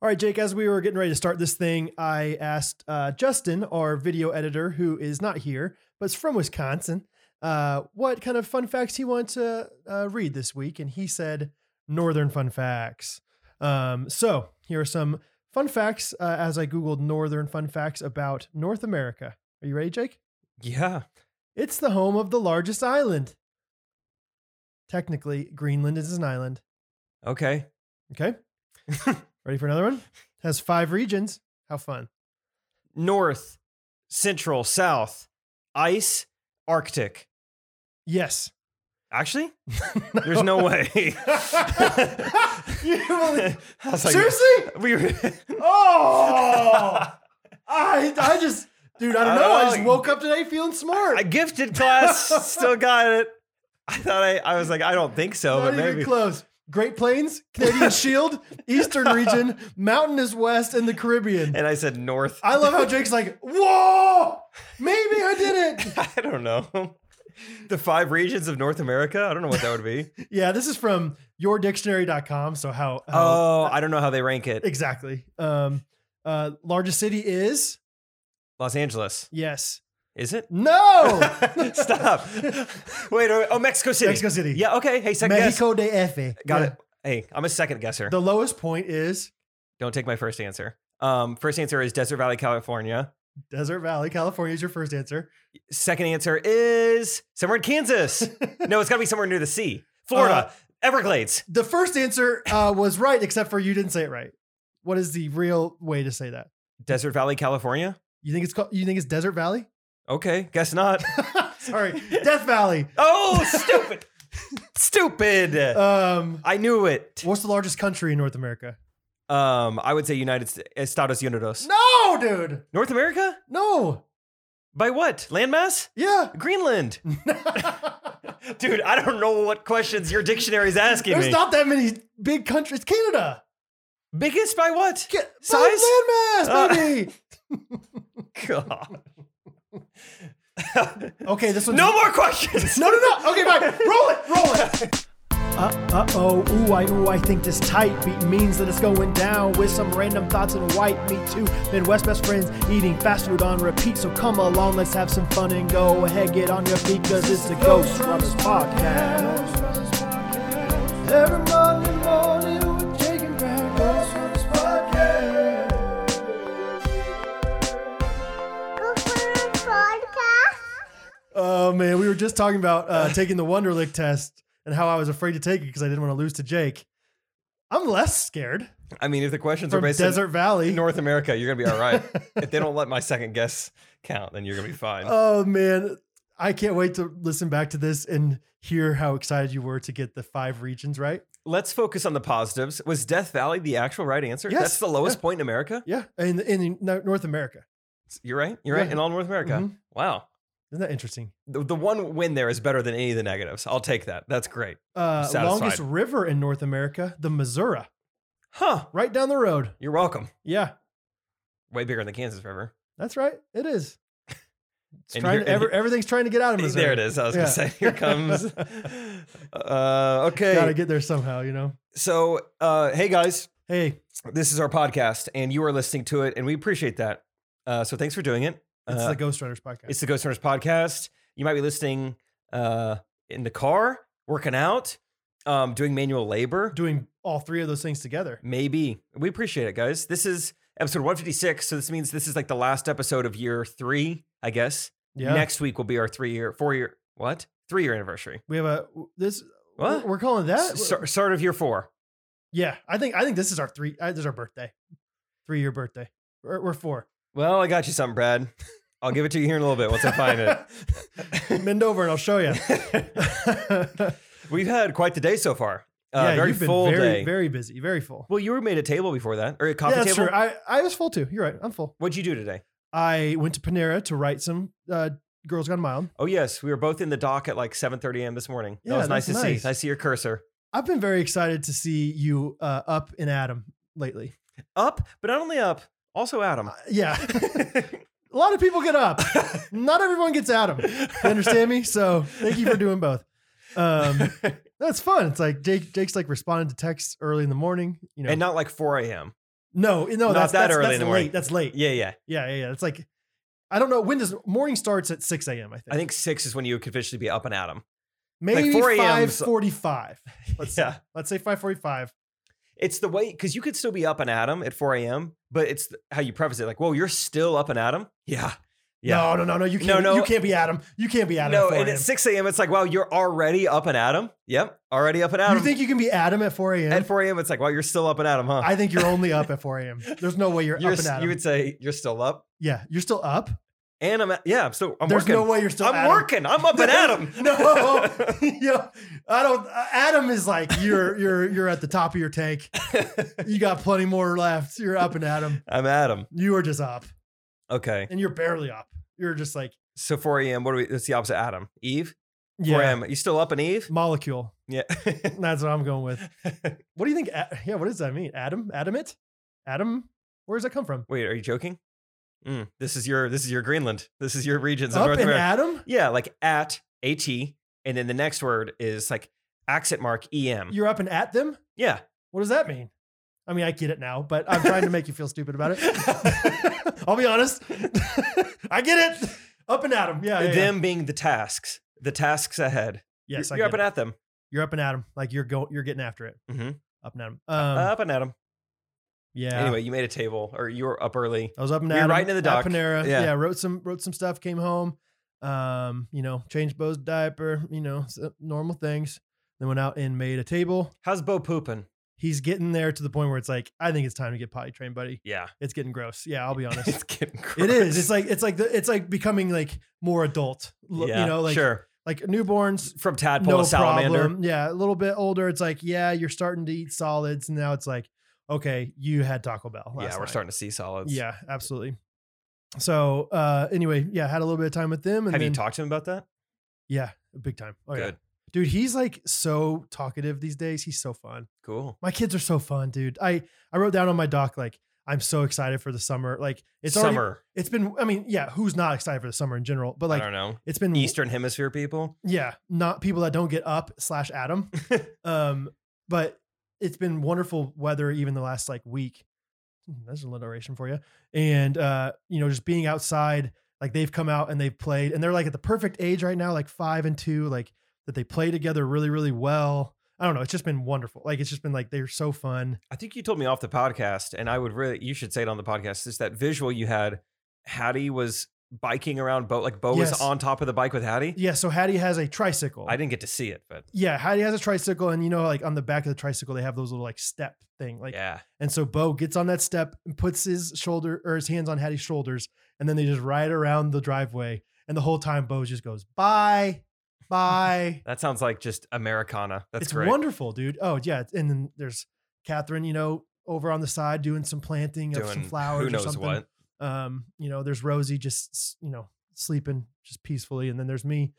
All right, Jake, as we were getting ready to start this thing, I asked uh, Justin, our video editor, who is not here, but is from Wisconsin, uh, what kind of fun facts he wanted to uh, read this week. And he said, Northern fun facts. Um, so here are some fun facts uh, as I Googled Northern fun facts about North America. Are you ready, Jake? Yeah. It's the home of the largest island. Technically, Greenland is an island. Okay. Okay. Ready for another one? has five regions. How fun. North, central, south, ice, Arctic. Yes. Actually, there's no way. You only- I was like, Seriously? We were, Oh, I, I just, dude, I don't know. I just Oh. woke up today feeling smart. I gifted class, still got it. I thought I, I was like, I don't think so, Not but even maybe. close. Great Plains, Canadian Shield, Eastern Region, Mountainous West, and the Caribbean. And I said north. I love how Jake's like, whoa, maybe I did it. I don't know. The five regions of North America? I don't know what that would be. Yeah, this is from yourdictionary.com. So, how, how oh, I don't know how they rank it. exactly? Um, uh, largest city is Los Angeles. yes, Is it? no, Stop. Wait, oh, oh, Mexico City. Mexico City. Yeah, okay. Hey, second guess. Mexico de F. Got Yeah. it. Hey, I'm a second guesser. The lowest point is Don't take my first answer. Um, first answer is Desert Valley, California. Desert Valley, California is your first answer. Second answer is somewhere in Kansas. no, it's got to be somewhere near the sea. Uh. Florida, Everglades. The first answer uh, was right, except for you didn't say it right. What is the real way to say that? Desert Valley, California. You think it's called, you think it's Desert Valley? Okay, guess not. Sorry, Death Valley. Oh, stupid. stupid. Um, I knew it. what's the largest country in North America? Um, I would say United St- Estados Unidos. No, dude. North America? No. By what? Landmass? Yeah. Greenland. Dude, I don't know what questions your dictionary is asking Mm. There's me. not that many big countries. Canada. Biggest by what? Ca- by Size? Uh. Landmass, baby. God. okay, this one's no more questions. No, no, no. Okay, fine. Roll it. Roll it. Uh oh, ooh, I ooh, I think this tight beat means that it's going down with some random thoughts and white meat too. Midwest best friends eating fast food on repeat, so come along, let's have some fun and go ahead, get on your feet, cause it's the Ghost Runners Podcast. Every Monday morning with Jake and Brad, Ghost Runners Podcast. Oh man, we were just talking about uh, taking the Wonderlick test and how I was afraid to take it because I didn't want to lose to Jake. I'm less scared I mean, if the questions are from based Desert Valley. in North America, you're gonna be all right. if they don't let my second guess count, then you're gonna be fine. Oh man, I can't wait to listen back to this and hear how excited you were to get the five regions right. Let's focus on the positives. Was Death Valley the actual right answer? Yes. That's the lowest point in America. Yeah, in in Nor- North America. You're right. You're right. Yeah. In all North America. Mhm. Wow. Isn't that interesting? The, the one win there is better than any of the negatives. I'll take that. That's great. Uh, satisfied. longest river in North America, the Missouri, Huh. right down the road. You're welcome. Yeah, Way bigger than the Kansas River. that's right. It is. It's And trying here- to, ever, everything's trying to get out of Missouri. There it is. I was Yeah. gonna say, here comes. uh, okay. Gotta get there somehow, you know. So, uh, hey guys, Hey, this is our podcast, and you are listening to it, and we appreciate that. Uh, so, thanks for doing it. it's Uh, the Ghost Runners podcast. It's the Ghost Hunters podcast. You might be listening uh, in the car, working out, um, doing manual labor. doing all three of those things together. Maybe. We appreciate it, guys. This is episode 156. So this means this is like the last episode of year three, I guess. Yeah, Next week will be our three year, four year, what? Three year anniversary. we have a this. What? We're calling that. S- start- start of year four. yeah, I think I think this is our three. Uh, this is our birthday, three year birthday. We're, we're four. Well, I got you something, Brad. I'll give it to you here in a little bit once I find it. Bend over and I'll show you. We've had quite the day so far. Uh, yeah, very you've been full very day. very busy, very full. well, you were made a table before that, or a coffee yeah, that's table. true. I I was full too. You're right. I'm full. What'd you do today? I went to Panera to write some uh, Girls Gone Mild. Oh yes, we were both in the dock at like 7:30 a.m. this morning. Yeah, that was nice to that's nice. see. I see your cursor I've been very excited to see you uh, up in Adam lately. up, but not only up, also Adam. Uh, yeah, a lot of people get up. Not everyone gets Adam. You understand me? So thank you for doing both. Um, that's fun. It's like Jake. Jake's like responding to texts early in the morning. You know, and not like 4 a.m. No, no, Not that's that that's, early that's in the late. morning. That's late. Yeah, yeah. Yeah, yeah, yeah. It's like I don't know when does morning starts at six a.m. I think. I think six is when you could officially be up and at 'em. maybe 4 a.m. 's- five forty-five. Let's Yeah. let's say five forty-five. It's the way because you could still be up and at 'em at 4 a.m., but it's th- how you preface it. Like, whoa, you're still up and at 'em? Yeah. Yeah. No, no, no, no. You No, can't. no. You can't be Adam. You can't be Adam. no, at 4 and a.m. at 6 a.m., it's like, wow, you're already up and at 'em. Yep. Already up and at 'em. You think you can be Adam at four a.m. at 4 a.m., it's like, wow, you're still up and at 'em, huh? I think you're only up at four a.m. There's no way you're, You're up and s- Adam. You would say you're still up. yeah, you're still up. And I'm, at, yeah, I'm still, I'm There's working. no way you're still. I'm Adam. working. I'm up and at 'em. no, yo, I don't. Adam is like you're you're you're at the top of your tank. You got plenty more left. You're up and Adam. I'm at 'em. You are just up, Okay. and you're barely up. You're just like So 4 a.m., what are we? That's the opposite. Adam, Eve? 4 yeah, a.m. You still up and Eve? molecule. Yeah. That's what I'm going with. What do you think? a- Yeah, what does that mean? Adam, adamant, Adam. Where does that come from? Wait, are you joking? Mm, this is your this is your Greenland. This is your regions of Up North and America. Adam. yeah, like at a t, and then the next word is like accent mark e m. You're up and at them. Yeah, What does that mean? I mean, I get it now, but I'm trying to make you feel stupid about it. I'll be honest. I get it. Up and at 'em. Yeah, yeah, yeah. them being the tasks, the tasks ahead. Yes, you're, I you're get up and it. at them. You're up and at 'em. Like you're going. You're getting after it. Mhm. Up and at 'em. Um, up and at them. yeah. uh, Anyway, you made a table, or you were up early. I was up and we were at 'em riding in the at dock. Panera. Yeah. Yeah. Wrote some. Wrote some stuff. Came home. Um, you know, changed Bo's diaper. You know, s- uh, normal things. Then went out and made a table. How's Bo pooping? He's getting there to the point where it's like, I think it's time to get potty trained, buddy. Yeah, It's getting gross. Yeah, I'll be honest. it's getting. Gross. It is. It's like it's like the, it's like becoming like more adult. L- Yeah, you know, like sure. like newborns, From tadpole no to salamander. problem. Yeah, a little bit older. It's like yeah, you're starting to eat solids, and now it's like okay, you had Taco Bell. Yeah, last we're night. starting to see solids. Yeah, absolutely. So uh anyway, yeah, had a little bit of time with them, and Have then you talked to him about that? yeah, big time. Oh yeah, Good. dude, he's like so talkative these days. He's so fun. Cool. My kids are so fun, dude. I I wrote down on my doc like I'm so excited for the summer. Like it's already summer. it's been. I mean, yeah, who's not excited for the summer in general? But like I don't know. it's been Eastern Hemisphere people. yeah not people that don't get up slash adam um but it's been wonderful weather even the last like week Hmm, that's alliteration for you and uh you know just being outside like they've come out and they've played and they're like at the perfect age right now like five and two like that they play together really really well i don't know it's just been wonderful like it's just been like they're so fun I think you told me off the podcast, and I would really you should say it on the podcast. Is that visual you had? Hattie was biking around Bo, like Bo Yes. was on top of the bike with Hattie. yeah so hattie has a tricycle I didn't get to see it, but yeah hattie has a tricycle and you know like on the back of the tricycle they have those little like step thing like yeah, And so Bo gets on that step and puts his shoulder or his hands on Hattie's shoulders, and then they just ride around the driveway. And the whole time Bo just goes, bye, bye. that sounds like just Americana. That's it's great. wonderful, dude. Oh, yeah. And then there's Catherine, you know, over on the side doing some planting of some Doing flowers who or knows something. what. Um, you know, there's Rosie just s- you know, sleeping just peacefully. And then there's me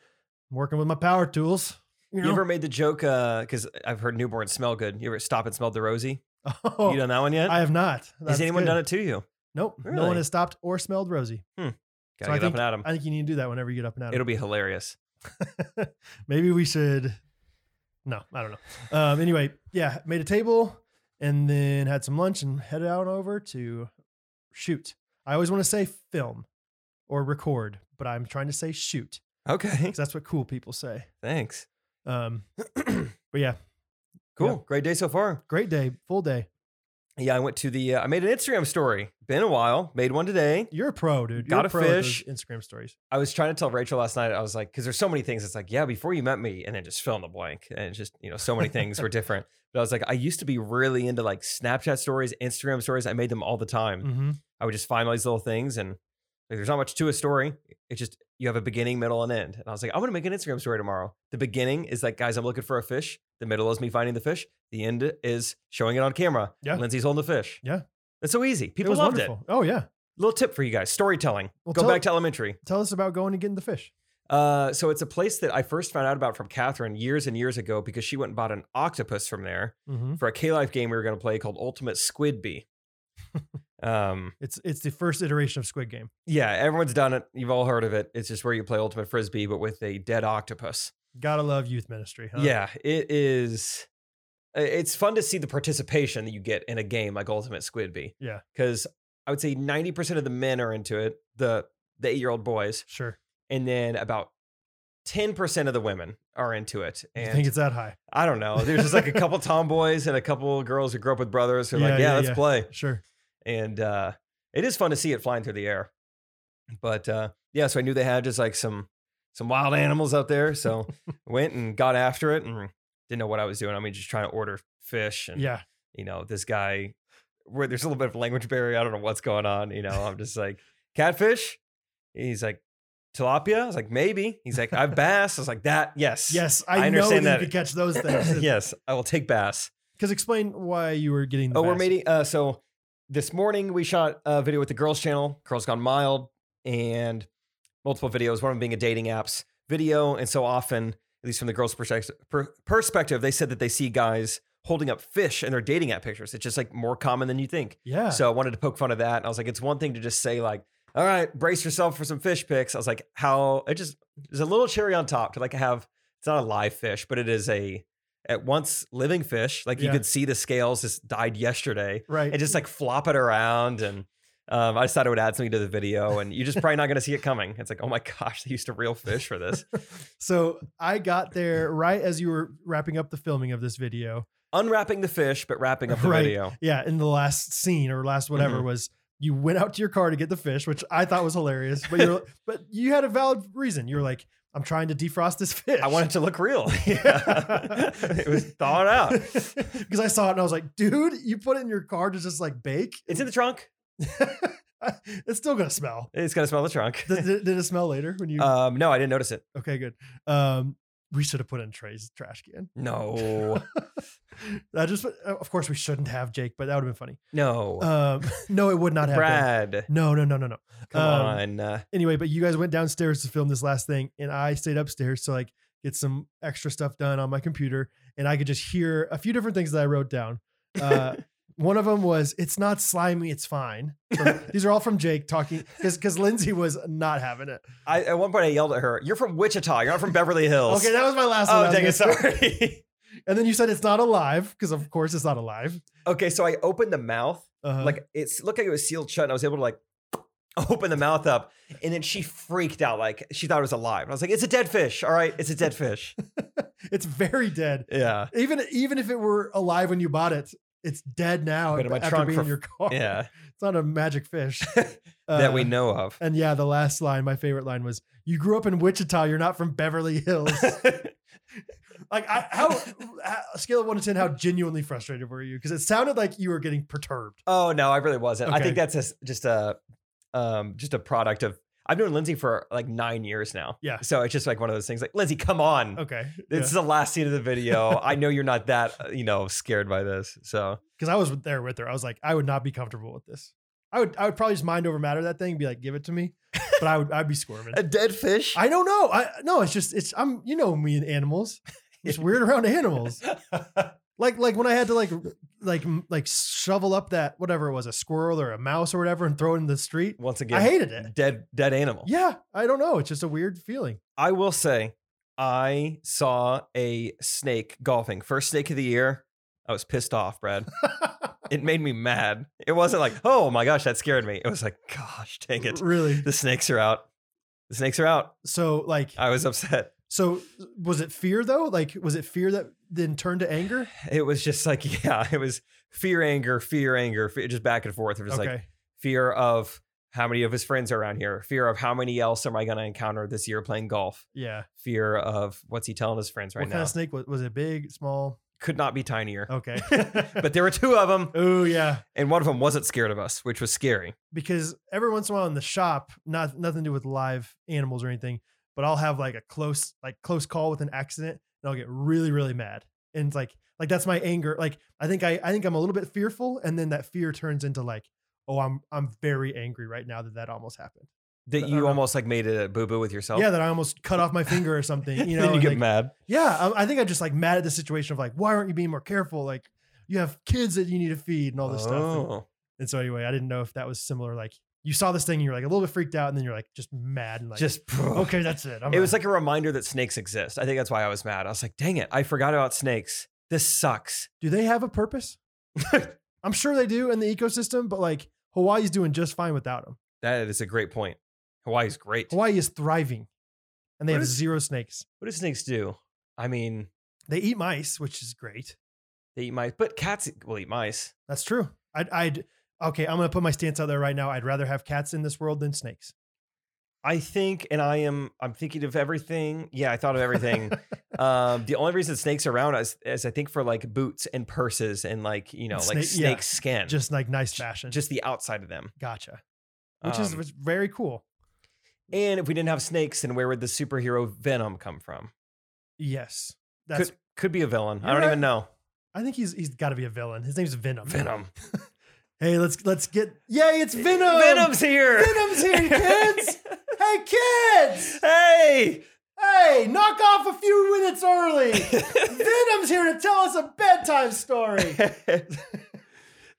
working with my power tools. You You, know? ever made the joke? Because I've heard newborns smell good. You ever stop and smell the rosy? oh, You done that one yet? I have not. Has anyone done it to you? Nope. No Really? one has stopped or smelled Rosie. Gotta I get think- up and at 'em. I think you need to do that whenever you get up and out. It'll be hilarious. Maybe we should. No, I don't know. Um, anyway, yeah, made a table and then had some lunch and headed out over to shoot. I always want to say film or record, but I'm trying to say shoot Okay, because that's what cool people say. thanks. Um, but yeah, Cool, great day so far. great day, full day. Yeah, I went to the. Uh, I made an Instagram story. Been a while. Made one today. You're a pro, dude. Got You're a pro at those fish. Instagram stories. I was trying to tell Rachel last night. I was like, because there's so many things. It's like, yeah, before you met me, and then just fill in the blank, and it's just you know, so many things were different. But I was like, I used to be really into like Snapchat stories, Instagram stories. I made them all the time. Mm-hmm. I would just find all these little things, and like, there's not much to a story. It's just you have a beginning, middle, and end. And I was like, I'm gonna make an Instagram story tomorrow. The beginning is like, guys, I'm looking for a fish. The middle is me finding the fish. The end is showing it on camera. Yeah. Lindsay's holding the fish. Yeah. That's so easy. It People was loved wonderful. Oh yeah. it. Little tip for you guys: storytelling. Well, Go tell- back to elementary. Tell us about going and getting the fish. Uh, so it's a place that I first found out about from Catherine years and years ago because she went and bought an octopus from there Mm-hmm. for a K Life game we were going to play called Ultimate Squid Bee. um, It's it's the first iteration of Squid Game. yeah, everyone's done it. You've all heard of it. It's just where you play Ultimate Frisbee, but with a dead octopus. Gotta love youth ministry. Huh? Yeah, it is. uh, it's fun to see the participation that you get in a game like Ultimate Squidbee. Yeah. Because I would say 90% of the men are into it, the the eight year old boys, Sure. and then about 10% of the women are into it. I And think it's that high? I don't know. There's just like a couple tomboys and a couple girls who grew up with brothers who are Yeah, like, yeah, yeah, let's yeah. play. Sure. And uh, it is fun to see it flying through the air. But uh, yeah, so I knew they had just like some some wild animals out there. So went and got after it and didn't know what I was doing. I mean, just trying to order fish and Yeah. you know, this guy where there's a little bit of language barrier. I don't know what's going on. You know, I'm just like, catfish? He's like, tilapia? I was like, maybe. He's like, I've bass. I was like, that, yes. Yes, I, I know that, understand that. you could catch those things. yes, I will take bass. Because explain why you were getting. The Oh, we're bass. meeting. Uh, so this morning we shot a video with the girls' channel, Girls Gone Mild, and multiple videos. One of them being a dating apps video, and so often, at least from the girls' perspective, per, perspective, they said that they see guys holding up fish in their dating app pictures. It's just like more common than you think. Yeah. So I wanted to poke fun of that, and I was like, it's one thing to just say like. All right, brace yourself for some fish pics. I was like, how it just there's a little cherry on top to like have it's not a live fish, but it is a at once living fish. Like you Yeah. could see the scales just died yesterday right. and just like flop it around. And um, I just thought it would add something to the video. And you're just probably not going to see it coming. It's like, oh my gosh, they used a real fish for this. so I got there right as you were wrapping up the filming of this video. Unwrapping the fish, but wrapping up the Right. video. Yeah, in the last scene or last whatever Mhm. was you went out to your car to get the fish, which I thought was hilarious. But you're but you had a valid reason. You were like, I'm trying to defrost this fish. I want it to look real. Yeah. it was thawed out. because I saw it and I was like, dude, you put it in your car to just like bake. It's in the trunk. it's still gonna smell. It's going to smell the trunk. Did, did- did it smell later when you? Um, no, I didn't notice it. okay, good. Um, we should have put it in Trey's trash can. No, That just, uh, of course, we shouldn't have Jake, but that would have been no. funny. Um, no, it would not have. been. Brad, No, no, no, no, no. come um, on. Uh, Anyway, but you guys went downstairs to film this last thing, and I stayed upstairs to like get some extra stuff done on my computer, and I could just hear a few different things that I wrote down. Uh, one of them was, "It's not slimy, it's fine." From- these are all from Jake talking because because Lindsay was not having it. I, at one point, I yelled at her, You're from Wichita. You're not from Beverly Hills. Okay, that was my last. one. I oh, was dang gonna it. say. Sorry. And then you said it's not alive because of course it's not alive. Okay, so I opened the mouth, Uh-huh. like it looked like it was sealed shut, and I was able to like open the mouth up, and then she freaked out, like she thought it was alive. And I was like, "It's a dead fish, all right? It's a dead fish." it's very dead. yeah, Even even if it were alive when you bought it, it's dead now Been in my after trunk being for- in your car. yeah, It's not a magic fish that Uh, we know of. And yeah, the last line, my favorite line was, "You grew up in Wichita. You're not from Beverly Hills." like, I, how, how- a scale of one to ten, how genuinely frustrated were you? Because it sounded like you were getting perturbed. oh no, I really wasn't. I Okay. think that's a s just a um, just a product of I've known Lindsay for like nine years now. Yeah. Oh, so it's just like one of those things. Like Lindsay, come on. Okay, This is because the last scene of the video. I know you're not that, uh, you know, scared by this. So I was there with her. I was like, I would not be comfortable with this. I would, I would probably just mind over matter that thing and be like, give it to me. But I would, I'd be squirming. dead fish. I don't know. I no, it's just it's I'm you know me and animals. It's weird around animals. Like like when I had to like like like shovel up that whatever it was a squirrel or a mouse or whatever and throw it in the street. Once again, I hated it. dead dead animal. Yeah, I don't know. It's just a weird feeling. I will say, I saw a snake golfing. First snake of the year. I was pissed off, Brad. it made me mad. It wasn't like, oh my gosh, that scared me. It was like, gosh, dang it. Really. The snakes are out. The snakes are out. So like I was upset. so was it fear though? Like was it fear that then turned to anger? It was just like, yeah, it was fear, anger, fear, anger, fear, just back and forth. It was okay. like fear of how many of his friends are around here, fear of how many else am I going to encounter this year playing golf, yeah. fear of what's he telling his friends right what now. kind of Oh. snake was, was it? Big, small? Could not be tinier. Okay. But there were two of them. oh yeah. and one of them wasn't scared of us, which was scary. because every once in a while in the shop, not nothing to do with live animals or anything, but I'll have like a close like close call with an accident and I'll get really really mad. And it's like like that's my anger. Like I think I I think I'm a little bit fearful and then that fear turns into like oh I'm I'm very angry right now that that almost happened. That I don't you know. almost like made a boo boo with yourself. Yeah, that I almost cut off my finger or something, you know. then you and, get like, mad. Yeah, I, I think I just like mad at the situation of like why aren't you being more careful? Like you have kids that you need to feed and all this stuff. And- Oh. and so anyway, I didn't know if that was similar. Like you saw this thing, and you're like a little bit freaked out, and then you're like just mad and like just okay, that's it. I'm It was out." like a reminder that snakes exist. I think that's why I was mad. I was like, dang it, I forgot about snakes. This sucks. Do they have a purpose? I'm sure they do in the ecosystem, but like Hawaii's doing just fine without them. That is a great point. Hawaii's great. Hawaii is thriving, and they What have is- zero snakes. What do snakes do? I mean, They eat mice, which is great. they eat mice, but cats will eat mice. That's true. I'd, I'd okay. I'm gonna put my stance out there right now. I'd rather have cats in this world than snakes. I think, and I am, I'm thinking of everything. Yeah, I thought of everything. um, the only reason snakes are around us is I think for like boots and purses and like, you know, like Snake- yeah. snake skin, just, Just like nice fashion. Just just the outside of them. gotcha, which is Um, was very cool. Mm. and if we didn't have snakes, then where would the superhero Venom come from? Yes, that's. could, could be a villain. I You're don't right. even know. I think he's he's got to be a villain. His name's Venom. Venom. Hey, let's let's get. Yay! It's Venom. Venom's here. Venom's here, kids. hey, kids. hey. Hey, knock off a few minutes early. Venom's here to tell us a bedtime story.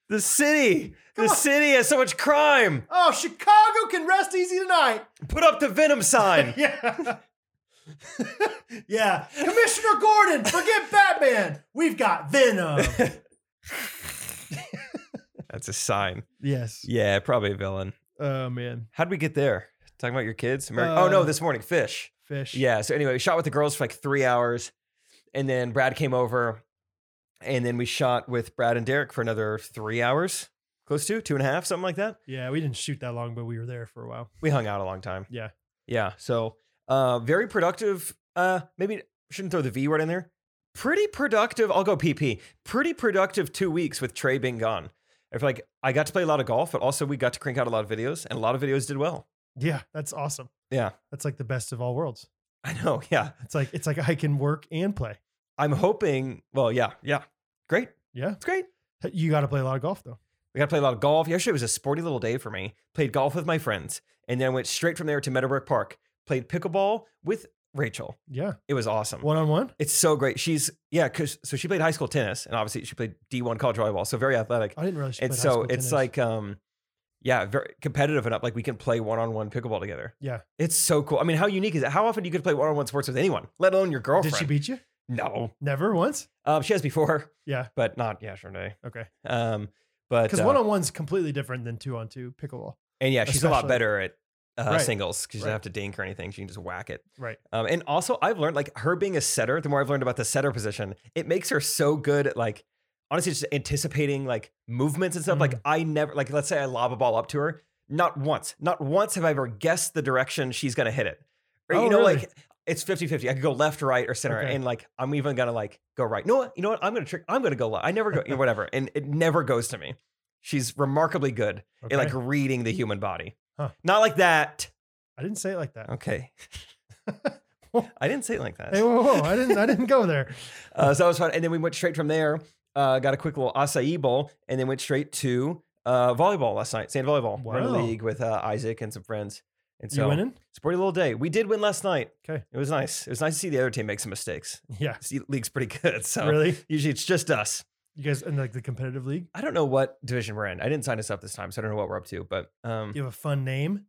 the city. Come the on. city has so much crime. Oh, Chicago can rest easy tonight. Put up the Venom sign. Yeah. yeah. Commissioner Gordon, forget Batman. We've got Venom. That's a sign. yes. Yeah, probably a villain. Oh man. How'd we get there? Talking about your kids? Ameri- oh no, Uh, this morning, fish. Fish. Yeah. So anyway, we shot with the girls for like three hours, and then Brad came over, and then we shot with Brad and Derek for another three hours, close to two and a half, something like that. Yeah, we didn't shoot that long, but we were there for a while. We hung out a long time. Yeah. Yeah. So uh, very productive. Uh, maybe shouldn't throw the V word in there. Pretty productive. I'll go PP. Pretty productive two weeks with Trey being gone. I feel like I got to play a lot of golf, but also we got to crank out a lot of videos, and a lot of videos did well. Yeah, that's awesome. Yeah. That's like the best of all worlds. I know. Yeah. It's like it's like I can work and play. I'm hoping. Well, yeah, yeah, great. Yeah. It's great. You got to play a lot of golf though. We got to play a lot of golf. Yesterday was a sporty little day for me. Played golf with my friends, and then went straight from there to Meadowbrook Park. Played pickleball with Rachel. Yeah. It was awesome. One on one. It's so great. She's yeah, 'cause- so she played high school tennis, and obviously she played D1 college volleyball, so very athletic. I didn't realize. Oh, she And played high so school it's tennis. like um, yeah, very competitive enough. Like we can play one on one pickleball together. Yeah. it's so cool. I mean, how unique is it? How often do you get to play one on one sports with anyone, let alone your girlfriend? Did she beat you? no, Never once. um, she has before. Yeah. but not yesterday. Okay. Um, but Because uh, one on one's completely different than two on two pickleball. and yeah, she's a lot especially- better at uh, Right. singles because she doesn't Right. have to dink or anything. She can just whack it. Right. Um, and also, I've learned like her being a setter. The more I've learned about the setter position, it makes her so good at like honestly just anticipating like movements and stuff. Mm. Like I never like let's say I lob a ball up to her. Not once, not once have I ever guessed the direction she's gonna hit it. Or, Oh, you know, really? like it's 50-50. I could go left, right, or center. Okay. And like I'm even gonna like go right. No, what? you know what? I'm gonna trick, I'm gonna go left. I never go you know, whatever. And it never goes to me. She's remarkably good Okay. at like reading the human body. Huh. Not like that. I didn't say it like that. Okay. I didn't say it like that. Hey, whoa, whoa! I didn't. I didn't go there. Uh, so that was fun. And then we went straight from there, uh, got a quick little acai bowl, and then went straight to uh, volleyball last night, sand volleyball. We're in a Wow. league with uh, Isaac and some friends. And you so, winning? sporty little day. We did win last night. 'Kay. It was nice. It was nice to see the other team make some mistakes. Yeah. See, the league's pretty good. So, Really? usually it's just us. You guys in like the competitive league? I don't know what division we're in. I didn't sign us up this time, so I don't know what we're up to. But um, You have a fun name.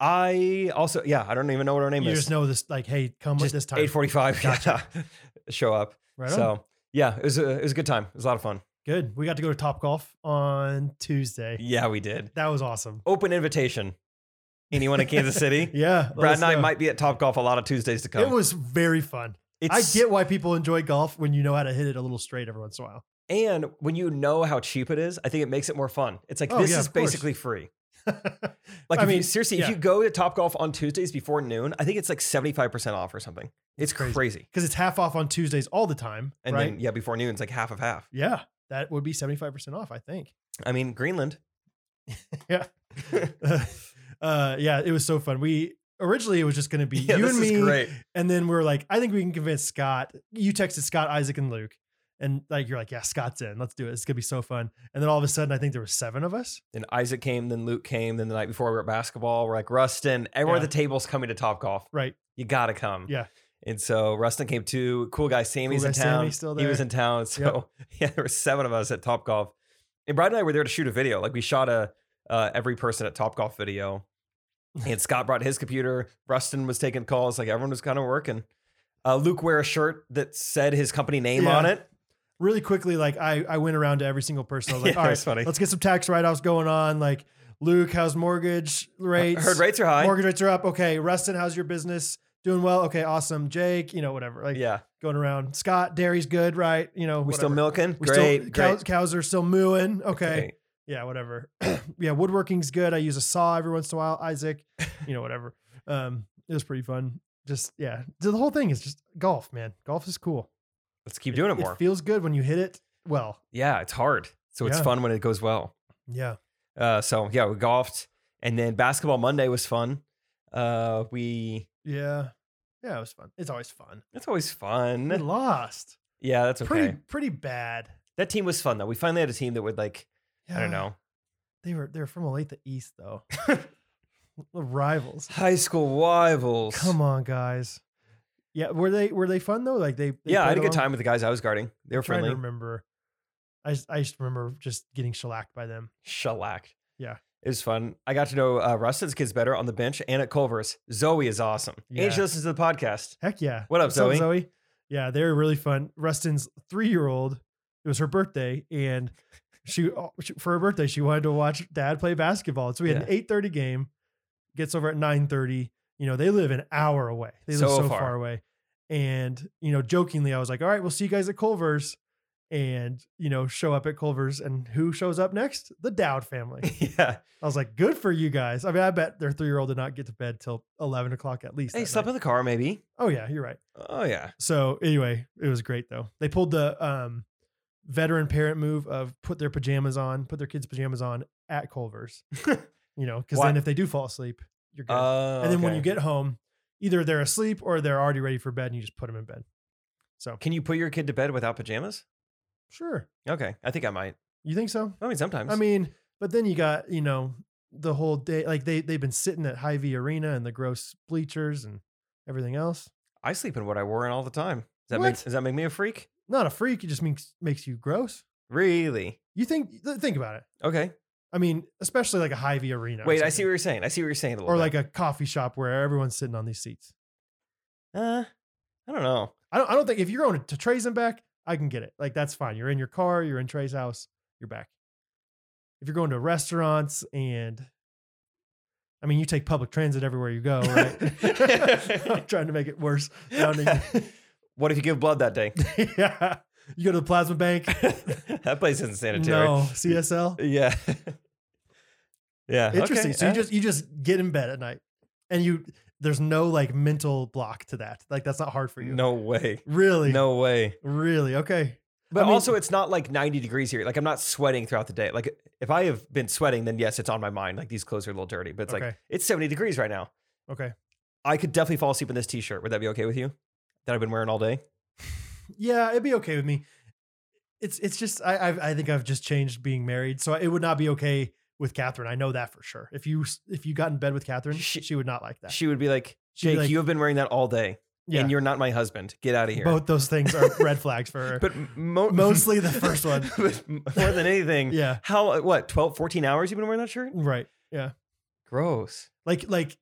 I also, yeah, I don't even know what our name You is. just know this. Like, hey, come with this time. Eight forty-five. Gotcha. Yeah, show up. right on. so yeah, it was a, it was a good time. It was a lot of fun. Good. We got to go to Top Golf on Tuesday. Yeah, we did. That was awesome. Open invitation. Anyone in Kansas City? Yeah. let Brad us and I know. might be at Top Golf a lot of Tuesdays to come. It was very fun. It's- I get why people enjoy golf when you know how to hit it a little straight every once in a while. and when you know how cheap it is, I think it makes it more fun. It's like Oh, this yeah, is of course. basically free. Like I if you, mean, seriously, if yeah. you go to Top Golf on Tuesdays before noon, I think it's like seventy five percent off or something. It's crazy. crazy. because it's half off on Tuesdays all the time, And right? then yeah, before noon, it's like half of half. yeah, that would be seventy five percent off, I think. I mean Greenland. uh, yeah, it was so fun. We originally it was just going to be Yeah, you this and is me, great. and then we were like, I think we can convince Scott. You texted Scott, Isaac, and Luke, and like you're like, yeah, Scott's in. Let's do it. It's gonna be so fun. And then all of a sudden, I think there were seven of us. Then Isaac came, then Luke came, then the night before we were at basketball, we're like, Rustin, everyone Yeah. at the table's coming to Top Golf. Right. You gotta come. Yeah. And so Rustin came too. Cool guy Sammy's Cool in guy town. Sammy's still He was there. in town. So yeah, there were seven of us at Top Golf. And Brad and I were there to shoot a video. Like we shot a uh, every person at Top Golf video. And Scott brought his computer. Rustin was taking calls. Like everyone was kind of working. Uh, Luke wear a shirt that said his company name Yeah. on it. really quickly, like I, I went around to every single person. I was like, Yeah, all right, that's funny. let's get some tax write offs going on. Like, Luke, how's mortgage rates? I heard rates are high. Mortgage rates are up. Okay. Rustin, how's your business? Doing well. Okay. Awesome. Jake, you know, whatever. Like yeah, going around. Scott, dairy's good, right? You know, we whatever. still milking. We great, still, great. Cows, cows are still mooing. Okay. Great. Yeah, whatever. yeah, woodworking's good. I use a saw every once in a while, Isaac. You know, whatever. Um, it was pretty fun. Just yeah, the whole thing is just golf, man. Golf is cool. Let's keep doing it more. It feels good when you hit it well. yeah, it's hard, so it's Yeah. fun when it goes well. Yeah, Uh, so yeah, we golfed, and then basketball Monday was fun. Uh, we yeah, yeah. It was fun. It's always fun. that's always We fun. lost. Yeah, that's okay. Pretty pretty bad. That team was fun though. We finally had a team that would like I don't Yeah, know They were they were from Olathe East though. The rivals. high school rivals. Come on, guys. Yeah, were they were they fun though? Like they, they yeah, I had played a good along? time with the guys I was guarding. They were I'm trying to friendly. remember. I just, I just remember just getting shellacked by them. shellacked. Yeah. It was fun. I got to know uh, Rustin's kids better on the bench and at Culver's. Zoe is awesome. Yeah. And she listens to the podcast. Heck yeah. What up, What's Zoe? Zoe? Yeah, they were really fun. Rustin's three year old, it was her birthday, and she oh, she- for her birthday, she wanted to watch dad play basketball. So we had an eight thirty game, gets over at nine thirty. You know, they live an hour away. They live so, So far. far. away. And, you know, jokingly, I was like, all right, we'll see you guys at Culver's. And, you know, show up at Culver's. And who shows up next? The Dowd family. yeah. I was like, good for you guys. I mean, I bet their three year old did not get to bed till 11 o'clock at least. They that slept night. in the car, maybe. Oh, yeah, you're right. Oh, yeah. So, anyway, it was great though. They pulled the um, veteran parent move of put their pajamas on, put their kids' pajamas on at Culver's, you know, because Why- then if they do fall asleep, you're good. Oh, and then when okay. you get home, either they're asleep or they're already ready for bed and you just put them in bed. So, Can you put your kid to bed without pajamas? sure. Okay. I think I might. You think so? I mean, sometimes. I mean, but then you got, you know, the whole day like they they've been sitting at Hy-Vee Arena and the gross bleachers and everything else. I sleep in what I wore in all the time. Does that, make, What? does that make me a freak? Not a freak, it just makes makes you gross. Really? You think th- think about it. Okay. I mean, especially like a Hy-Vee Arena. or Wait, I see something. what you're saying. I see what you're saying a little or bit. like a coffee shop where everyone's sitting on these seats. uh, I don't know. I don't I don't think if you're going to Trey's and back, I can get it. Like that's fine. You're in your car, you're in Trey's house, you're back. If you're going to restaurants and I mean, you take public transit everywhere you go, right? I'm trying to make it worse. sounding. what if you give blood that day? yeah. You go to the plasma bank. that place isn't sanitary. no, CSL. Yeah. yeah. Interesting. okay, So you uh, just you just get in bed at night and you there's no like mental block to that. Like that's not hard for you. no way. Really? No way. Really? Okay. But I mean- also it's not like 90 degrees here. Like I'm not sweating throughout the day. Like if I have been sweating, then yes, it's on my mind. Like these clothes are a little dirty, but it's like okay. it's 70 degrees right now. Okay. I could definitely fall asleep in this t-shirt. Would that be okay with you? That I've been wearing all day? Yeah, it'd be okay with me. It's it's just I I've, I think I've just changed being married, so it would not be okay with Catherine. I know that for sure. If you s- if you got in bed with Catherine, she, She- would not like that. She would be like, She'd be Jake, like, you have been wearing that all day yeah, and you're not my husband. Get out of here. both those things are red flags for her. But mo- Mostly the first one. But more than anything. yeah, How, what, 12, 14 hours you've been wearing that shirt? right. Gross. Like like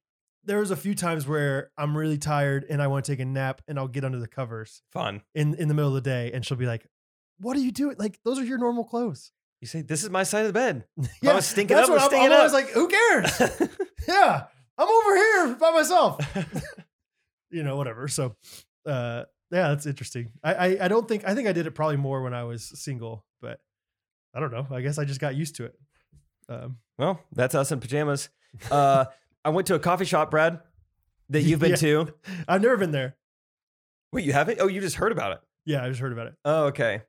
there was a few times where I'm really tired and I want to take a nap, and I'll get under the covers Fun. in in the middle of the day, and she'll be like, "What are you doing? Like those are your normal clothes." You say, this is my side of the bed. Yeah, was stinking that's what up, was I'm- stinking I'm always up. like, "Who cares?" yeah, I'm over here by myself. you know, whatever. So, uh, yeah, that's interesting. I, I, I don't think, I think I did it probably more when I was single, but I don't know. I guess I just got used to it. Um, Well, that's us in pajamas. Uh, I went to a coffee shop, Brad, that you've been Yeah. to. I've never been there. Wait, you haven't? Oh, you just heard about it. Yeah, I just heard about it. Oh, okay.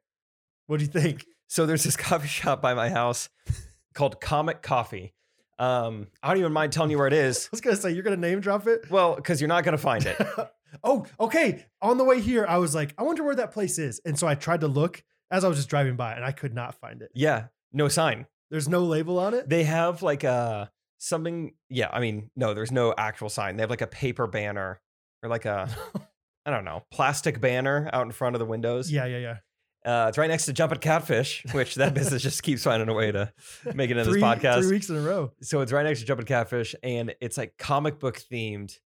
What do you think? So there's this coffee shop by my house called Comic Coffee. Um, I don't even mind telling you where it is. I was going to say, you're going to name drop it. Well, because you're not going to find it. oh, okay. On the way here, I was like, I wonder where that place is. And so I tried to look as I was just driving by and I could not find it. Yeah, no sign. There's no label on it. They have like a something. Yeah, I mean, no, there's no actual sign. They have like a paper banner or like a, I don't know, plastic banner out in front of the windows. Yeah, yeah, yeah. Uh, it's right next to Jumpin' Catfish, which that business just keeps finding a way to make it into Three, this podcast. three weeks in a row. So it's right next to Jumpin' Catfish, and it's like comic book themed.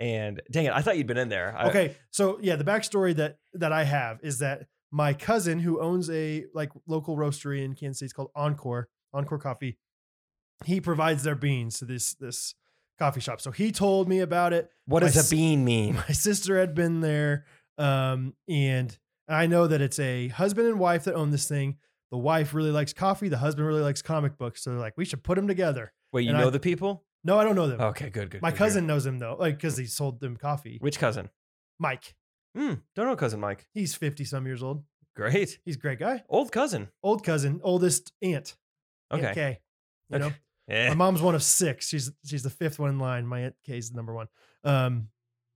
And dang it, I thought you'd been in there. I- Okay, so yeah, the backstory that that I have is that my cousin who owns a like local roastery in Kansas City, it's called Encore Encore Coffee. He provides their beans to this this coffee shop. So he told me about it. what my does s- a bean mean? My sister had been there, um, and I know that it's a husband and wife that own this thing. The wife really likes coffee. The husband really likes comic books. So they're like, we should put them together. Wait, you and I- know the people? No, I don't know them. Okay, Oh, good, good. my good, good. cousin knows them though, like because he sold them coffee. Which cousin? Mike, Hmm, don't know cousin Mike. he's fifty some years old. Great. He's a great guy. Old cousin. Old cousin, oldest aunt. Aunt Okay. Kay. You know, Okay. Eh. my mom's one of six. She's she's the fifth one in line. My aunt Kay is the number one. Um,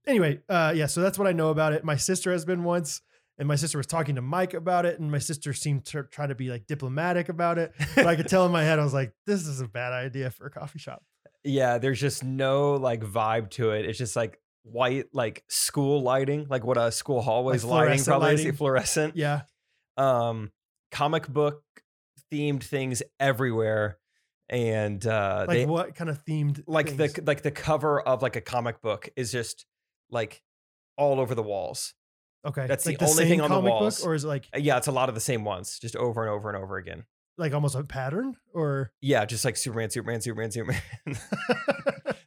anyway, uh, yeah. So that's what I know about it. My sister has been once, and my sister was talking to Mike about it, and my sister seemed to try to be like diplomatic about it, but I could tell in my head I was like, this is a bad idea for a coffee shop. Yeah, there's just no like vibe to it. It's just like white, like school lighting, like what a school hallways lighting fluorescent probably lighting. is fluorescent. Yeah, Um, comic book themed things everywhere, and uh, like they what kind of themed? like the things? like the cover of like a comic book is just like all over the walls. okay. that's the like only same thing on the comic walls. book, or is it like Uh, Yeah, it's a lot of the same ones, just over and over and over again. like almost a pattern, or Yeah, just like Superman, Superman, Superman, Superman.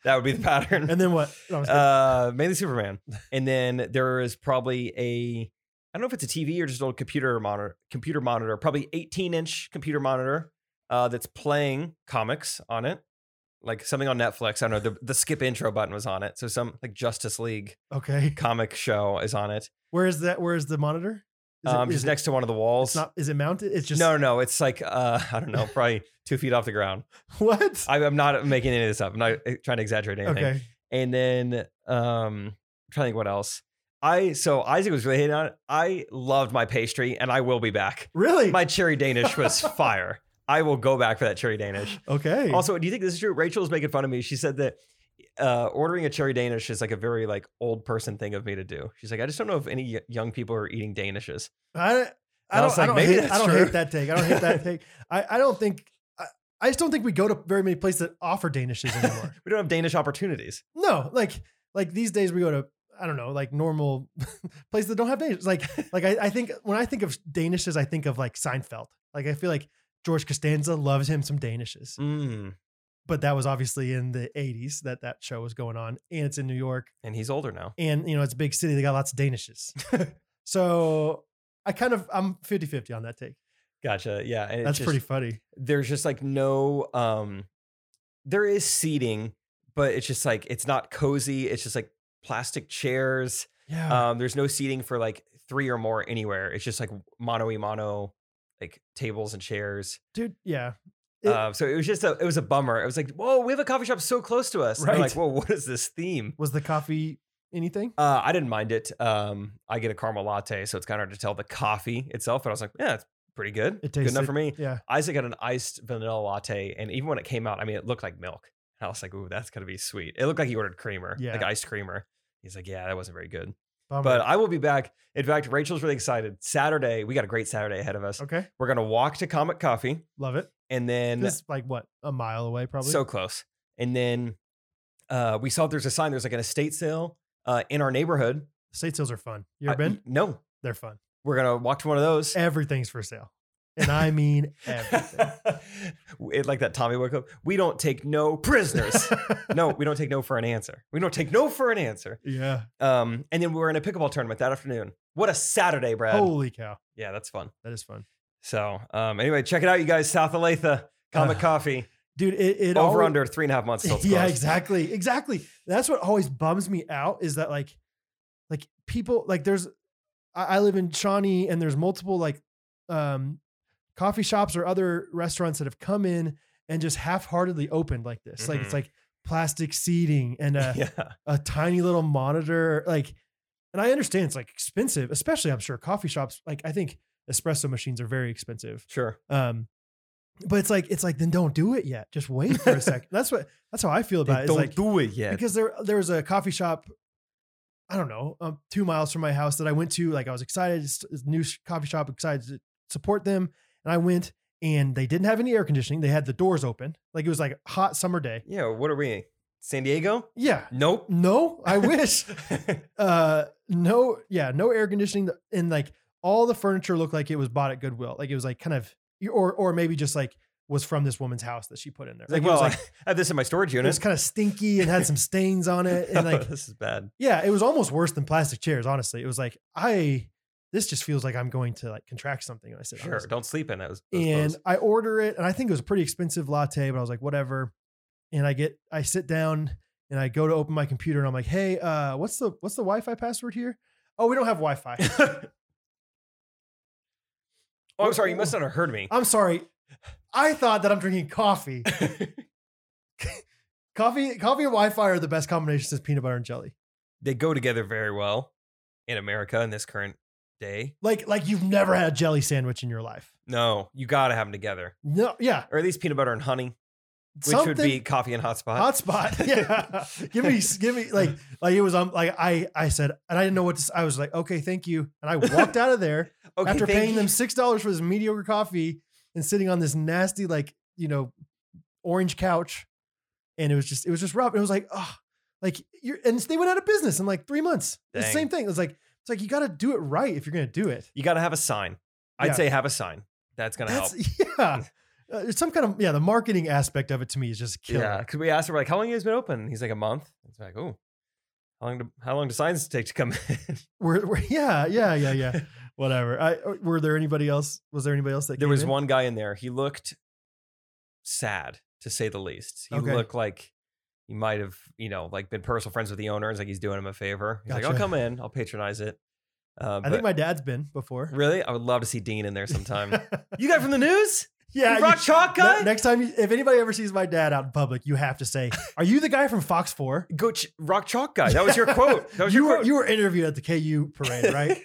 that would be the pattern. and then what? No, I'm just kidding. uh, mainly Superman. And then there is probably a I don't know if it's a TV or just an old computer monitor, computer monitor, probably 18 inch computer monitor uh, that's playing comics on it, like something on Netflix. I don't know the the skip intro button was on it, so some like Justice League okay. comic show is on it. Where is that? Where is the monitor? Is um, is just next to one of the walls. It's not. Is it mounted? It's just no, no, no, it's like uh, I don't know, probably two feet off the ground. What? I, I'm not making any of this up. I'm not eh, trying to exaggerate anything. Okay. And then um I'm trying to think what else. I so Isaac was really hating on it. I loved my pastry and I will be back. Really? My cherry Danish was fire. I will go back for that cherry Danish. okay. Also, do you think this is true? Rachel was making fun of me. She said that uh, ordering a cherry Danish is like a very like old person thing of me to do. She's like, I just don't know if any y- young people are eating Danishes. I, I I don't. was I like, don't, maybe hate, that's I don't true. hate that take. I don't hate that take. I, I don't think. I, I just don't think we go to very many places that offer Danishes anymore. We don't have Danish opportunities. no, like like these days we go to I don't know like normal places that don't have Danishes. Like like I, I think when I think of Danishes, I think of like Seinfeld. Like I feel like George Costanza loves him some Danishes, Mm. but that was obviously in the '80s that that show was going on, and it's in New York. And he's older now. and you know it's a big city they got lots of danishes so i kind of i'm 50-50 on that take Gotcha. Yeah. And it that's just- pretty funny there's just like no um there is seating but it's just like it's not cozy it's just like plastic chairs yeah um there's no seating for like three or more anywhere it's just like mono y mono like tables and chairs dude yeah It- uh, so it was just a it was a bummer it was like whoa we have a coffee shop so close to us And I'm Right. like whoa what is this theme was the coffee anything uh, I didn't mind it. Um, I get a caramel latte, so it's kind of hard to tell the coffee itself. But I was like, yeah, it's pretty good. it good tastes enough for me. yeah Isaac got an iced vanilla latte, and even when it came out, I mean, it looked like milk. And I was like, "Ooh, that's gonna be sweet." It looked like he ordered creamer, like Yeah. iced creamer. He's like, "Yeah, that wasn't very good." bummer. But I will be back. In fact, Rachel's really excited. Saturday, we got a great Saturday ahead of us. okay We're gonna walk to Comic Coffee, love it and then this is like what a mile away probably so close. And then uh, we saw there's a sign. There's like an estate sale uh, in our neighborhood. state sales are fun you ever I- been No, they're fun we're gonna walk to one of those. everything's for sale and i mean everything it, like that Tommy Wick. We don't take no prisoners. no, we don't take no for an answer. We don't take no for an answer. yeah Um, and then we were in a pickleball tournament that afternoon. What a Saturday, Brad. holy cow Yeah, that's fun. that is fun So, um, anyway, check it out, you guys. South Olathe, Comic Uh, Coffee, dude it, it over always- under three and a half months. Till it's yeah, closed. exactly. Exactly. That's what always bums me out is that like like people like there's I, I live in Shawnee and there's multiple like um coffee shops or other restaurants that have come in and just half-heartedly opened like this. Like it's Mhm. like plastic seating and a, Yeah, a tiny little monitor. Like, and I understand it's like expensive, especially I'm sure coffee shops, like I think espresso machines are very expensive. sure. Um, but it's like it's like then don't do it yet. Just wait for a second. That's what that's how I feel about it. It's don't like do it yet. because there there was a coffee shop, I don't know, um, two miles from my house that I went to. Like I was excited, it's it's a new sh- coffee shop, excited to support them, and I went and they didn't have any air conditioning. They had the doors open, like it was like a hot summer day. yeah, what are we? San Diego? Yeah. Nope. No, I wish. uh no yeah no air conditioning and like all the furniture looked like it was bought at goodwill like it was like kind of or or maybe just like was from this woman's house that she put in there like, it was well, like I have this in my storage it unit. was kind of stinky and had some stains on it and like this is bad. yeah it was almost worse than plastic chairs honestly it was like i this just feels like i'm going to like contract something i said Sure, honestly. don't sleep in those. those and clothes. i order it and i think it was a pretty expensive latte but i was like whatever and i get i sit down and i go to open my computer and i'm like hey uh what's the what's the wi-fi password here oh we don't have wi-fi oh, I'm sorry. You must not have heard me. I'm sorry. I thought that I'm drinking coffee. coffee, coffee and Wi-Fi are the best combination since peanut butter and jelly. They go together very well in America in this current day. Like, like you've never had a jelly sandwich in your life. No, you got to have them together, No, yeah, or at least peanut butter and honey, which would be coffee and hot spot. hot spot. Yeah, give me, give me, like, like it was. Um, like I, I said, and I didn't know what to. s- I was like, okay, thank you, and I walked out of there Okay, after thank paying you. them six dollars for this mediocre coffee and sitting on this nasty, like, you know, orange couch, and it was just, it was just rough. It was like, oh, like you're, and they went out of business in like three months. It's Dang. The same thing. It was like, it's like you got to do it right if you're gonna do it. You got to have a sign. I'd Yeah. say have a sign. That's gonna That's help. yeah. Uh, it's some kind of yeah. The marketing aspect of it to me is just killer. Yeah, because we asked him like, how long you guys been open? He's like a month. It's like, oh, how long? Do, how long do signs take to come in? We're, we're- yeah, yeah, yeah, yeah. Whatever. I uh, were there anybody else? Was there anybody else that there came was in? one guy in there. He looked sad to say the least. He Okay. looked like he might have, you know, like been personal friends with the owner. It's like he's doing him a favor. He's like, I'll Gotcha. come in. I'll patronize it. Uh, I but think my dad's been before. really, I would love to see Dean in there sometime. you guy from the news? yeah, you you- rock chalk ne- guy? next time, you, if anybody ever sees my dad out in public, you have to say, "Are you the guy from Fox 4? Go ch- rock chalk guy. That was your quote. That was you your were quote. you were interviewed at the KU parade, right?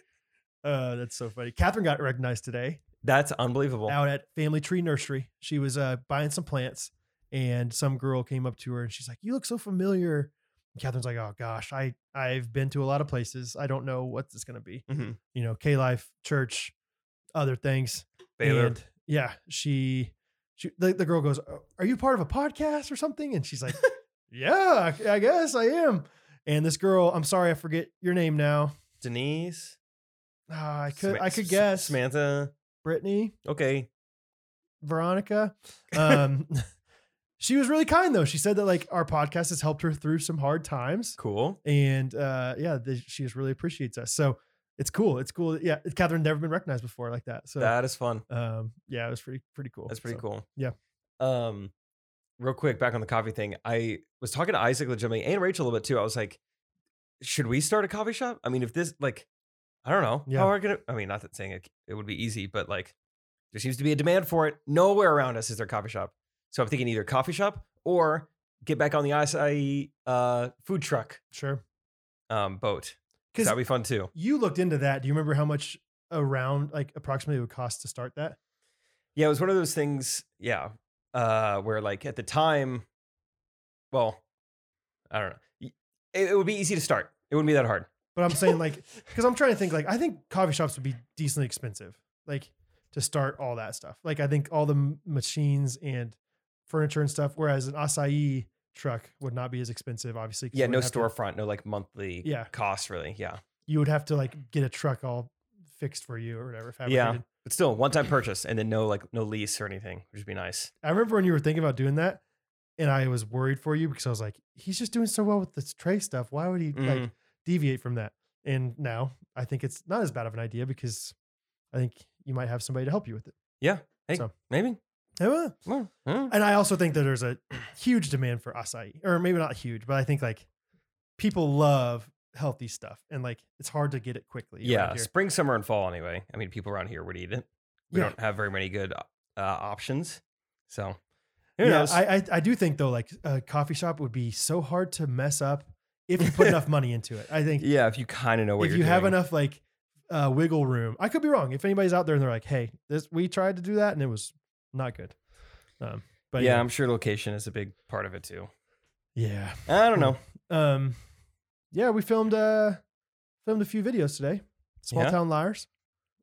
uh, that's so funny. Catherine got recognized today. That's unbelievable. out at Family Tree Nursery. She was uh, buying some plants, and some girl came up to her and she's like, "You look so familiar." And Catherine's like, "Oh gosh, I I've been to a lot of places. I don't know what this gonna be. Mhm. You know, K Life Church, other things." Baylor. And yeah, she she the, the girl goes, "Oh, "Are you part of a podcast or something?" And she's like, "Yeah, I guess I am." And this girl, I'm sorry, I forget your name now. Denise. Ah, I could Sma- I could S- guess Samantha. Brittany. Okay. Veronica. Um, she was really kind though. She said that like our podcast has helped her through some hard times, Cool. and uh, yeah, that she just really appreciates us. So it's cool. It's cool. Yeah, Catherine never been recognized before like that. So That is fun. um, yeah, it was pretty pretty cool. That's pretty So, cool. yeah. Um, real quick, back on the coffee thing. I was talking to Isaac legitimately and Rachel a little bit too. I was like, should we start a coffee shop? I mean, if this like, I don't know. Yeah. How are we gonna I mean, not that saying it, it would be easy, but like there seems to be a demand for it. Nowhere around us is there a coffee shop. So I'm thinking either coffee shop or get back on the ISIE uh food truck Sure. um boat. Because That'd be fun too. you looked into that. Do you remember how much around like approximately it would cost to start that? Yeah, it was one of those things. Yeah, uh, where like at the time, well, I don't know. Y- It, it would be easy to start. It wouldn't be that hard. But I'm saying like because I'm trying to think like I think coffee shops would be decently expensive like to start all that stuff. Like I think all the m- machines and furniture and stuff. Whereas an acai truck would not be as expensive, obviously. 'cause Yeah, you no wouldn't have to- storefront, no like monthly Yeah. cost really. Yeah, you would have to like get a truck all fixed for you or whatever. Fabricated. but still one time purchase and then no like no lease or anything, which would be nice. I remember when you were thinking about doing that, and I was worried for you because I was like, he's just doing so well with this tray stuff. Why would he like Mhm. deviate from that? And now I think it's not as bad of an idea because I think you might have somebody to help you with it. Hey, so- maybe. Yeah. Eh, Well, I don't know. And I also think that there's a huge demand for acai, or maybe not huge, but I think like people love healthy stuff, and like it's hard to get it quickly. around yeah, here. spring, summer, and fall anyway. I mean, people around here would eat it. We Yeah. don't have very many good uh, options, so who yeah. knows? I, I I do think though, like a coffee shop would be so hard to mess up if you put enough money into it. I think yeah, if you kind of know what if you you're have doing. enough like uh, wiggle room, I could be wrong. If anybody's out there and they're like, "Hey, this we tried to do that and it was not good," um, but yeah, anyway, I'm sure location is a big part of it too. yeah. I don't know. um yeah we filmed uh filmed a few videos today small Yeah? town liars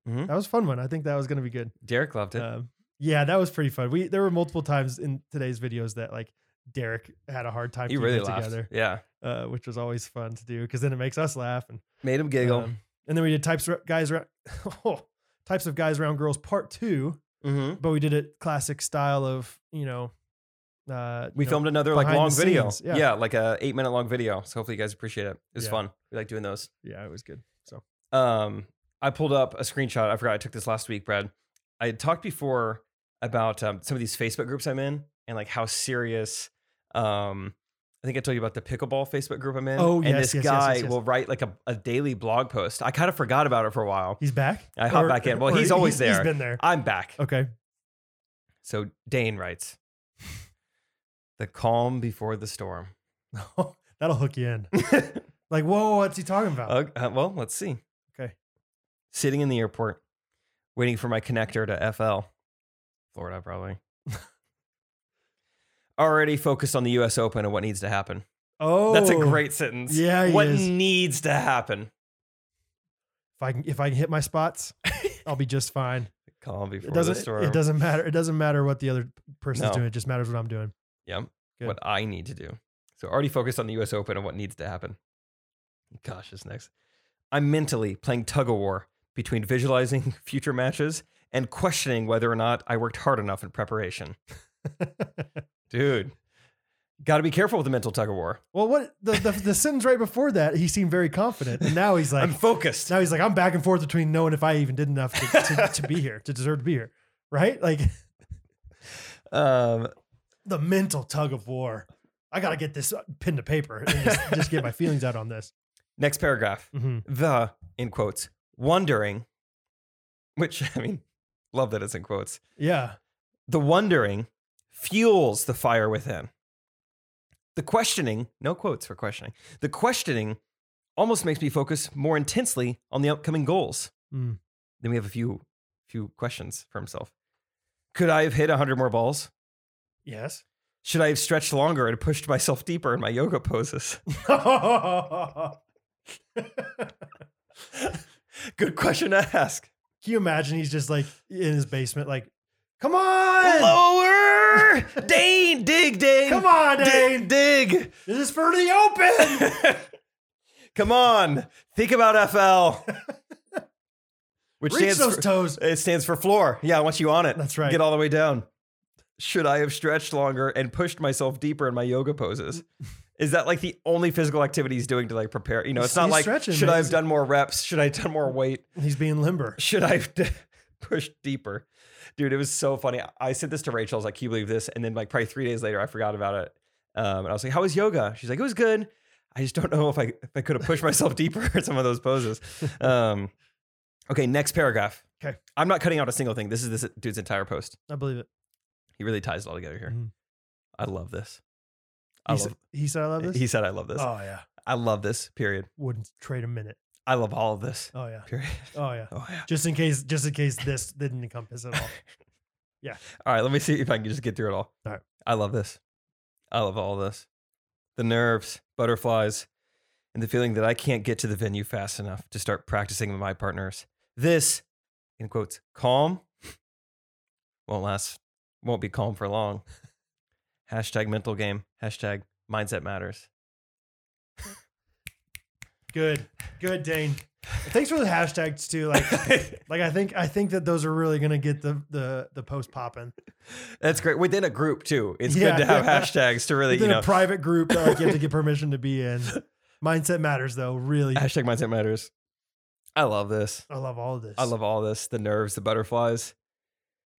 Mhm. that was a fun one i think that was gonna be good Uh, Derek loved it. um, yeah that was pretty fun we there were multiple times in today's videos that like Derek had a hard time He keeping really it laughed. together, Yeah. uh, which was always fun to do because then it makes us laugh. And Made him giggle. um, and then we did types of guys around, oh, types of guys around girls part two, mm-hmm. but we did it classic style of you know, uh, We you know, filmed another like behind the long video. scenes, yeah. Yeah. like a eight minute long video. So hopefully you guys appreciate it. It was Yeah. fun. We like doing those. Yeah, it was good. So um, I pulled up a screenshot. I forgot I took this last week, Brad. I had talked before about um, some of these Facebook groups I'm in and like how serious. Um, I think I told you about the pickleball Facebook group I'm in. Oh, and yes, this yes, yes, yes, guy yes. will write like a, a daily blog post. I kind of forgot about it for a while. he's back. I hop back in. Well, he's always He's there. been there. I'm back. Okay. So Dane writes, "The calm before the storm." That'll hook you in. uh, Like, whoa, what's he talking about? uh, well, let's see. Oh. Okay. sitting in the airport, waiting for my connector to FL, Florida, probably. Already focused on the US Open and what needs to happen. Oh, That's a great sentence. Yeah, he What is. needs to happen? If I can, if I can hit my spots, I'll be just fine. Calm before It doesn't. the storm. It doesn't matter. It doesn't matter what the other person's No. doing. It just matters what I'm doing. Yeah. Good. What I need to do. So already focused on the US Open and what needs to happen. Gosh, this next. I'm mentally playing tug of war between visualizing future matches and questioning whether or not I worked hard enough in preparation. Dude, got to be careful with the mental tug of war. well, what the, the the sentence right before that, he seemed very confident, and now he's like, I'm focused. now he's like, I'm back and forth between knowing if I even did enough to, to, to be here, to deserve to be here, right? Like Um, the mental tug of war. I gotta get this pen to paper and just, just get my feelings out on this. next paragraph. Mhm. The, in quotes, wondering, which I mean, love that it's in quotes. Yeah, The wondering fuels the fire within. The questioning, no quotes for questioning, the questioning almost makes me focus more intensely on the upcoming goals. Mm. Then we have a few, few questions for himself. Could I have hit 100 more balls? yes. Should I have stretched longer and pushed myself deeper in my yoga poses? Can Good question to ask. you imagine he's just like in his basement, like, come on, Lower! Dane! Dig, dig! come on, Dane, Dig, dig! this is for the open. Come on! Think about FL! Which Reach stands those for, toes. it stands for floor. Yeah, I want you on it. That's right. Get all the way down. Should I have stretched longer and pushed myself deeper in my yoga poses? Is that like the only physical activity he's doing to like prepare? You know, it's He's- not he's like stretching, should man. I have done more reps? Should I have done more weight? He's being limber. should I have d- pushed deeper? Dude, it was so funny. I sent this to Rachel. I was like, can you believe this? And then like probably three days later, I forgot about it. Um, and I was like, how was yoga? She's like, it was good. I just don't know if I if I could have pushed myself deeper in some of those poses. Um, okay, next paragraph. Okay. I'm not cutting out a single thing. This is this dude's entire post. I believe it. He really ties it all together here. Mhm. I love this. I He, love, said, he said, "I love this." He said, I love this. oh yeah, I love this, period. wouldn't trade a minute. I love all of this, Oh yeah, period. oh yeah. Oh, yeah. Just in case, just in case this didn't encompass it all. All right, let me see if I can just get through it all. All right. I love this. I love all this. The nerves, butterflies, and the feeling that I can't get to the venue fast enough to start practicing with my partners. This, in quotes, calm won't last, won't be calm for long. Hashtag mental game, hashtag mindset matters. Good, good, Dane. Thanks for the hashtags too. Like, like I think I think that those are really gonna get the the the post popping. That's great. Within a group, too, it's Yeah, good to have yeah. hashtags to really, Within you know, a private group that like you have to get permission to be in. Mindset matters though. Really, hashtag mindset matters. I love this. I love all of this. I love all this. The nerves, the butterflies.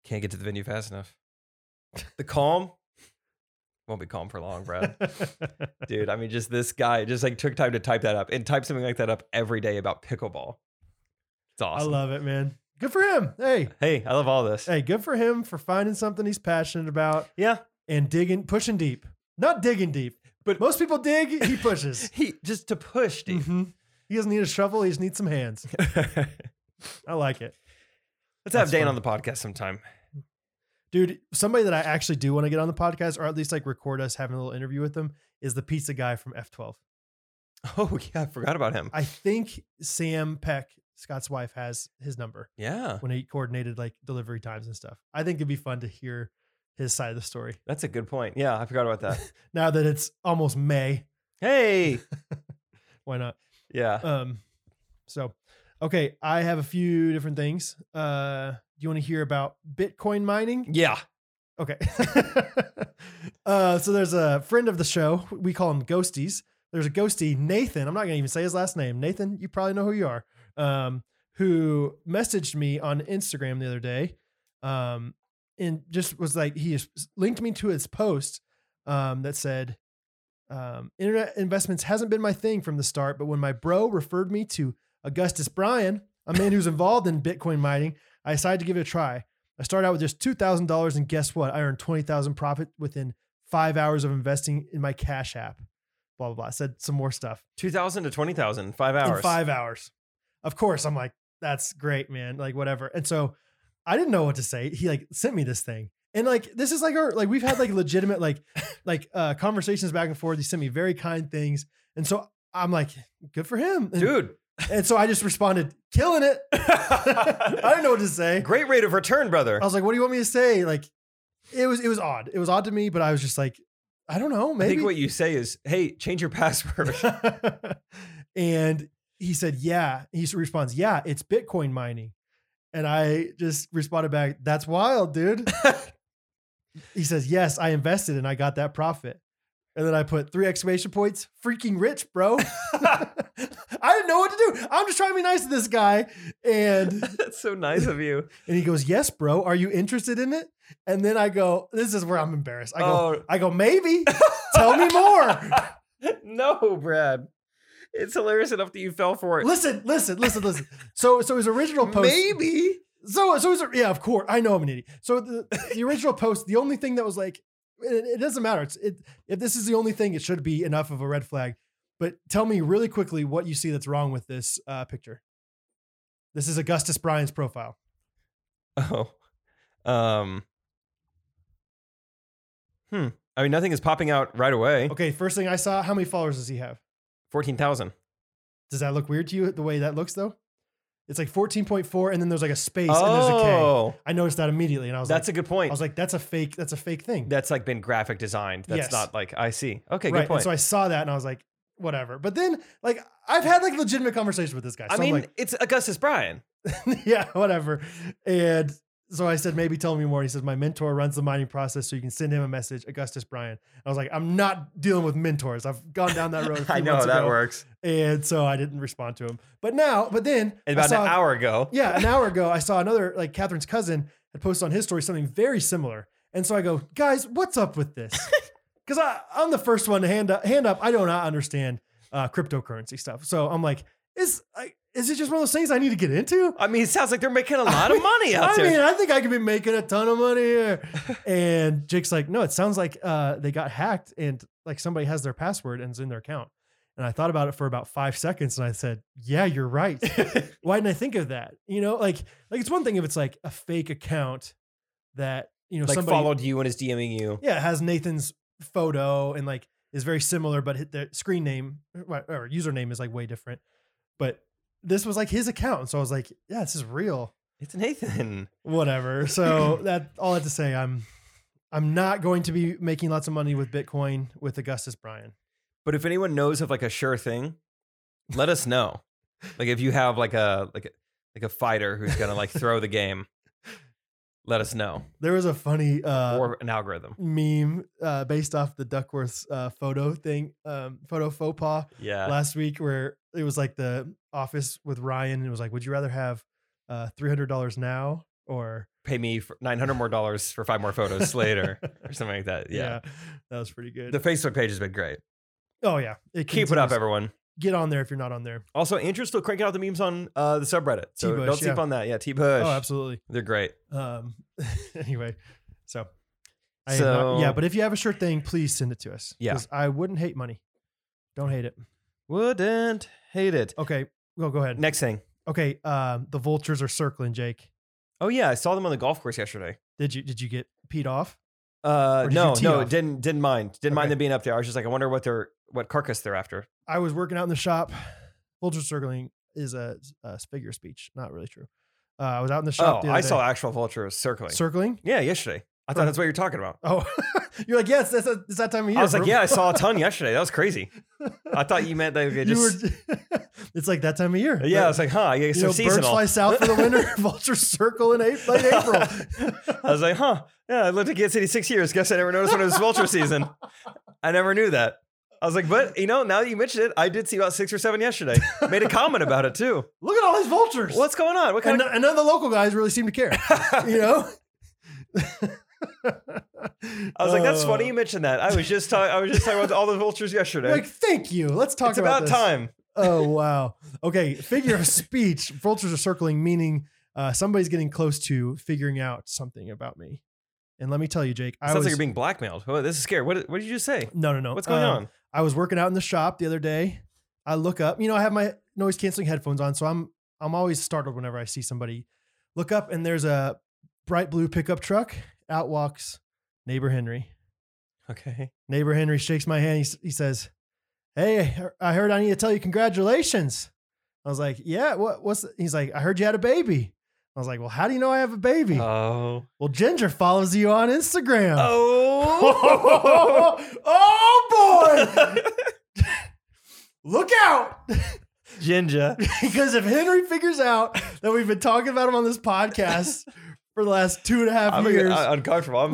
Can't get to the venue fast enough. The calm won't be calm for long, Brad. Dude, I mean, just this guy just like took time to type that up and type something like that up every day about pickleball. It's I awesome. love it, man. Good for him. Hey, hey, I love all this. hey, good for him for finding something he's passionate about Yeah. and digging, pushing deep. Not digging deep, but But- most people dig. He pushes. He just to push, dude. Mhm. He doesn't need a shovel. He just needs some hands. Let's I like it. have That's Dane fun. on the podcast sometime. Dude, somebody that I actually do want to get on the podcast or at least like record us having a little interview with them is the pizza guy from F12. Oh, yeah. I forgot about him. I think Sam Peck, Scott's wife, has his number Yeah. when he coordinated like delivery times and stuff. I think it'd be fun to hear his side of the story. That's a good point. Yeah, I forgot about that. Now that it's almost May, hey. why not? Yeah. Um, so, okay, I have a few different things. Uh, do you want to hear about Bitcoin mining? Yeah. Okay. uh, so there's a friend of the show. We call him Ghosties. There's a ghosty, Nathan. I'm not going to even say his last name. Nathan, you probably know who you are. Um, who messaged me on Instagram the other day. Um, and just was like, he just linked me to his post um, that said, um, internet investments hasn't been my thing from the start, but when my bro referred me to Augustus Bryan, a man who's involved in Bitcoin mining, I decided to give it a try. I started out with just two thousand dollars, and guess what? I earned twenty thousand profit within five hours of investing in my Cash App. Blah blah blah. I said some more stuff 2,000 to 20,000, five hours. in five hours. Of course, I'm like, that's great, man. Like whatever. And so I didn't know what to say. He like sent me this thing. And like this is like our like we've had like legitimate like like uh conversations back and forth. He sent me very kind things. And so I'm like, good for him. And, Dude. and so I just responded, killing it. I didn't know what to say. Great rate of return, brother. I was like, what do you want me to say? Like it was it was odd. It was odd to me, but I was just like, I don't know, I maybe think what you say is, hey, change your password. and he said, Yeah. He s- responds, Yeah, it's Bitcoin mining. And I just responded back, That's wild, dude. he says, Yes, I invested and I got that profit. And then I put three exclamation points, freaking rich, bro. I didn't know what to do. I'm just trying to be nice to this guy. And That's so nice of you. and he goes, Yes, bro, are you interested in it? And then I go, This is where I'm embarrassed. I go, oh, I go, maybe. Tell me more. no, Brad. It's hilarious enough that you fell for it. Listen, listen, listen, listen. So, so his original post. Maybe. So, so his, yeah, of course, I know I'm an idiot. So the, the original post, the only thing that was like, it, it doesn't matter. It's it. If this is the only thing, it should be enough of a red flag. But tell me really quickly what you see that's wrong with this uh, picture. This is Augustus Bryan's profile. Oh. Um. Hmm. I mean, nothing is popping out right away. Okay, first thing I saw, how many followers does he have? 14,000. Does that look weird to you the way that looks though? It's like 14.4, and then there's like a space and there's a K. Oh, I noticed that immediately, and I was that's like, a good I point. was like, that's a fake. That's a fake thing. that's like been graphic designed. That's Yes. not like I see. Okay, right. good point. And so I saw that and I was like, whatever. But then like I've had like legitimate conversations with this guy. So I mean, am it's Augustus Bryan. like, yeah, whatever. And so I said, maybe tell me more. He says, my mentor runs the mining process, so you can send him a message, Augustus Bryan. I was like, I'm not dealing with mentors. I've gone down that road. a I few know how months that ago. works. And so I didn't respond to him. But now, but then And I about saw- an hour ago, yeah, an hour ago, I saw another like Catherine's cousin had posted on his story something very similar, and so I go, guys, what's up with this? Because I I'm the first one to hand up. Hand up. I do not understand uh, cryptocurrency stuff, so I'm like, is I, is it just one of those things I need to get into? I mean, it sounds like they're making a lot of money out I there. mean, I think I could be making a ton of money here. and Jake's like, no, it sounds like uh, they got hacked and like somebody has their password and it's in their account. And I thought about it for about five seconds and I said, yeah, you're right. Why didn't I think of that? You know, like, like it's one thing if it's like a fake account that, you know, like somebody, followed you and is DMing you. yeah, it has Nathan's photo and like is very similar, but hit the screen name or or username is like way different. But this was like his account. So I was like, yeah, this is real It's Nathan. whatever. So that all I have to say, I'm I'm not going to be making lots of money with Bitcoin with Augustus Bryan. But if anyone knows of like a sure thing, let us know. like if you have like a like a, like a fighter who's gonna like throw the game, let us know. There was a funny uh, or an algorithm. meme uh, based off the Duckworth's uh, photo thing, um, photo faux pas Yeah. last week, where it was like the office with Ryan, and it was like, would you rather have uh, three hundred dollars now or Pay me for nine hundred more dollars for five more photos later or something like that. Yeah. that was pretty good. The Facebook page has been great. oh yeah, it Keep it up, continues. everyone. Get on there if you're not on there. Also, Andrew's still cranking out the memes on uh, the subreddit. So T-Bush, don't sleep yeah. on that. Yeah, T Bush. Oh, absolutely. They're great. Um, anyway, so, I am not- yeah, So- but if you have a sure thing, please send it to us. Yeah. 'cause I wouldn't hate money. Don't hate it. Wouldn't hate it. Okay, go go ahead. Next thing. Okay, um, the vultures are circling. Jake, Oh yeah, I saw them on the golf course yesterday. did you did you get peed off? Or Uh, did you no, tee no, off? didn't didn't mind. Didn't Okay. mind them being up there. I was just like, I wonder what they're what carcass they're after. I was working out in the shop. Vultures circling is a, a figure of speech. Not really true. Uh, I was out in the shop. Oh, the other I day. saw actual vultures circling. circling. yeah, yesterday. I thought that's what you're talking about. Oh, you're like, yes, that's a, it's that time of year. I was like, bro." yeah, I saw a ton yesterday. That was crazy. I thought you meant they could you just. were, it's like that time of year. yeah, I was like, huh, yeah, you so know, birds seasonal. fly south for the winter, vultures circle in April, late April. I was like, huh, yeah, I lived in Kansas City six years. Guess I never noticed when it was vulture season. I never knew that. I was like, but you know, now that you mentioned it, I did see about six or seven yesterday. Made a comment about it too. Look at all these vultures. What's going on? What and, kind of and none of the local guys really seem to care. you know. I was like, that's Oh. funny you mentioned that. I was just talking I was just talking about all the vultures yesterday. Like, thank you. Let's talk it's about, this. time. Oh wow. Okay. Figure of speech. Vultures are circling, meaning uh, somebody's getting close to figuring out something about me. And let me tell you, Jake. I Sounds was like you're being blackmailed. Oh, this is scary. What, what did you just say? no, no, no. What's going Uh, on? I was working out in the shop the other day. I look up, you know, I have my noise canceling headphones on, so I'm I'm always startled whenever I see somebody. Look up and there's a bright blue pickup truck. Out walks neighbor Henry. Okay. Neighbor Henry shakes my hand. He, s- he says, "Hey, I heard I need to tell you congratulations." I was like, "Yeah, what what's the-" He's like, "I heard you had a baby." I was like, "Well, how do you know I have a baby?" Oh. well, Ginger follows you on Instagram. Oh. oh boy. Look out! Ginger. Because if Henry figures out that we've been talking about him on this podcast for the last two and a half I'm a- years, I'm uncomfortable. I'm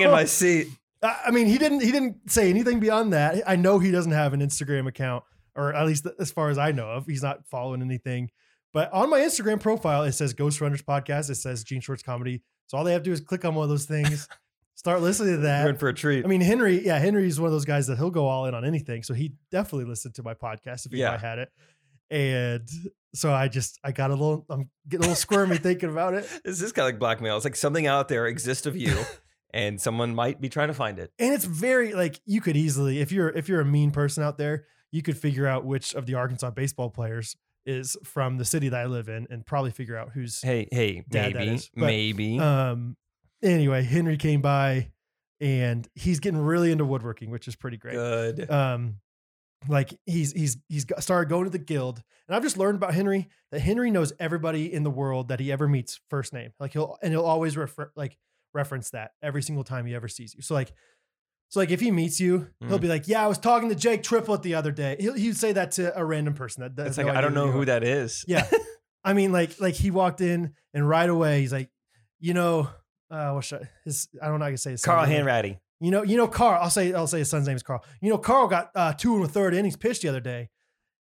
in my seat. I I mean, he didn't he didn't say anything beyond that. I know he doesn't have an Instagram account, or at least as far as I know of, he's not following anything. But on my Instagram profile, it says Ghost Runners Podcast. It says Gene Shorts Comedy. So all they have to do is click on one of those things, start listening to You're in that. for a treat. I mean, Henry, yeah, Henry's one of those guys that he'll go all in on anything. So he definitely listened to my podcast if he knew I Yeah. had it. And so I just I got a little I'm getting a little squirmy thinking about it. This is kind of like blackmail. It's like something out there exists of you, and someone might be trying to find it. and it's very like you could easily if you're if you're a mean person out there you could figure out which of the arkansas baseball players is from the city that i live in and probably figure out who's Hey, hey, Dad, that maybe, is. But, maybe. um anyway henry came by and he's getting really into woodworking which is pretty great Good. um like he's he's he's got- started going to the guild and i've just learned about henry that henry knows everybody in the world that he ever meets first name like he'll and he'll always refer like reference that every single time he ever sees you so like so like if he meets you he'll Mhm. be like yeah i was talking to jake triplett the other day he'll, he'd say that to a random person that that's It's like I don't know who that is. yeah i mean like like he walked in and right away he's like you know uh what should I, his i don't know how to say his son's Carl name. Hanratty. You know, you know, Carl. I'll say, I'll say his son's name is Carl. You know, Carl got uh, two and a third innings pitched the other day.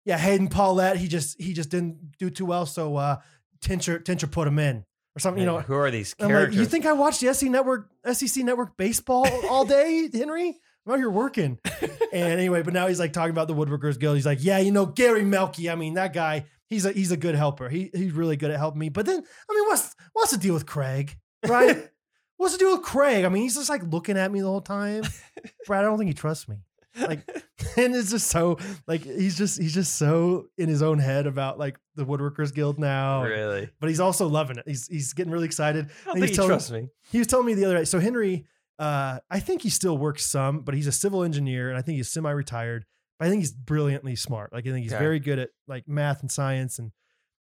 Yeah, Hayden Paulette. He just he just didn't do too well, so uh, Tincher Tincher put him in or something. You know, who are these I'm like, characters? you think I watched the SEC Network SEC Network baseball all day, Henry? I'm out here working. and anyway, but now he's like talking about the Woodworkers Guild. He's like, yeah, you know, Gary Melky. I mean, that guy. He's a he's a good helper. He he's really good at helping me. But then, I mean, what's what's the deal with Craig, right? what's the deal with Craig? I mean, he's just like looking at me the whole time. Brad, I don't think he trusts me. Like, and it's just so like he's just he's just so in his own head about like the Woodworkers Guild now. really? But he's also loving it. He's he's getting really excited I don't he's think you telling- trust me. he was telling me the other day. So Henry, uh, I think he still works some, but he's a civil engineer, and I think he's semi-retired. But I think he's brilliantly smart. Like I think he's Okay. very good at like math and science, and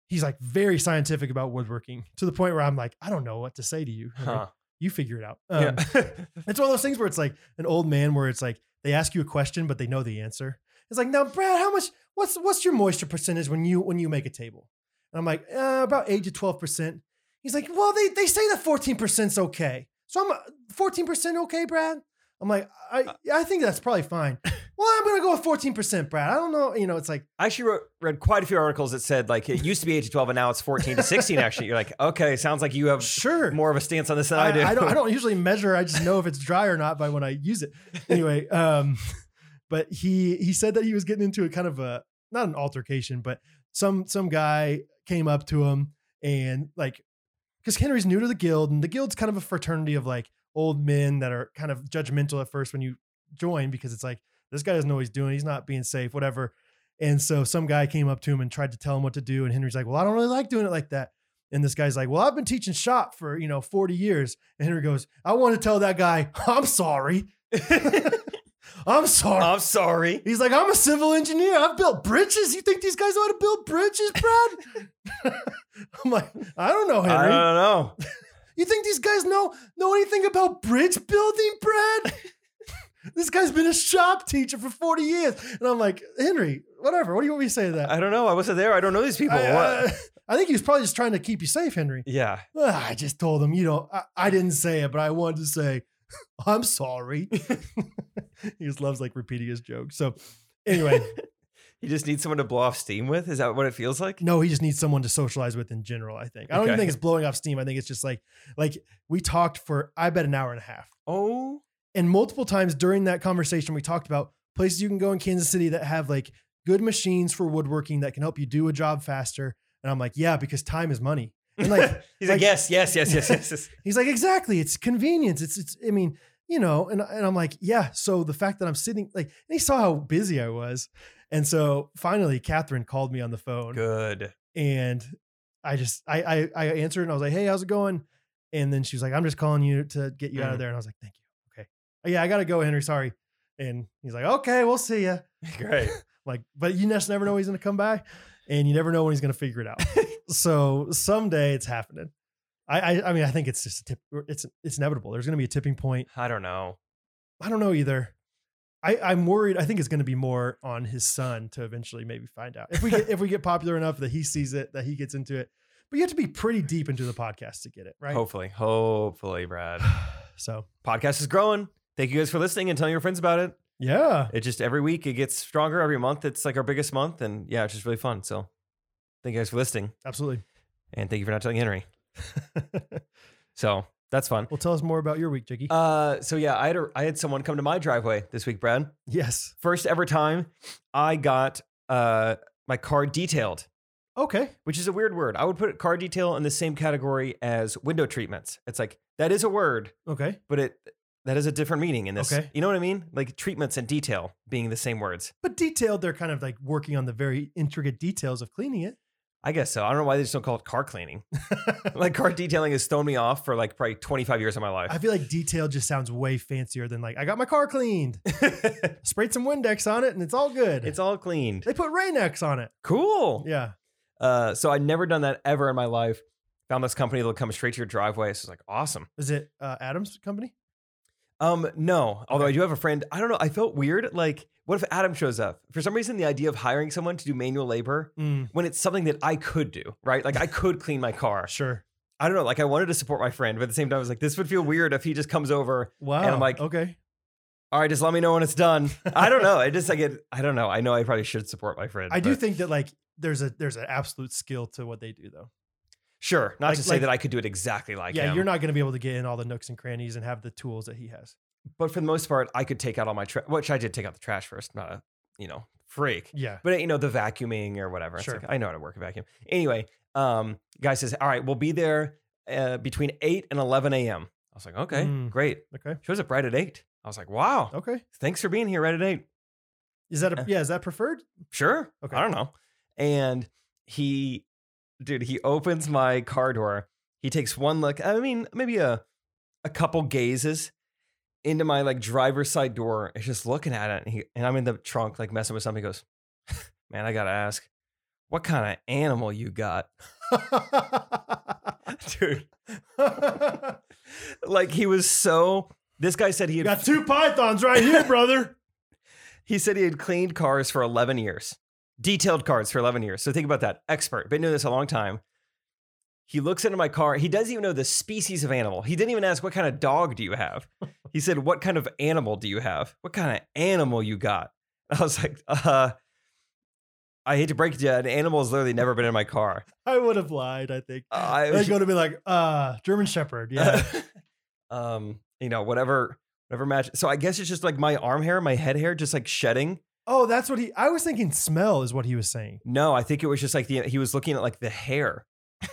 he's like very scientific about woodworking to the point where I'm like, I don't know what to say to you. Henry. Huh. You figure it out. Um, Yeah. It's one of those things where it's like an old man where it's like they ask you a question, but they know the answer. It's like, now, Brad, how much what's what's your moisture percentage when you when you make a table? And I'm like, uh, about eight to twelve percent. He's like, well, they they say that fourteen percent's okay. So I'm uh, fourteen percent okay, Brad. I'm like, I I think that's probably fine. well, I'm gonna go with fourteen percent, Brad. I don't know, you know, it's like I actually wrote, read quite a few articles that said like it used to be eight to twelve and now it's fourteen to sixteen. Actually, you're like, okay, sounds like you have sure. more of a stance on this than I, do. I don't. I don't usually measure. I just know if it's dry or not by when I use it. Anyway, um, but he he said that he was getting into a kind of a not an altercation, but some some guy came up to him and like because Henry's new to the guild, and the guild's kind of a fraternity of like old men that are kind of judgmental at first when you join because it's like this guy doesn't know what he's doing. He's not being safe, whatever. And so some guy came up to him and tried to tell him what to do. And Henry's like, Well, I don't really like doing it like that. And this guy's like, Well, I've been teaching shop for, you know, 40 years. And Henry goes, I want to tell that guy, I'm sorry. I'm sorry. I'm sorry. He's like, I'm a civil engineer. I've built bridges. You think these guys know how to build bridges, Brad? I'm like, I don't know, I Henry. don't know. You think these guys know know anything about bridge building, Brad? this guy's been a shop teacher for 40 years. And I'm like, Henry, whatever. What do you want me to say to that? I don't know. I wasn't there. I don't know these people. I, uh, what? I- I think he was probably just trying to keep you safe, Henry. yeah. "Ugh, I just told him, you know, I, I didn't say it, but I wanted to say, I'm sorry. he just loves like repeating his jokes. So anyway, You just need someone to blow off steam with? Is that what it feels like? no, he just needs someone to socialize with in general, I think. I don't even Okay. think it's blowing off steam. I think it's just like like we talked for I bet an hour and a half. Oh, And multiple times during that conversation, we talked about places you can go in Kansas City that have like good machines for woodworking that can help you do a job faster. And I'm like, yeah, because time is money. And like he's like- like, yes, yes, yes, yes, yes, yes. He's like, exactly. It's convenience. It's it's. I mean, you know. And and I'm like, yeah. So the fact that I'm sitting like, and he saw how busy I was, and so finally, Catherine called me on the phone, Good. and I just I I, I answered, and I was like, hey, how's it going? And then she was like, I'm just calling you to get you out of Mhm. there. And I was like, thank you. Okay. "Oh, yeah, I gotta go, Henry. Sorry. And he's like, okay, we'll see you. Great. Like, but you just never know when he's gonna come by, and you never know when he's gonna figure it out. so someday it's happening. I, I I mean I think it's just a tip. It's it's inevitable. There's gonna be a tipping point. I don't know. I don't know either. I I'm worried. I think it's gonna be more on his son to eventually maybe find out if we get if we get popular enough that he sees it that he gets into it. But you have to be pretty deep into the podcast to get it right. Hopefully, hopefully, Brad. So Podcast is growing. Thank you guys for listening and telling your friends about it. yeah, It just every week it gets stronger. Every month it's like our biggest month, and yeah, it's just really fun. So, thank you guys for listening, absolutely. and thank you for not telling Henry. So that's fun. well, tell us more about your week, Jiggy. Uh, so yeah, I had a, I had someone come to my driveway this week, Brad. yes. First ever time I got uh my car detailed. Okay. which is a weird word. I would put car detail in the same category as window treatments. It's like that is a word, Okay. but it that is a different meaning in this. Okay. You know what I mean? Like treatments and detail being the same words. But detailed, they're kind of like working on the very intricate details of cleaning it. I guess so. I don't know why they just don't call it car cleaning. like car detailing has thrown me off for like probably 25 years of my I life. feel like detailed just sounds way fancier than like I got my car cleaned, sprayed some Windex on it, and it's all good. it's all cleaned. they put Rain-X on it. Cool. Yeah. Uh, so I'd never done that ever in my life. Found this company that'll come straight to your driveway. So it's like awesome. Is it uh, Adams Company? Um, no. Although Okay. I do have a friend. I don't know. I felt weird. Like, what if Adam shows up? For some reason, the idea of hiring someone to do manual labor when it's something that I could do, right? Like I could clean my car. Sure. I don't know. Like I wanted to support my friend, but at the same time, I was like, this would feel weird if he just comes over. Wow. And I'm like- okay. All right, just let me know when it's done. I don't know. I just I get. I don't know. I know I probably should support my friend. I do but- think that like there's a there's an absolute skill to what they do though. sure. Not like- to say like- that I could do it exactly like yeah, him, you're not going to be able to get in all the nooks and crannies and have the tools that he has. But for the most part, I could take out all my trash. Which I did take out the trash first. Not a you know freak. Yeah. but you know the vacuuming or whatever. It's Sure. like, I know how to work a vacuum. Anyway, um, guy says, "All right, we'll be there uh, between eight and eleven a.m." I was like, "Okay, Mm. great." Okay. Shows up right at eight. I was like, "Wow, Okay. thanks for being here right at eight. Is that a Uh, yeah? Is that preferred? Sure. Okay. I don't know. And he, dude, he opens my car door. He takes one look. I mean, maybe a, a couple gazes into my like driver's side door. It's just looking at it. And, he, and I'm in the trunk, like messing with something. He goes, man, I got to ask, what kind of animal you got? Dude, like he was so, this guy said he you had, got two pythons right here, brother. he said he had cleaned cars for 11 years, detailed cars for 11 years. So think about that. Expert, been doing this a long time. He looks into my car. He doesn't even know the species of animal. He didn't even ask, What kind of dog do you have? He said, What kind of animal do you have? What kind of animal you got? I was like, Uh, I hate to break it to you, an animal has literally never been in my car. I would have lied. I think. I They're going to be like, uh, German Shepherd. Yeah. um, you know, whatever, whatever match. So I guess it's just like my arm hair, my head hair, just like shedding. oh, that's what he. I was thinking. Smell is what he was saying. No, I think it was just like the he was looking at like the hair,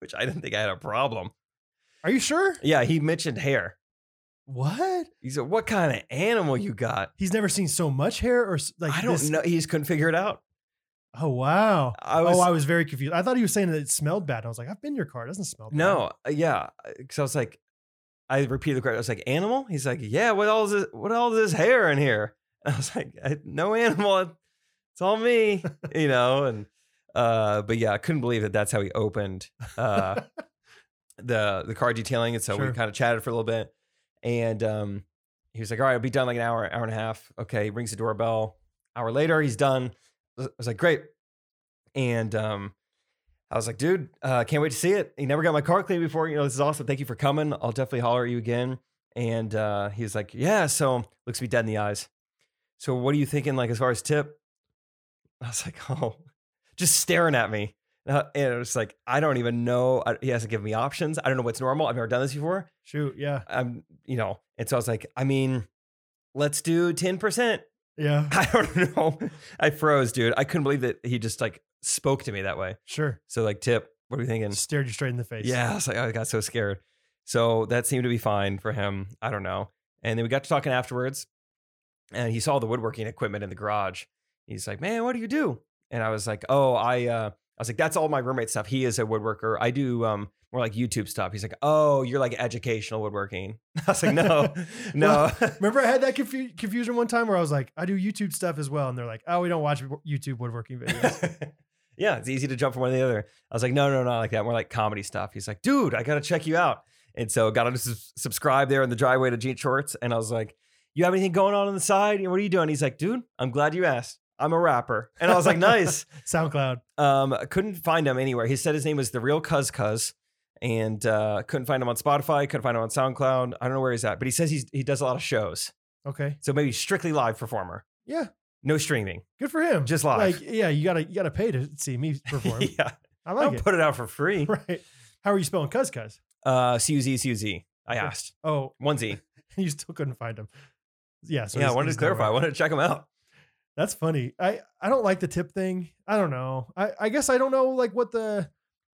which I didn't think I had a problem. Are you sure? Yeah, he mentioned hair. What? He said, "What kind of animal you got?" He's never seen so much hair, or s- like I don't this- know. He just couldn't figure it out. Oh wow! I was oh, I was very confused. I thought he was saying that it smelled bad. I was like, I've been in your car. It doesn't smell. bad. no, uh, yeah, because I was like, I repeated the question. I was like, "Animal?" He's like, "Yeah." What all is this, what all is this hair in here? And I was like, I, "No animal. It's all me," you know. And uh, but yeah, I couldn't believe that that's how he opened uh, the the car detailing, and so we Sure. kind of chatted for a little bit. And um, he was like, "All right, I'll be done like an hour, hour and a half." Okay, he rings the doorbell. Hour later, he's done. I was like, "Great," and um, I was like, "Dude, uh, can't wait to see it." He never got my car cleaned before. You know, this is awesome. Thank you for coming. I'll definitely holler at you again. And uh, he was like, "Yeah." So looks me dead in the eyes. So what are you thinking, like as far as tip? I was like, "Oh," just staring at me. Uh, and it was like, I don't even know. I, he hasn't given me options. I don't know what's normal. I've never done this before. Shoot, yeah, I'm, you know, and so I was like, I mean, let's do 10%. yeah, I don't know. I froze, dude. I couldn't believe that he just like spoke to me that way. sure. So, like, tip, what are we thinking? Stared you straight in the face. Yeah, I was like, "Oh, I got so scared. So that seemed to be fine for him. I don't know. And then we got to talking afterwards, and he saw the woodworking equipment in the garage. He's like, "Man, what do you do?" And I was like, "Oh, I," uh, I was like, "That's all my roommate stuff. He is a woodworker. I do um, more like YouTube stuff." He's like, "Oh, you're like educational woodworking." I was like, "No, no." Remember, I had that confu- confusion one time where I was like, I do YouTube stuff as well, and they're like, Oh, we don't watch YouTube woodworking videos. yeah, it's easy to jump from one to the other. I was like, no, no, not like that. More like comedy stuff. He's like, dude, I gotta check you out. And so got him to sus- subscribe there in the driveway to Gene Shorts. And I was like, you have anything going on on the side? What are you doing? He's like, dude, I'm glad you asked. I'm a rapper. And I was like, nice. SoundCloud. Um, I couldn't find him anywhere. He said his name was the real Cuz Cuz, and uh, couldn't find him on Spotify. Couldn't find him on SoundCloud. I don't know where he's at, but he says he's, he does a lot of shows. Okay, So maybe strictly live performer. Yeah. No streaming, good for him. just live. Like, yeah, you gotta you gotta pay to see me perform. yeah. I I'll like it. put it out for free. Right. How are you spelling cuz cuz? Uh, CUZ, CUZ. I asked. Oh, One Z. you still couldn't find him. Yeah. So yeah, I he's- wanted he's to clarify. I nowhere. wanted to check them out. That's funny. I I don't like the tip thing. I don't know. I I guess I don't know like what the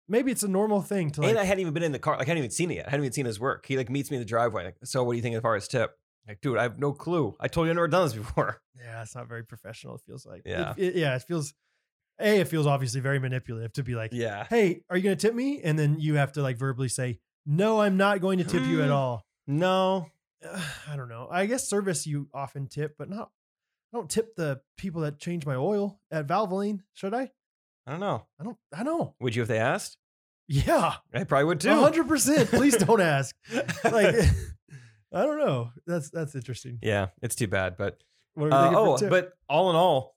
maybe it's a normal thing to like and I hadn't even been in the car. Like, I hadn't even seen it yet. I hadn't even seen his work. He like meets me in the driveway. Like, so what do you think as far as tip? Like, dude, I have no clue. I told you I've never done this before. yeah, it's not very professional. It feels like It- Yeah. it- yeah, it feels. A, it feels obviously very manipulative to be like, Yeah. "Hey, are you going to tip me?" And then you have to like verbally say, "No, I'm not going to tip you at Hmm. all." No. I don't know. I guess service you often tip, but not. I don't tip the people that change my oil at Valvoline. Should I? I don't know. I don't. I know. Would you if they asked? Yeah, I probably would too. one hundred percent. Please don't ask. Like, I don't know. That's that's interesting. yeah, it's too bad. But What uh, are we oh, thinking for tip? but all in all,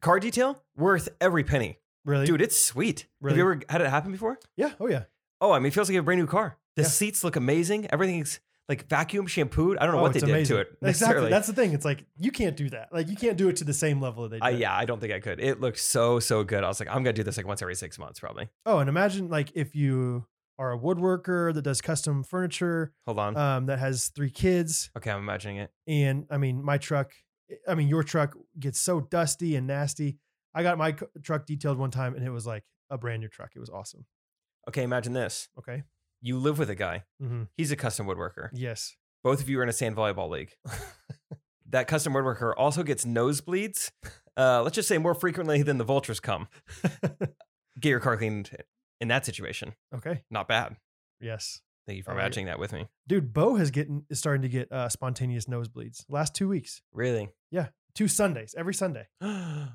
car detail worth every penny, really, dude. It's sweet. Really? Have you ever had it happen before? Yeah. Oh yeah. Oh, I mean, it feels like a brand new car. The Yeah. seats look amazing. Everything's like vacuum shampooed. I don't know Oh, what they it's did amazing. to it. Exactly. necessarily. That's the thing. It's like you can't do that. Like you can't do it to the same level that they. Did. I, it. yeah, I don't think I could. It looked so so good. I was like, I'm gonna do this like once every six months, probably. Oh, and imagine like if you are a woodworker that does custom furniture, Hold on. um, that has three kids, okay, I'm imagining it. and I mean my truck, I mean your truck gets so dusty and nasty. I got my c- truck detailed one time, and it was like a brand new truck. It was awesome. Okay, imagine this. Okay. You live with a guy. Mm-hmm. He's a custom woodworker. Yes. Both of you are in a sand volleyball league. that custom woodworker also gets nosebleeds. Uh, let's just say more frequently than the vultures come. Get your car cleaned in that situation. Okay. Not bad. Yes. Thank you for All right. imagining that with me. Dude, Bo has getting is starting to get uh, spontaneous nosebleeds. Last two weeks, Really? two Sundays, every Sunday,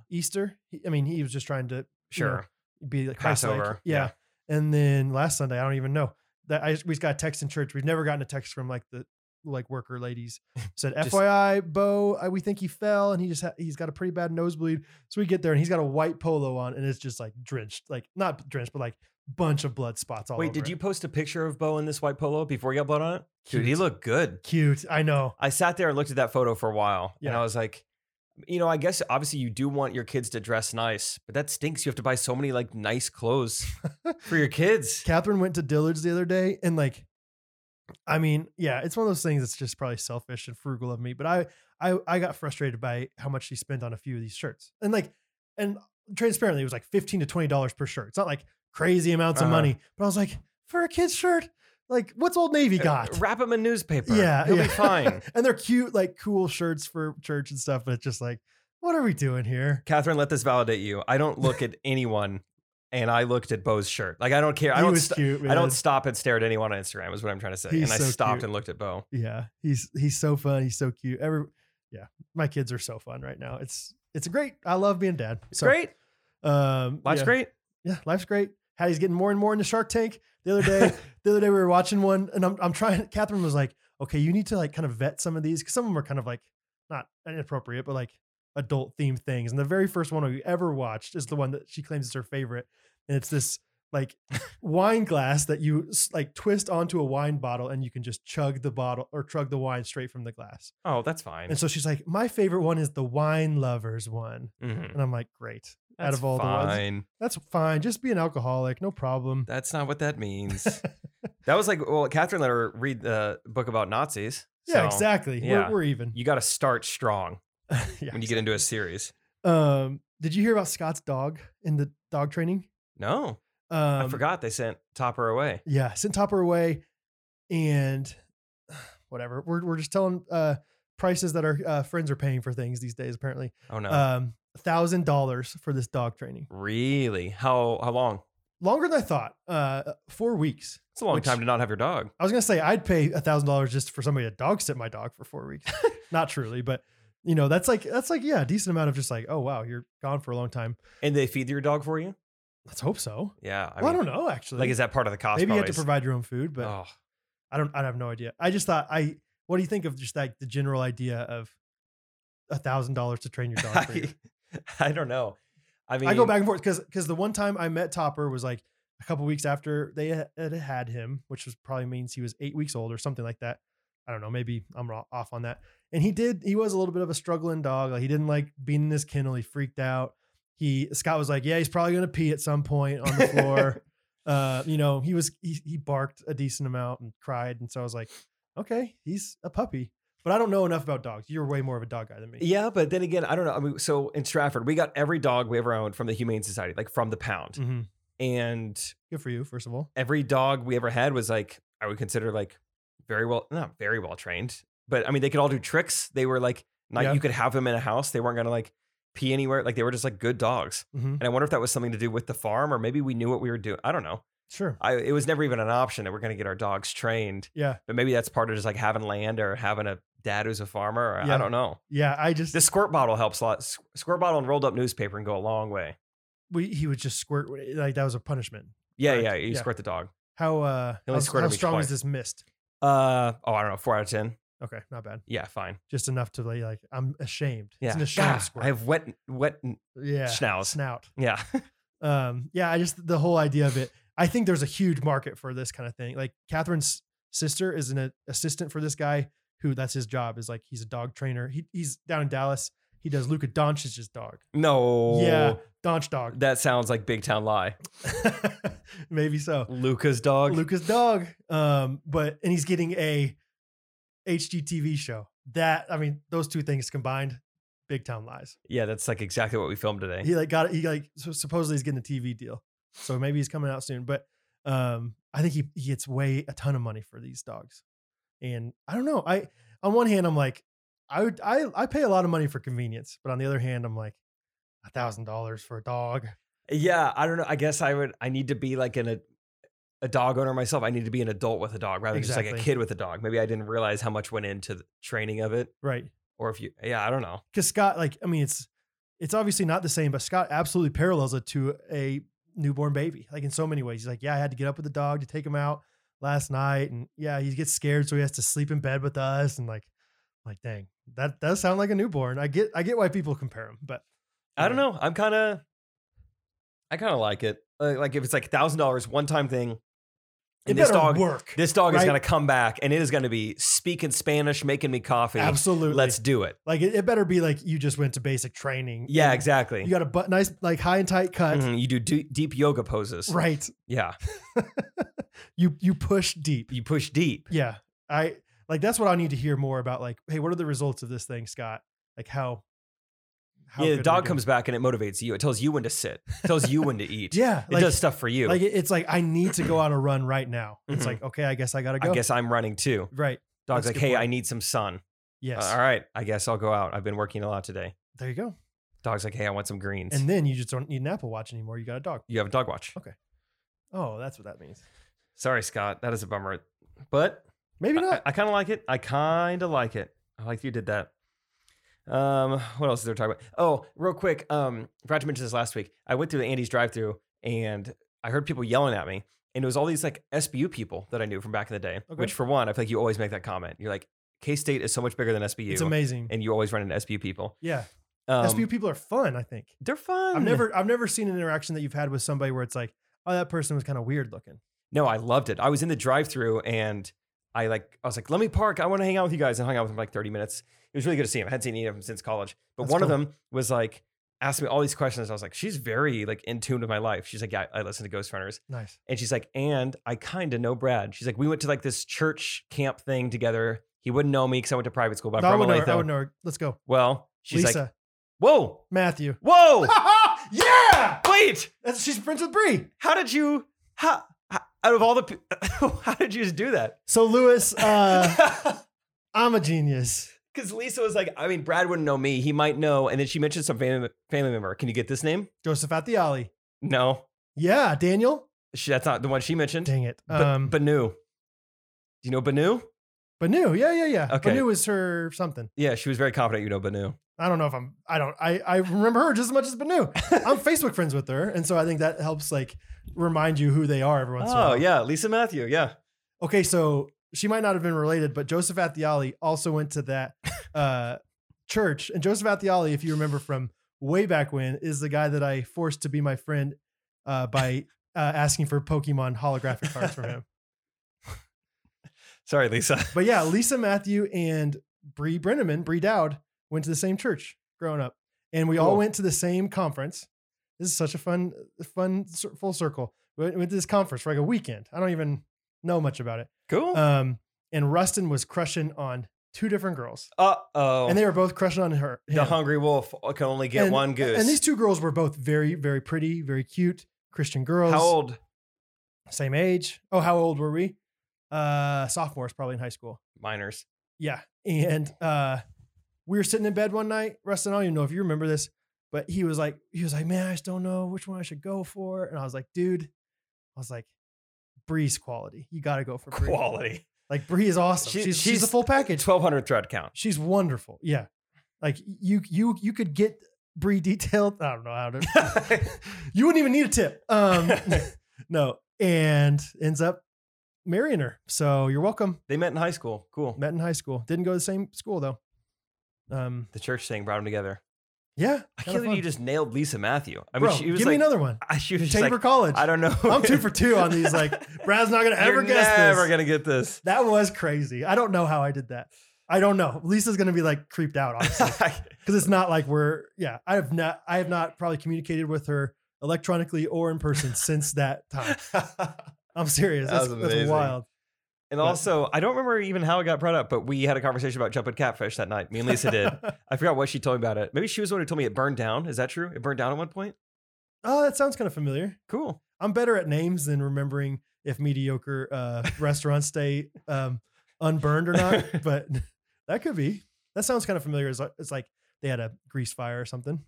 Easter. he- I mean, he was just trying to sure. be like Passover. Christ-like. Yeah. And then last Sunday, I don't even know that I just, we just got a text in church. We've never gotten a text from like the like worker ladies said Just- FYI, Bo, I, we think he fell and he just ha- he's got a pretty bad nosebleed. So we get there and he's got a white polo on and it's just like drenched, like not drenched, but like bunch of blood spots all Wait, over did it. you post a picture of Bo in this white polo before he got blood on it? Dude, he Cute. looked good. Cute, I know. I sat there and looked at that photo for a while, and Yeah. I was like, you know, I guess obviously you do want your kids to dress nice, but that stinks. You have to buy so many like nice clothes for your kids. Catherine went to Dillard's the other day and like I mean, yeah, it's one of those things that's just probably selfish and frugal of me, but I I I got frustrated by how much she spent on a few of these shirts. And like and transparently it was like 15 to 20 dollars per shirt. It's not like crazy amounts of Uh-huh. money, but I was like for a kid's shirt, like what's old navy got? Uh, Wrap him in newspaper. Yeah, he'll yeah. be fine. and they're cute like cool shirts for church and stuff, but it's just like what are we doing here? Catherine, let this validate you. I don't look at anyone, and I looked at Bo's shirt. Like I don't care. I he don't. was st- cute. I man. don't stop and stare at anyone on Instagram. Is what I'm trying to say. He's and I so stopped cute. and looked at Bo. Yeah, he's he's so fun. He's so cute. Every yeah, my kids are so fun right now. It's it's great. I love being dad. It's so, great. Um, Life's yeah. great. Yeah, life's great. how he's getting more and more into Shark Tank. The other day, the other day we were watching one, and I'm I'm trying. Catherine was like, "Okay, you need to like kind of vet some of these because some of them are kind of like not inappropriate, but like adult themed things." And the very first one we ever watched is the one that she claims is her favorite, and it's this like wine glass that you s- like twist onto a wine bottle, and you can just chug the bottle or chug the wine straight from the glass. Oh, that's fine. And so she's like, "My favorite one is the wine lovers one," Mhm. and I'm like, "Great." Out That's of all the ones- fine. That's fine. Just be an alcoholic. No problem. That's not what that means. that was like, well, Catherine let her read the book about Nazis. yeah, so exactly. yeah. We're, we're even. You got to start strong yeah. when you get into a series. Um, did you hear about Scott's dog in the dog training? No, Um, I forgot they sent Topper away. Yeah, sent Topper away, and whatever. We're we're just telling uh prices that our uh, friends are paying for things these days. Apparently, Oh no, um, thousand dollars for this dog training. really? How how long? Longer than I thought. Uh, four weeks. It's a long Which- time to not have your dog. I was gonna say I'd pay a thousand dollars just for somebody to dog sit my dog for four weeks. Not truly, but you know that's like that's like yeah, a decent amount of just like oh wow, you're gone for a long time. And they feed your dog for you? Let's hope so. Yeah, I well, mean, I don't know actually. like is that part of the cost? Maybe you have to always? provide your own food, but oh, I don't. I have no idea. I just thought I. What do you think of just like the general idea of a thousand dollars to train your dog? For you? I, I don't know. I mean, I go back and forth because because the one time I met Topper was like a couple weeks after they had- had had him, which was probably means he was eight weeks old or something like that. I don't know. Maybe I'm ro- off on that. And he did. He was a little bit of a struggling dog. Like he didn't like being in his kennel. He freaked out. He Scott was like, yeah, he's probably gonna pee at some point on the floor. uh, you know, he was he, he barked a decent amount and cried, and so I was like, okay, he's a puppy. But I don't know enough about dogs. You're way more of a dog guy than me. Yeah, but then again, I don't know. I mean, so in Stratford, we got every dog we ever owned from the Humane Society, like from the pound, Mhm. and Good for you, first of all. every dog we ever had was like I would consider like very well not very well trained, but I mean they could all do tricks. They were like not Yeah. you could have them in a house. They weren't gonna like pee anywhere. Like they were just like good dogs. Mhm. And I wonder if that was something to do with the farm or maybe we knew what we were doing. I don't know. Sure. I it was never even an option that we're gonna get our dogs trained. Yeah. But maybe that's part of just like having land or having a dad who's a farmer. Or Yeah. I don't know. Yeah, I just This squirt bottle helps a lot. S- Squirt bottle and rolled up newspaper and go a long way. we he would just squirt like that was a punishment. Yeah, Correct. yeah. You Yeah. squirt the dog. How uh He how, only squirted how me strong twice. is this mist? Uh oh, I don't know. Four out of ten. Okay, not bad. Yeah, fine. Just enough to like, like I'm ashamed. Yeah. It's an ashamed God, squirt. I have wet, wet n- yeah. schnauz. Snout. Yeah. Um yeah, I just the whole idea of it. I think there's a huge market for this kind of thing. Like Catherine's sister is an a- assistant for this guy who that's his job is like he's a dog trainer. He he's down in Dallas. He does Luca Doncic's dog. No. Yeah, Donch dog. That sounds like big town lie. Maybe so. Luca's dog. Luca's dog. Um, but and he's getting a HGTV show. That I mean, those two things combined, big town lies. yeah, that's like exactly what we filmed today. He like got he like so supposedly he's getting a TV deal, so maybe he's coming out soon. But um, I think he he gets way a ton of money for these dogs, and I don't know. I on one hand I'm like, I would I I pay a lot of money for convenience, but on the other hand I'm like, a thousand dollars for a dog. Yeah, I don't know. I guess I would. I need to be like in a a dog owner myself. I need to be an adult with a dog rather than just like a Exactly. kid with a dog. Maybe I didn't realize how much went into the training of it, Right. or if you. Yeah, I don't know. because Scott, like, I mean, it's it's obviously not the same, but Scott absolutely parallels it to a newborn baby, like in so many ways. He's like, yeah, I had to get up with the dog to take him out last night, and yeah, he gets scared, so he has to sleep in bed with us, and like, like, dang, that does sound like a newborn. I get, I get why people compare him, but I don't know. I'm kind of. I kind of like it. Like like if it's like thousand dollars one time thing, it and this better dog work. This dog is right? going to come back and it is going to be speaking Spanish, making me coffee. Absolutely, Let's do it. like it, it better be like you just went to basic training. Yeah, and exactly. You got a but nice, like high and tight cut, Mhm, You do d- deep yoga poses. right? Yeah. You you push deep. You push deep. Yeah. I like that's what I need to hear more about. Like, hey, what are the results of this thing, Scott? Like how how yeah, good the are dog we comes doing? back and it motivates you. It tells you when to sit. It tells you when to eat. Yeah. It like, does stuff for you. like it- it's like I need to go on a run right now. It's Mhm. like, okay, I guess I gotta go. I guess Uh, I'm running too. right. Dog's That's a like, good hey, point. I need some sun. Uh, Yes. all right. I guess I'll go out. I've been working a lot today. There you go. Dog's like, hey, I want some greens. And then you just don't need an Apple Watch anymore. You got a dog. you have a dog watch. Oh, that's what that means. Sorry, Scott. That is a bummer. But Maybe I- not. I, kind of like it. I kind of like it. I like that you did that. Um, what else is there to talk about? Oh, real quick. Um, forgot to mention this last week. I went through the Andy's drive-through and I heard people yelling at me, and it was all these like SBU people that I knew from back in the day. Okay. Which, for one, I feel like you always make that comment. You're like, K State is so much bigger than SBU, It's amazing. and you always run into SBU people. Yeah, Um, SBU people are fun. I think they're fun. I've never I've never seen an interaction that you've had with somebody where it's like, oh, that person was kind of weird looking. No, I loved it. I was in the drive-through and I like I was like, let me park. I want to hang out with you guys. And hung out with him for like 30 minutes. It was really good to see him. I hadn't seen any of them since college. But That's one of cool. them was like asked me all these questions. I was like, she's very like in tune with my life. She's like, yeah, I listen to Ghost Runners. Nice. And she's like, and I kind of know Brad. She's like, we went to like this church camp thing together. He wouldn't know me because I went to private school, but No, I I'm would from know. her. I Olathe." would know. her. Let's go. Well, she's Lisa, like, whoa, Matthew. whoa, yeah. wait. That's, she's friends with Bree. How did you, how, how out of all the, pe- how did you just do that? So Lewis, uh, I'm a genius. Because Lisa was like, I mean, Brad wouldn't know me. He might know. And then she mentioned some family, family member. Can you get this name? Joseph Athiali. No, Yeah, Daniel. she, that's not the one she mentioned. Dang it. But Um, but, Banu. Do you know Banu? Banu. Yeah, yeah, yeah. Okay. Banu is her something. Yeah, she was very confident you know Banu. I don't know if I'm. I don't. I I remember her just as much as Banu. I'm Facebook friends with her, and so I think that helps like remind you who they are every once in a Oh, while. yeah. Lisa Matthew. Yeah. Okay, so she might not have been related, but Joseph Athiali also went to that uh, church. And Joseph Athiali, if you remember from way back when, is the guy that I forced to be my friend uh, by uh, asking for Pokemon holographic cards from him. Sorry, Lisa. But yeah, Lisa Matthew and Bree Brenneman, Bree Dowd, went to the same church growing up, and we all Cool. went to the same conference. This is such a fun, fun cir- full circle. We went went to this conference for like a weekend. I don't even know much about it. Cool. Um, and Rustin was crushing on two different girls, Uh oh. and they were both crushing on her. the him. hungry wolf can only get And- one goose. And these two girls were both very, very pretty, very cute Christian girls. How old? Same age. Oh, how old were we? Uh, sophomores, probably in high school. Minors. Yeah. And uh we were sitting in bed one night, Rustin, I don't even know if you remember this, but he was like, he was like, man, I just don't know which one I should go for. And I was like, dude, I was like, Bree's quality. You gotta go for Bree. Quality. Like Bree is awesome. She- she's, she's she's- the full package. 1,200 thread count. She's wonderful. Yeah. Like you you you could get Bree detailed. I don't know how to you wouldn't even need a tip. Um no. And ends up marrying her. So you're welcome. they met in high school. Cool. Met in high school. Didn't go to the same school though. Um The church thing brought them together. Yeah. I kinda can't believe fun. you just nailed Lisa Matthew. I mean, Bro, she was give me like, another one. I- she was just Chamber like, College. I don't know. I'm two for two on these. Like, Brad's not going to ever You're guess never this. gonna get this. that was crazy. I don't know how I did that. I don't know. Lisa's going to be like creeped out, honestly, because it's not like we're, yeah, I have not, I have not probably communicated with her electronically or in person since that time. I'm serious. That That's, was that's amazing. wild. and also, I don't remember even how it got brought up, but we had a conversation about jumping catfish that night. Me and Lisa did. I forgot what she told me about it. Maybe she was the one who told me it burned down. Is that true? It burned down at one point. oh, that sounds kind of familiar. Cool. I'm better at names than remembering if mediocre uh, restaurants stay um, unburned or not, but that could be. That sounds kind of familiar. It's like, it's like they had a grease fire or something.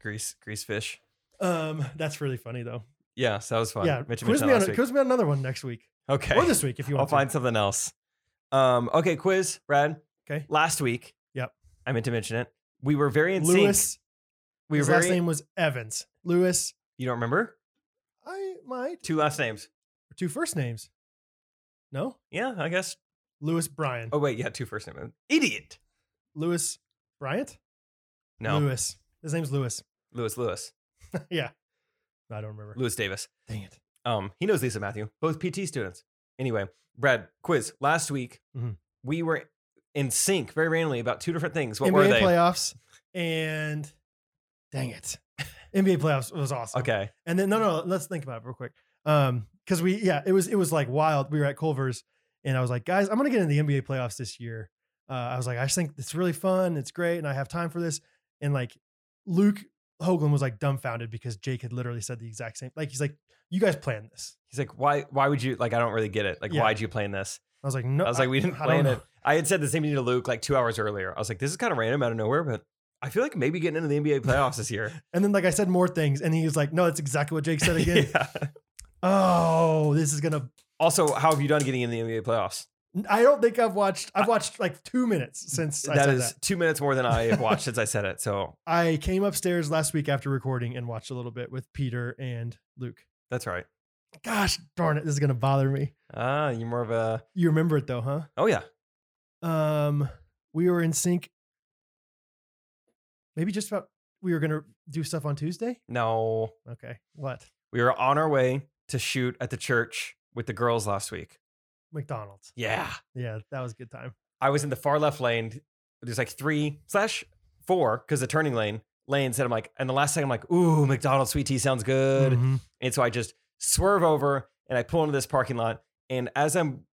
Grease, grease fish. Um, that's really funny though. Yeah, so that was fun. yeah, Mitch quiz mentioned me, that on, last week. quiz me on another one next week Okay, or this week if you I'll want. find something else. Um, okay, quiz, Brad. to. Okay, Last week, Yep. I meant to mention it. We were very in sync. Lewis. We were his very. last name was Evans. Lewis. You don't remember I might two last names? two first names. No, Yeah, I guess. Lewis Bryan. Oh wait, yeah, two first names. Idiot. Lewis Bryant. No, Lewis. His name's Lewis. Lewis Lewis. yeah, I don't remember. Lewis Davis. Dang it. Um, he knows Lisa Matthew, both PT students. Anyway, Brad, quiz. Last week Mhm. we were in sync very randomly about two different things. What NBA were they? playoffs and dang it. NBA playoffs was awesome. Okay. And then no, no, let's think about it real quick. Um, because we yeah, it was it was like wild. We were at Culver's and I was like, guys, I'm gonna get in the NBA playoffs this year. Uh, I was like, I just think it's really fun, it's great, and I have time for this. And like Luke Hoagland was like dumbfounded because Jake had literally said the exact same. Like he's like, you guys planned this. He's like, why? Why would you like? I don't really get it. Like, Yeah. why'd you plan this? I was like, no. I was like, we didn't I don't plan know. it. I had said the same thing to Luke like two hours earlier. I was like, this is kind of random out of nowhere, but I feel like maybe getting into the NBA playoffs this year. And then like I said more things, and he was like, no, that's exactly what Jake said again. yeah. Oh, this is gonna Also, how have you done getting in the NBA playoffs? I don't think I've watched. I've watched like two minutes since I that said is that. two minutes more than I have watched since I said it. So I came upstairs last week after recording and watched a little bit with Peter and Luke. that's right. Gosh darn it, this is gonna bother me. Ah, you're more of a. You remember it though, huh? Oh yeah, Um, we were in sync. Maybe just about we were gonna do stuff on Tuesday. no, Okay, what we were on our way to shoot at the church with the girls last week. McDonald's? Yeah, Yeah, that was a good time. I was in the far left lane. There's like three slash four because the turning lane lanes, and I'm like, and the last thing I'm like, ooh, McDonald's sweet tea sounds good. Mhm. And so I just swerve over and I pull into this parking lot. And as I'm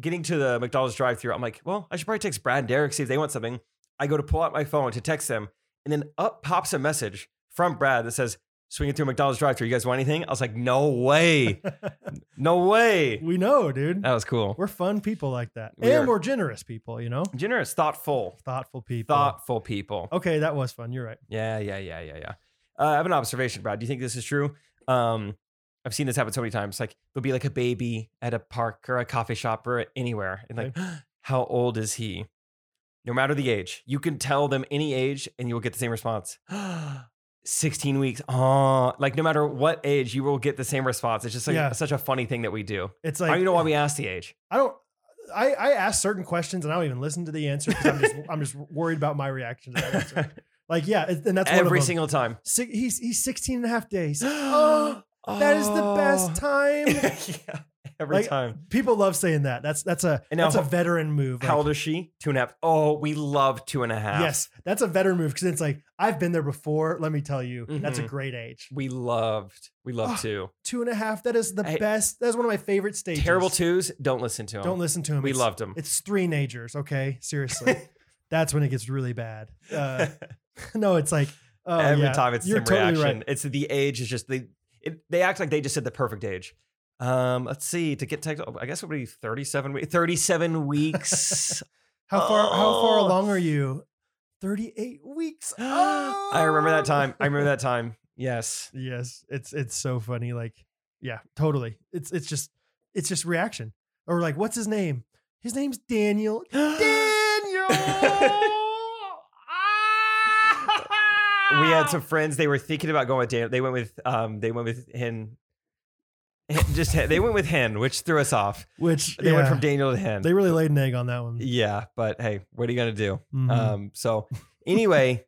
getting to the McDonald's drive through, I'm like, well, I should probably text Brad and Derek, see if they want something. I go to pull out my phone to text them. And then up pops a message from Brad that says, swinging through McDonald's drive through. You guys want anything? I was like, no way. no way. we know, dude. That was cool. We're fun people like that, Uh, We and are. we're generous people. You know, Generous, thoughtful, thoughtful people. thoughtful people. Okay, that was fun. You're right. Yeah, yeah, yeah, yeah, yeah. Uh, I have an observation, Brad. Do you think this is true? Um, I've seen this happen so many times. Like there'll be like a baby at a park or a coffee shop or anywhere, and like, how old is he? No matter the age, you can tell them any age, and you will get the same response. Sixteen weeks. Oh, like no matter what age, you will get the same response. It's just like Yeah. such a funny thing that we do. It's I like don't even know why we ask the age. I don't. I, I ask certain questions and I don't even listen to the answer because I'm just I'm just worried about my reaction to that answer. Like yeah, it- and that's one Every of them. single time. Si- he's he's 16 and a half days. Oh, That is the Oh. best time. yeah, every Like, time. People love saying that. That's that's a And now that's a how- veteran move. How Like, old is she? Two and a half. Oh, we love two and a half. yes, that's a veteran move because it's like I've been there before. Let me tell you, that's a Mhm. great age. We loved. We loved Oh, two. Two and a half. That is the Hey, best. That is one of my favorite stages. Terrible twos. Don't listen to them. Don't listen to him. We it's, loved them. It's three nagers. Okay, seriously, that's when it gets really bad. Uh, no, it's like oh, Every yeah, time it's the you're same totally reaction. Right. It's the age is just they it, they act like they just said the perfect age. Um, let's see. To get technical, I guess it would be 37, we- 37 weeks. How far how far Oh. along are you? Thirty eight weeks. I remember that Oh. time. I remember that time. Yes. Yes, it's it's so funny. Like, yeah, totally. It's it's just it's just reaction. Or like, what's his name? His name's Daniel. Daniel. we had some friends. They were thinking about going with Dan. They went with um. They went with Hen. Hen- Just Hen- they went with Hen, which threw us off. Which They went yeah, from Daniel to Hen. They really laid an egg on that one. yeah, but hey, what are you gonna do? Mhm. Um. So anyway,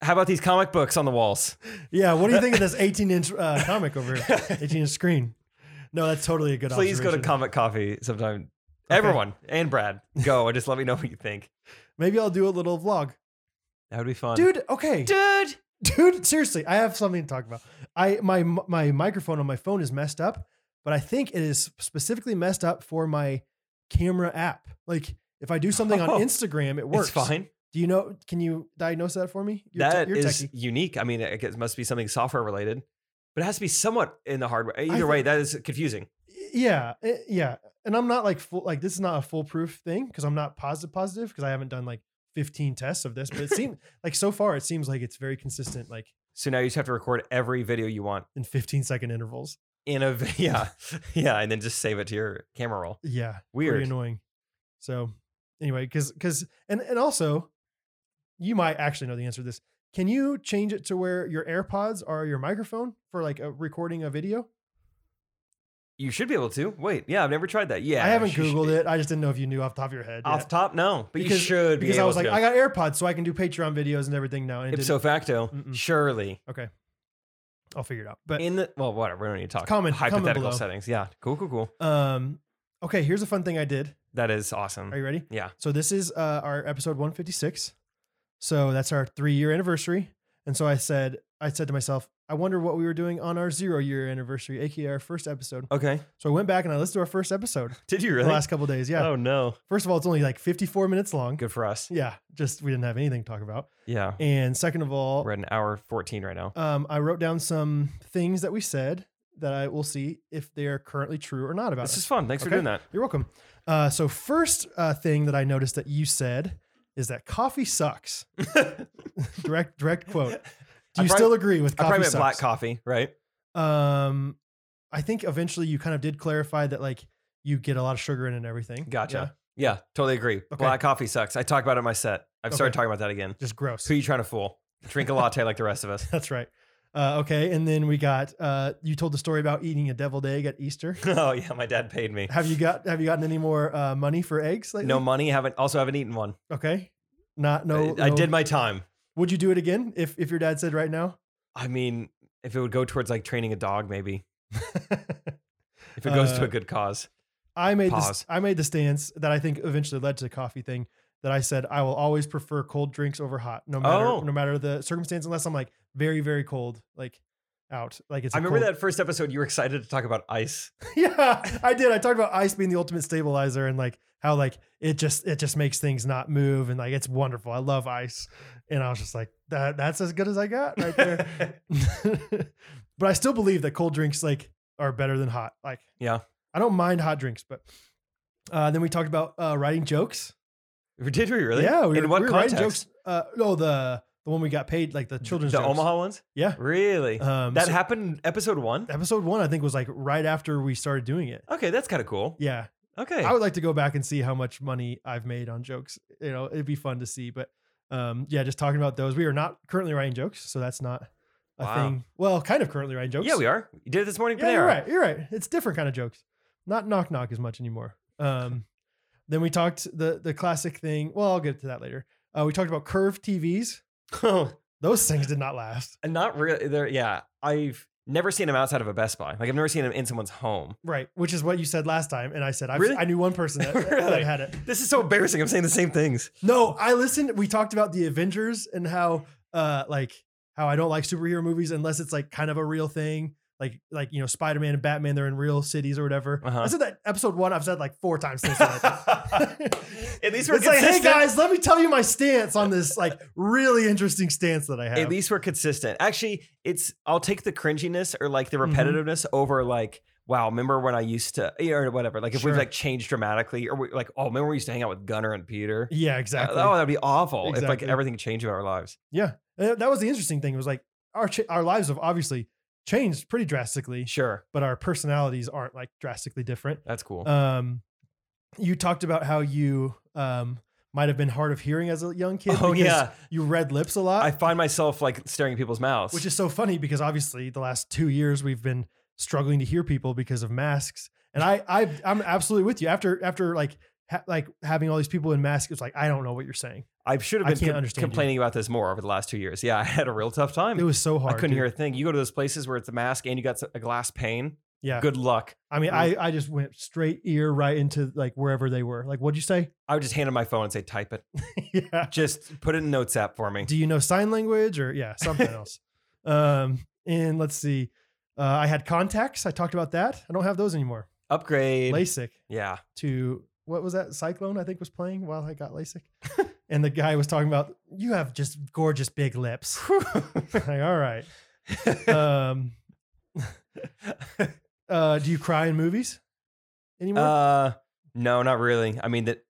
how about these comic books on the walls? yeah. What do you think of this 18 inch uh, comic over here? 18 inch screen? No, that's totally a good. Please go to observation. Comic Coffee sometime. Okay. Everyone and Brad, go and just let me know what you think. Maybe I'll do a little vlog, That would be fun, dude. Okay, Dude. dude seriously i have something to talk about i my my microphone on my phone is messed up but i think it is specifically messed up for my camera app like if i do something Oh, on instagram it works It's fine. do you know can you diagnose that for me You're te- That you're is techie. unique. I mean, I guess it must be something software related, but it has to be somewhat in the hardware. Either thi- way, that is confusing. yeah it- yeah and i'm not like full like this is not a foolproof thing because i'm not positive positive because i haven't done like 15 tests of this but it seems like so far it seems like it's very consistent like So now you just have to record every video you want in 15 second intervals in a vi- yeah yeah, and then just save it to your camera roll. yeah pretty Weird. annoying. So anyway, because because and and also, you might actually know the answer to this. Can you change it to where your AirPods are your microphone for like a recording a video? You should be able to. Wait, yeah, I've never tried that. Yeah, I haven't you should- Googled it. I just didn't know if you knew off the top of your head. Off yet. top, no, but you should be because I able was like, to. I got AirPods, so I can do Patreon videos and everything now. And it Ipso didn't- facto, Mm-mm. surely I'll figure it out. But in the well, whatever. We don't need to talk. Comment- comment hypothetical below. settings. Yeah, cool, cool, cool. um, okay, here's a fun thing I did. That is awesome. Are you ready? Mm, Yeah. So this is uh, our episode 156. So that's our three year anniversary. And so I said, I said to myself, I wonder what we were doing on our zero year anniversary, aka our first episode. okay, So I went back and I listened to our first episode did you the really? last couple days. Yeah. Oh no, First of all, it's only like 54 minutes long. good for us. Yeah. Just we didn't have anything to talk about. Yeah, And second of all, we're at an hour fourteen right now. um, I wrote down some things that we said that I will see if they are currently true or not about This us. is fun. Thanks for Okay. doing that. You're welcome. Uh, so first uh, thing that I noticed that you said is that coffee sucks. direct direct quote. Do I you prob- still agree with I probably coffee meant black sucks? coffee, right? um, I think eventually you kind of did clarify that like you get a lot of sugar in it and everything. Gotcha. Yeah, totally agree. Okay. Black coffee sucks. I talk about it in my set. I've started Okay. talking about that again. Yeah, just gross. Who are you trying to fool? Drink a latte like the rest of us. That's right. Uh, okay, and then we got uh, you told the story about eating a deviled egg at Easter. Oh yeah, my dad paid me. Have you got Have you gotten any more uh, money for eggs lately? No money. Haven't also haven't eaten one. Okay. Not I- no. I, no- did my time. Would you do it again if if your dad said right now? I mean, if it would go towards like training a dog, maybe. If it goes Uh, to a good cause. I made Pause. this. I made the stance that I think eventually led to the coffee thing. That I said I will always prefer cold drinks over hot, no matter Oh. no matter the circumstance, unless I'm like very very cold, like out, like it's. I a remember cold- that first episode. You were excited to talk about ice. yeah, I did. I talked about ice being the ultimate stabilizer and like how like it just it just makes things not move and like it's wonderful. I love ice, and I was just like that. That's as good as I got right there. but I still believe that cold drinks like are better than hot. Like Yeah. I don't mind hot drinks, but uh, then we talked about uh, writing jokes. Did we really? Yeah, we In were, what we were context? writing jokes. Uh, no, the the one we got paid like the children's the jokes. Omaha ones. Yeah. Really. Um, that so happened in episode one. episode one I think was like right after we started doing it. Okay, that's kind of cool. Yeah. Okay. I would like to go back and see how much money I've made on jokes. You know, it'd be fun to see. But um, yeah, just talking about those. We are not currently writing jokes, so that's not a Wow. thing. Well, kind of currently writing jokes. yeah, we are. You did it this morning, Yeah, you're Panera. right. You're right. It's different kind of jokes. Not knock knock as much anymore. Um, then we talked the the classic thing. Well, I'll get to that later. Uh, we talked about curved TVs. Those things did not last. And not really. There. Yeah, I've never seen them outside of a Best Buy. Like I've never seen them in someone's home. Right, which is what you said last time, and I said I Really? I knew one person that, that Really? had it. This is so embarrassing. I'm saying the same things. No, I listened. We talked about the Avengers and how, uh, like how I don't like superhero movies unless it's like kind of a real thing, like like you know Spider Man and Batman, they're in real cities or whatever. Uh-huh. I said that episode one. I've said like four times since. then. At it's least we're like, hey consistent. guys, let me tell you my stance on this like really interesting stance that I have. At least we're consistent. Actually, it's I'll take the cringiness or like the Mhm. repetitiveness over like wow. Remember when I used to yeah, or whatever. Like if Sure. we've like changed dramatically or we, like oh remember we used to hang out with Gunner and Peter. yeah, exactly. Oh, that'd be awful if like Exactly. everything changed in our lives. yeah, Uh, that was the interesting thing. It was like our ch- our lives have obviously changed pretty drastically, Sure, but our personalities aren't like drastically different. that's cool. um you talked about how you um might have been hard of hearing as a young kid oh because yeah, you read lips a lot I find myself like staring at people's mouths, which is so funny because obviously the last 2 years we've been struggling to hear people because of masks and i i i'm absolutely with you after after like ha- like having all these people in masks it's like i don't know what you're saying I should have I been can't com- understand you. complaining about this more over the last two years. Yeah, I had a real tough time. it was so hard I couldn't dude. hear a thing. You go to those places where it's a mask and you got a glass pane. yeah Good luck. i mean i i just went straight ear right into like wherever they were like what'd you say I would just hand him my phone and say, type it. yeah Just put it in Notes app for me. do you know sign language or yeah something else um and let's see uh, i had contacts i talked about that i don't have those anymore Upgrade. lasik Yeah. to what was that cyclone i think was playing while i got lasik and the guy was talking about you have just gorgeous big lips like all right um uh do you cry in movies anymore uh, no, not really. I mean, that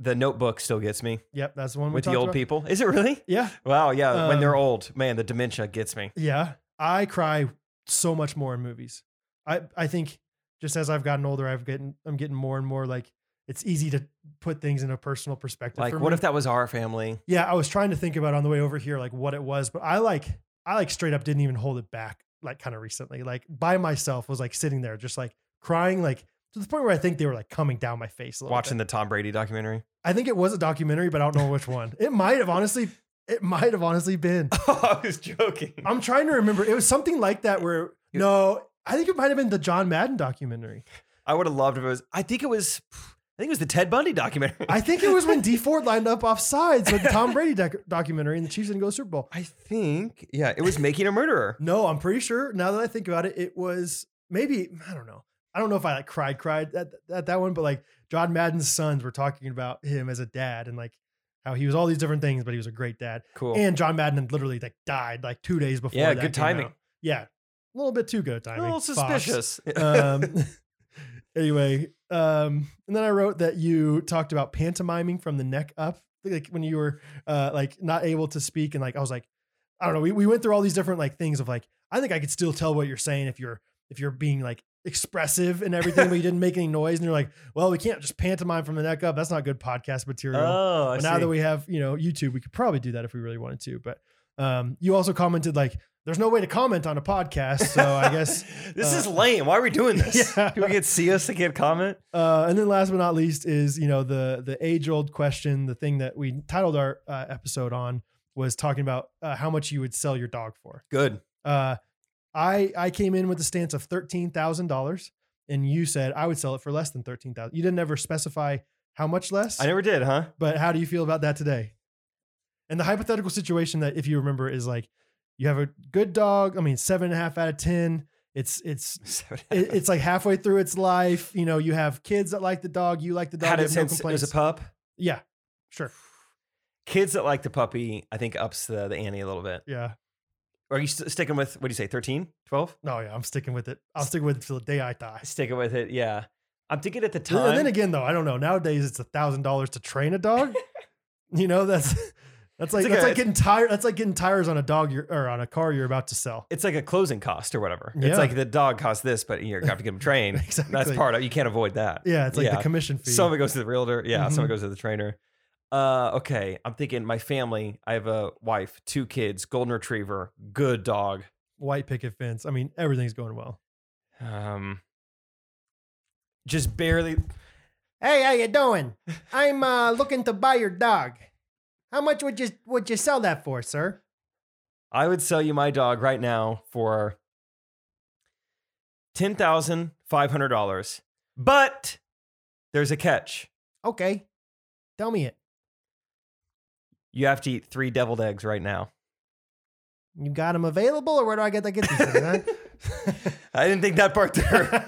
the notebook still gets me yep that's the one we with the talked old about. people. Is it really? yeah Wow. Yeah. when they're Um, old, man, the dementia gets me. Yeah. I cry so much more in movies. I, I think just as I've gotten older, I've getting I'm getting more and more like it's easy to put things in a personal perspective. Like, for what me. if that was our family? Yeah, I was trying to think about on the way over here like what it was, but I like I like straight up didn't even hold it back like kind of recently. Like by myself was like sitting there just like crying like to the point where I think they were like coming down my face a little Watching bit. the Tom Brady documentary. I think it was a documentary, but I don't know which one. It might have honestly it might have honestly been. I was joking. I'm trying to remember. It was something like that where It- no, I think it might have been the John Madden documentary. I would have loved if it was. I think it was. I think it was the Ted Bundy documentary. I think it was when D Ford lined up off sides with the Tom Brady doc- documentary and the Chiefs didn't go to Super Bowl. I think. Yeah, it was making a murderer. No, I'm pretty sure. Now that I think about it, it was maybe I don't know. I don't know if I like cried cried at, at that one, but like John Madden's sons were talking about him as a dad and like how he was all these different things, but he was a great dad. Cool. And John Madden had literally like died like two days before. Yeah, that good came timing. out. Yeah, a little bit too good of a timing. little Fox. suspicious. um, anyway, um, and then I wrote that you talked about pantomiming from the neck up, like when you were uh, like not able to speak, and like I was like, I don't know. We we went through all these different like things of like I think I could still tell what you're saying if you're if you're being like expressive and everything, but you didn't make any noise, and you're like, well, we can't just pantomime from the neck up. That's not good podcast material. oh, I But now see. that we have, you know, YouTube, we could probably do that if we really wanted to. But um, you also commented like There's no way to comment on a podcast, so I guess. this uh, is lame. Why are we doing this? Yeah. People can't see us. They can't comment. Uh, and then last but not least is you know the the age old question, the thing that we titled our uh, episode on was talking about uh, how much you would sell your dog for. Good. Uh, I I came in with a stance of thirteen thousand dollars, and you said I would sell it for less than thirteen thousand. You didn't ever specify how much less. I never did, huh? But how do you feel about that today? And the hypothetical situation that, if you remember, is like you have a good dog. I mean, seven and a half out of ten. It's it's it- it's like halfway through its life. You know, you have kids that like the dog. You like the dog. Had you it have no since it complaints. was a pup. yeah, sure. Kids that like the puppy, I think, ups the, the ante a little bit. Yeah. Are you st- sticking with, what do you say, 13, 12? No, yeah. I'm sticking with it. I'll stick with it till the day I die. Sticking with it, yeah. I'm thinking at the And time. then again, though, I don't know. Nowadays, it's a thousand dollars to train a dog. you know, that's that's like like that's a- like getting tire that's like getting tires on a dog you're, or on a car you're about to sell. it's like a closing cost or whatever. Yeah. It's like the dog costs this, but you have to get him trained. Exactly. That's part of You can't avoid that. Yeah, it's like Yeah. the commission fee. Some of it goes to the realtor. Yeah, Mhm. some of it goes to the trainer. Uh, okay, I'm thinking my family. I have a wife, two kids, golden retriever, good dog. white picket fence. I mean, everything's going well. Um, just barely. Hey, how you doing? I'm uh, looking to buy your dog. How much would you would you sell that for, sir? I would sell you my dog right now for ten thousand five hundred dollars, but there's a catch. Okay, tell me it. You have to eat three deviled eggs right now. You got him available, or where do I get to get these things? I didn't think that part through. Huh?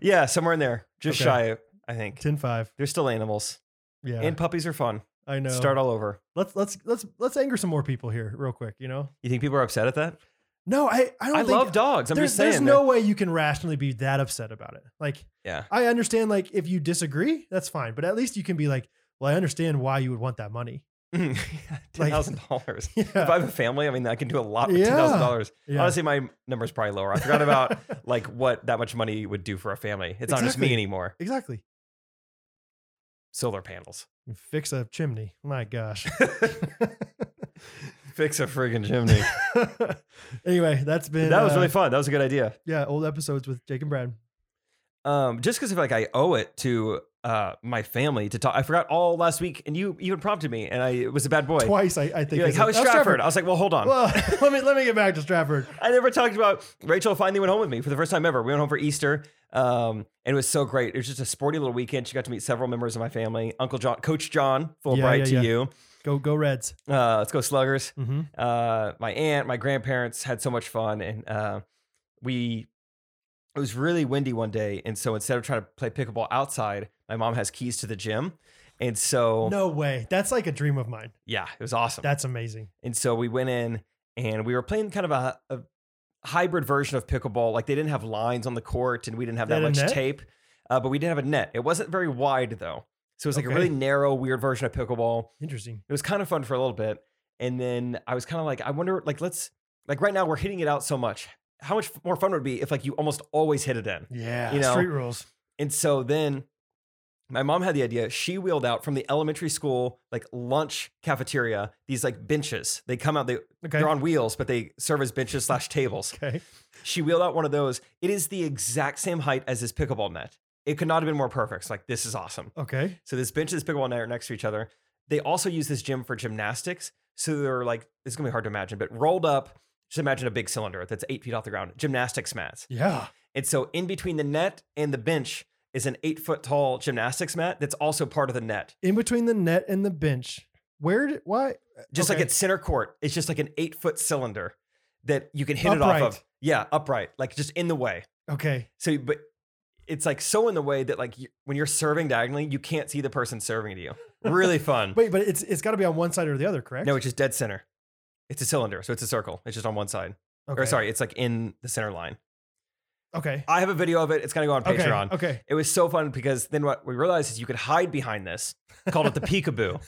yeah, somewhere in there, just Okay. shy. Of, I think Ten five. they're still animals, Yeah, and puppies are fun. I know. Start all over. let's let's let's let's anger some more people here, real quick. You know? You think people are upset at that? No, I I don't. I, think, love dogs. I'm there's, just saying. There's no way you can rationally be that upset about it. Like, Yeah. I understand. Like, if you disagree, that's fine. But at least you can be like, well, I understand why you would want that money. Ten Like- thousand dollars. Yeah. If I have a family, I mean, I can do a lot with Yeah. ten thousand dollars. Yeah. Honestly, my number's probably lower. I forgot about like what that much money would do for a family. It's not just me Exactly. anymore. exactly. Solar panels, Fix a chimney. My gosh. fix a friggin' chimney. anyway, that's been that was uh, really fun. That was a good idea. yeah old episodes with Jake and Brad. um, just because like I owe it to uh my family to talk. I forgot all last week, and you even prompted me, and I it was a bad boy. Twice, I, I think. You're like, I said, how is "Oh, Stratford? I was like, well, hold on. Well, let me let me get back to Stratford. I never talked about Rachel finally went home with me for the first time ever. We went home for Easter. Um, and it was so great. It was just a sporty little weekend. She got to meet several members of my family. Uncle John, Coach John, Fulbright yeah, to yeah. you. Go go Reds. Uh, let's go Sluggers. Mm-hmm. Uh, my aunt, my grandparents had so much fun, and uh, we. It was really windy one day, and so instead of trying to play pickleball outside, my mom has keys to the gym, and so No way. That's like a dream of mine. yeah, it was awesome. That's amazing. And so we went in and we were playing kind of a, a hybrid version of pickleball. Like they didn't have lines on the court and we didn't have They that had a much net? tape, uh, but we did have a net. It wasn't very wide though. So it was like Okay. a really narrow, weird version of pickleball. Interesting. It was kind of fun for a little bit. And then I was kind of like, I wonder, like, let's, like right now we're hitting it out so much. How much more fun would it be if like you almost always hit it in? Yeah. You know, street rules. And so then my mom had the idea. She wheeled out from the elementary school, like lunch cafeteria, these like benches. They come out, they, Okay. they're on wheels, but they serve as benches slash tables. okay. She wheeled out one of those. It is the exact same height as this pickleball net. It could not have been more perfect. It's like, this is awesome. Okay. So this bench and this pickleball net are next to each other. They also use this gym for gymnastics. So they're like, it's gonna be hard to imagine, but rolled up, just imagine a big cylinder that's eight feet off the ground, gymnastics mats. Yeah. And so in between the net and the bench is an eight foot tall gymnastics mat that's also part of the net. In between the net and the bench. Where? Did, why? just Okay. like at center court. It's just like an eight foot cylinder that you can hit it Upright. off of. Yeah, upright, like just in the way. Okay. So, but it's like so in the way that like you, when you're serving diagonally, you can't see the person serving to you. Really fun. Wait, but it's it's got to be on one side or the other, correct? no, it's just dead center. It's a cylinder, so it's a circle. It's just on one side. okay. Or sorry, it's like in the center line. Okay. I have a video of it. It's gonna go on Okay. Patreon. Okay. It was so fun because then what we realized is you could hide behind this, called it the peekaboo.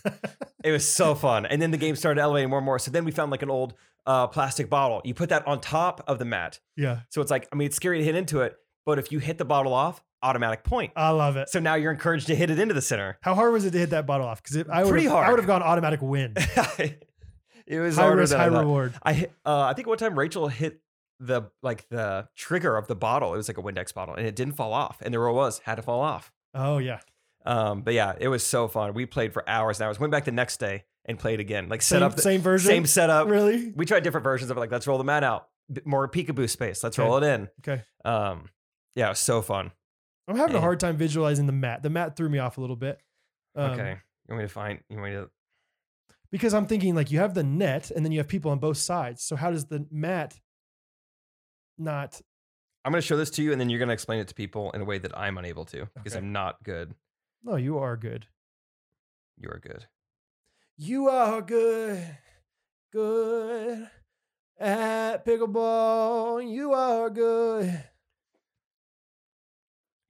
it was so fun. And then the game started elevating more and more. So then we found like an old uh, plastic bottle. You put that on top of the mat. Yeah. So it's like, I mean, it's scary to hit into it, but if you hit the bottle off, automatic point. I love it. So now you're encouraged to hit it into the center. How hard was it to hit that bottle off? Because I would Pretty I hard. would have gone automatic win. it It was high harder risk, than I high thought. reward. I hit- uh, I think one time Rachel hit the like the trigger of the bottle. It was like a Windex bottle, and it didn't fall off. And the rule was had to fall off. Oh yeah. Um, but yeah, it was so fun. We played for hours and hours. Went back the next day and played again. Like set same, up the same version. same setup. Really? We tried different versions of it. Like let's roll the mat out. Bit More peekaboo space. Let's roll it in. Okay. Um, yeah, it was so fun. I'm having a And- hard time visualizing the mat. The mat threw me off a little bit. Um, okay, you want me to find? You want me to? Because I'm thinking like you have the net and then you have people on both sides. So how does the mat not? I'm going to show this to you, and then you're going to explain it to people in a way that I'm unable to because Okay. I'm not good. No, "Oh, you are good. You are good. You are good, good at pickleball. You are good.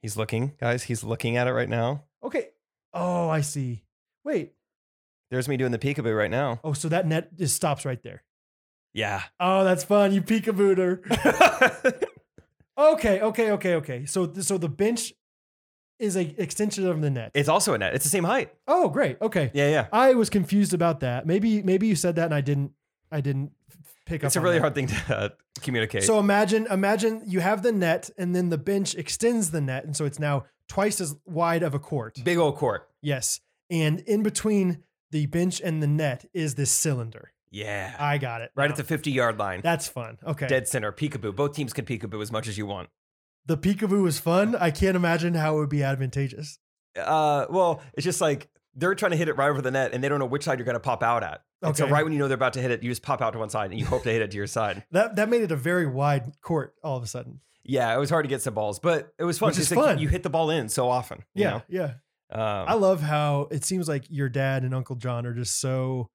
He's looking, guys. He's looking at it right now. Okay. Oh, I see. Wait. There's me doing the peekaboo right now. Oh, so that net just stops right there. Yeah. Oh, that's fun. You peekabooter. Okay, okay, okay, okay. So, th- so the bench is a extension of the net. it's also a net. It's the same height. oh, great. Okay, Yeah, yeah. I was confused about that. Maybe, maybe you said that and I didn't. I didn't f- pick up. It's a on really that. hard thing to uh, communicate. So imagine, imagine you have the net, and then the bench extends the net, and so it's now twice as wide of a court. big old court. Yes, and in between the bench and the net is this cylinder. Uh, Yeah. I got it. right now. at the 50 yard line. That's fun. Okay. Dead center. Peekaboo. Both teams can peekaboo as much as you want. The peekaboo was fun. I can't imagine how it would be advantageous. Uh, well, it's just like they're trying to hit it right over the net, and they don't know which side you're going to pop out at. And so Okay. right when you know they're about to hit it, you just pop out to one side and you hope they hit it to your side. That that made it a very wide court all of a sudden. Yeah, it was hard to get some balls, but it was fun. Which It's is like fun. You hit the ball in so often. you Yeah, know? yeah. Um, I love how it seems like your dad and Uncle John are just so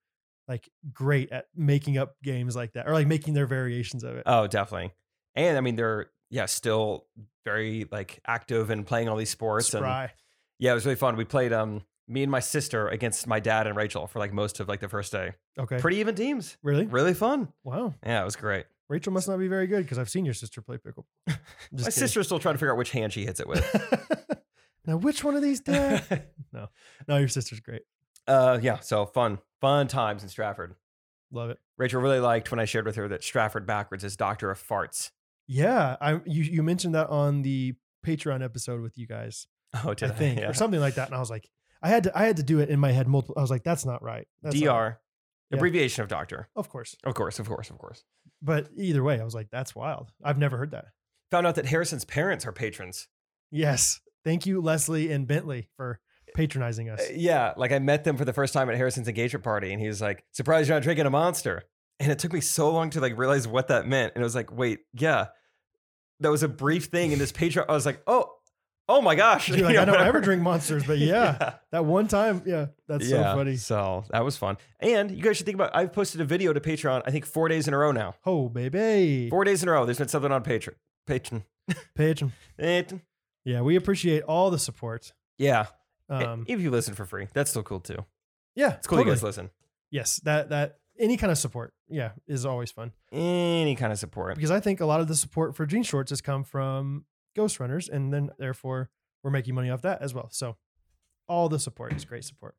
like great at making up games like that or like making their variations of it. Oh, definitely. And I mean, they're yeah, still very like active and playing all these sports. And Spry. yeah, it was really fun. We played um me and my sister against my dad and Rachel for like most of like the first day. Okay. Pretty even teams. really? Really fun. Wow. Yeah, it was great. Rachel must not be very good because I've seen your sister play pickle. I'm my just kidding. sister's still trying to figure out which hand she hits it with. now which one of these dad? no, your sister's great. uh, yeah, so fun, fun times in Stratford. Love it. Rachel really liked when I shared with her that Stratford backwards is Doctor of Farts. Yeah, I you you mentioned that on the Patreon episode with you guys. Oh, did I think, Yeah. or something like that. And I was like, I had to, I had to do it in my head multiple. I was like, that's not right. That's not right." Dr. Yeah. Abbreviation of doctor. of course. Of course, of course, of course. But either way, I was like, that's wild. I've never heard that. Found out that Harrison's parents are patrons. Yes, thank you, Leslie and Bentley, for patronizing us. Uh, Yeah, like I met them for the first time at Harrison's engagement party, and he was like, "Surprised you're not drinking a monster." And it took me so long to like realize what that meant, and it was like, "Wait, yeah, that was a brief thing." in this Patreon, I was like, "Oh, oh my gosh!" You're like, You know, I don't ever whatever. drink monsters, but yeah, that one time, yeah, that's Yeah, so funny. So that was fun, and you guys should think about. I've posted a video to Patreon. I think four days in a row now. Oh baby, Four days in a row. There's been something on Patreon. Patreon. patron. Patreon. Yeah, we appreciate all the support. Eh, Yeah. Um, if you listen for free, that's still cool too. yeah, It's cool you totally. guys listen. Yes, that that any kind of support, yeah, is always fun. Any kind of support. because I think a lot of the support for Jean Shorts has come from Ghost Runners, and then therefore we're making money off that as well. So all the support is great support.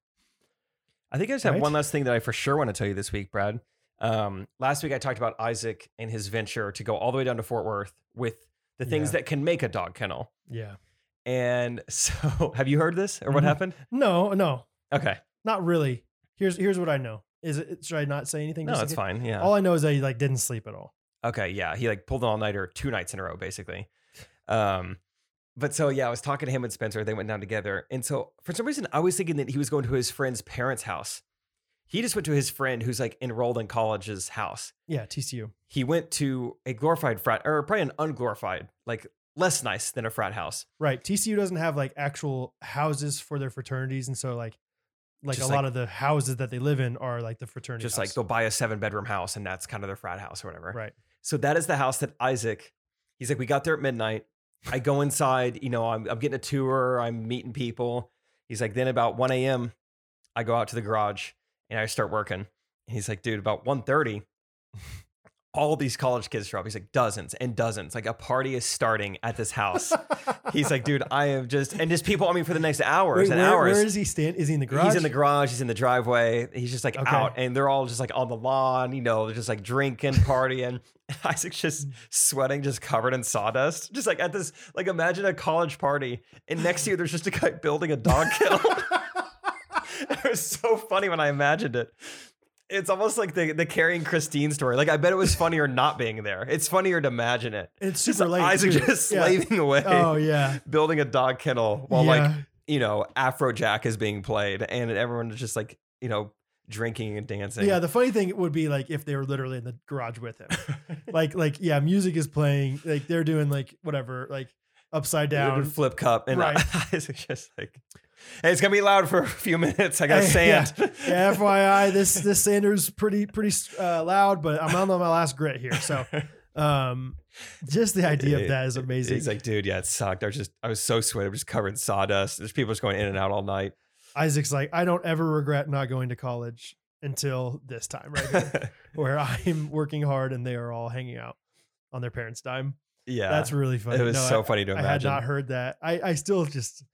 I think I just have Right? one last thing that I for sure want to tell you this week, Brad. Um, last week I talked about Isaac and his venture to go all the way down to Fort Worth with the things Yeah. that can make a dog kennel. Yeah. And so, have you heard this or what Mhm. happened? No, no, Okay, not really. Here's here's what I know. Is it should I not say anything? no, just in it's case? fine. Yeah. All I know is that he like didn't sleep at all. okay, yeah. He like pulled an all nighter two nights in a row, basically. Um, but so yeah, I was talking to him and Spencer. They went down together, and so for some reason I was thinking that he was going to his friend's parents' house. He just went to his friend who's like enrolled in college's house. Yeah, TCU. he went to a glorified frat or probably an unglorified, like less nice than a frat house. Right. TCU doesn't have like actual houses for their fraternities, and so like like Just a lot of the houses that they live in are like the fraternity. Just like house. they'll buy a seven bedroom house and that's kind of their frat house or whatever. right. So that is the house that Isaac, he's like, we got there at midnight. I go inside, you know, I'm, I'm getting a tour, I'm meeting people. He's like, then about 1 a.m., I go out to the garage and I start working. And he's like, dude, about 1.30, all these college kids show up. He's like, dozens and dozens. Like a party is starting at this house. He's like, dude, I am just and just people. I mean, for the next hours Wait, and where, hours. where is he stand? Is he in the garage? He's in the garage. He's in the driveway. He's just like Okay. out, and they're all just like on the lawn. You know, they're just like drinking, partying. Isaac's just sweating, just covered in sawdust. Just like at this, like imagine a college party, and next to you there's just a guy building a dog kennel. it was so funny when I imagined it. It's almost like the the Carrie and Christine story. Like I bet it was funnier not being there. It's funnier to imagine it. It's Just super late, Isaac too. just Yeah. slaving away Oh yeah. building a dog kennel while like Yeah. you know Afrojack is being played and everyone is just like you know drinking and dancing. Yeah, the funny thing would be like if they were literally in the garage with him. like like yeah, music is playing, like they're doing like whatever, like upside They would down. flip cup and Right. Isaac's just like, hey, it's gonna be loud for a few minutes. I got Hey, sand. Yeah, FYI, this this Sanders pretty pretty uh, loud, but I'm on my last grit here. So, um, just the idea of that is amazing. He's like, dude, yeah, it sucked. I was just, I was so sweaty. I'm just covered in sawdust. There's people just going in and out all night. Isaac's like, I don't ever regret not going to college until this time right here, where I'm working hard and they are all hanging out on their parents' dime. yeah, That's really funny. it was No, so I- funny to I had imagine. not heard that. I, I still just,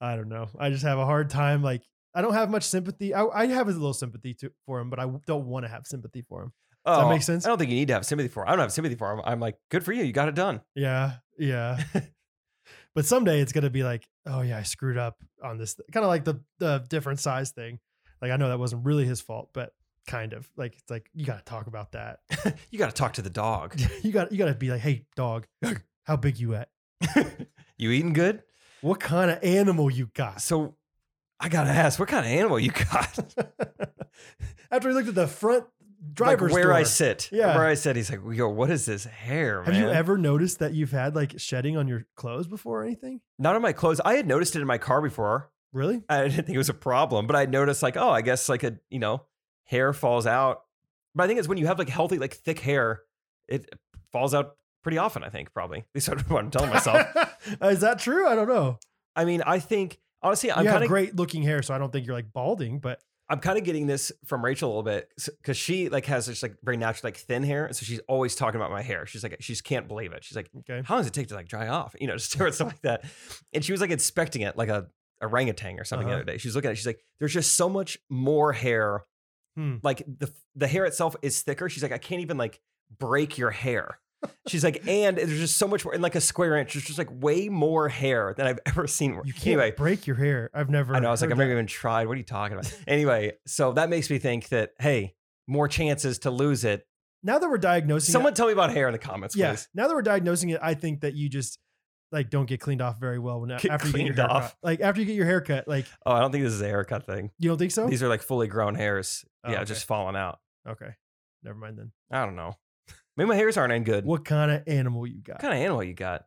I don't know. I just have a hard time. Like, I don't have much sympathy. I, I have a little sympathy to, for him, but I don't want to have sympathy for him. oh, that make sense? I don't think you need to have sympathy for. Him. I don't have sympathy for him. I'm like, good for you. You got it done. Yeah. Yeah. but someday it's going to be like, oh, yeah, I screwed up on this. Kind of like the, the different size thing. Like, I know that wasn't really his fault, but kind of like, it's like, you got to talk about that. You got to talk to the dog. you got, you got to be like, hey, dog, how big you at? you eating good? What kind of animal you got? So I gotta ask, what kind of animal you got? After we looked at the front driver's like where I door. sit. Yeah. Where I sit. He's like, yo, what is this hair, Have man? you ever noticed that you've had like shedding on your clothes before or anything? Not on my clothes. I had noticed it in my car before. Really? I didn't think it was a problem, but I noticed like, oh, I guess like a you know, hair falls out. But I think it's when you have like healthy, like thick hair, it falls out pretty often. I think probably. At least that's what I'm telling myself. Is that true? I don't know. I mean, I think honestly, I'm you have kind of great looking hair, so I don't think you're like balding, but I'm kind of getting this from Rachel a little bit because she like has this like very natural like thin hair, and so she's always talking about my hair. She's like she just can't believe it. She's like, okay. how long does it take to like dry off? You know, just or stuff like that. And she was like inspecting it like a orangutan or something Uh-huh. the other day. She was looking at it. She's like, there's just so much more hair. Hmm. Like the the hair itself is thicker. She's like, I can't even like break your hair. She's like, and there's just so much more in like a square inch. There's just like way more hair than I've ever seen. You can't Anyway, break your hair. I've never. I know. I was like, heard I've never even tried. What are you talking about? anyway, so that makes me think that hey, more chances to lose it. that. now that we're diagnosing Someone it, tell me about hair in the comments, yeah. please. Now that we're diagnosing it, I think that you just like don't get cleaned off very well when Get after you get your cleaned haircut. off. Like after you get your haircut, like Oh, I don't think this is a haircut thing. you don't think so? These are like fully grown hairs. Oh, yeah, okay. just falling out. okay, never mind then. I don't know. Maybe my hairs aren't in good. What, What kind of animal you got? kind of animal you got?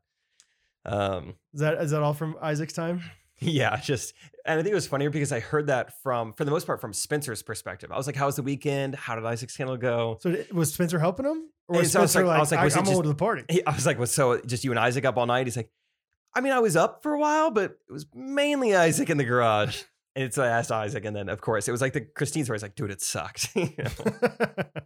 Um, Is that is that all from Isaac's time? yeah, just and I think it was funnier because I heard that from, for the most part, from Spencer's perspective. I was like, "How was the weekend? How did Isaac's candle go?" So it- was Spencer helping him, or was And so I was Spencer like- I like, was like, I was it am just- going to the party? He, I was like, well, so just you and Isaac up all night? He's like, I mean, I was up for a while, but it was mainly Isaac in the garage. And so I asked Isaac, and then of course it was like the Christine story. It's like, dude, it sucked, you know?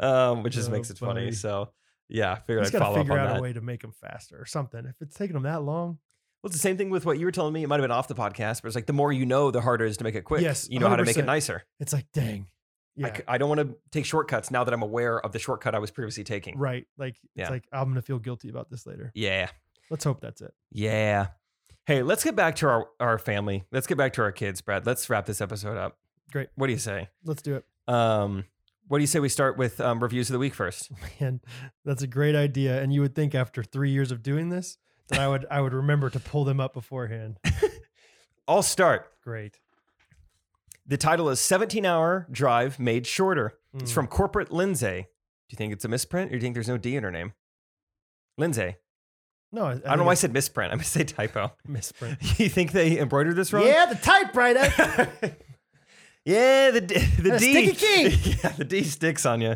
um, which just Oh, makes it funny. buddy. So yeah, I You figured just got I'd to follow up figure on out that. a way to make them faster or something. If it's taking them that long, Well, it's the same thing with what you were telling me. It might have been off the podcast, but it's like the more you know, the harder it is to make it quick. Yes, you know how to make it 100%. nicer. it's like, dang, I yeah, c- I don't want to take shortcuts now that I'm aware of the shortcut I was previously taking. right. Like Yeah. it's like I'm gonna feel guilty about this later. Yeah. Let's hope that's it. Yeah. Hey, let's get back to our, our family. Let's get back to our kids, Brad. Let's wrap this episode up. Great. What do you say? Let's do it, Um, what do you say we start with um, reviews of the week first? man. That's a great idea. And you would think after three years of doing this that I would I would remember to pull them up beforehand. I'll start. Great. The title is 17 Hour Drive Made Shorter. It's Mm. from Corporate Lindsay. Do you think it's a misprint or do you think there's no D in her name? Lindsay. No, I, I, don't know why I said misprint. I'm going to say typo. misprint. You think they embroidered this wrong? Yeah, the typewriter. Yeah, the D, the A sticky D key. yeah, the D sticks on you.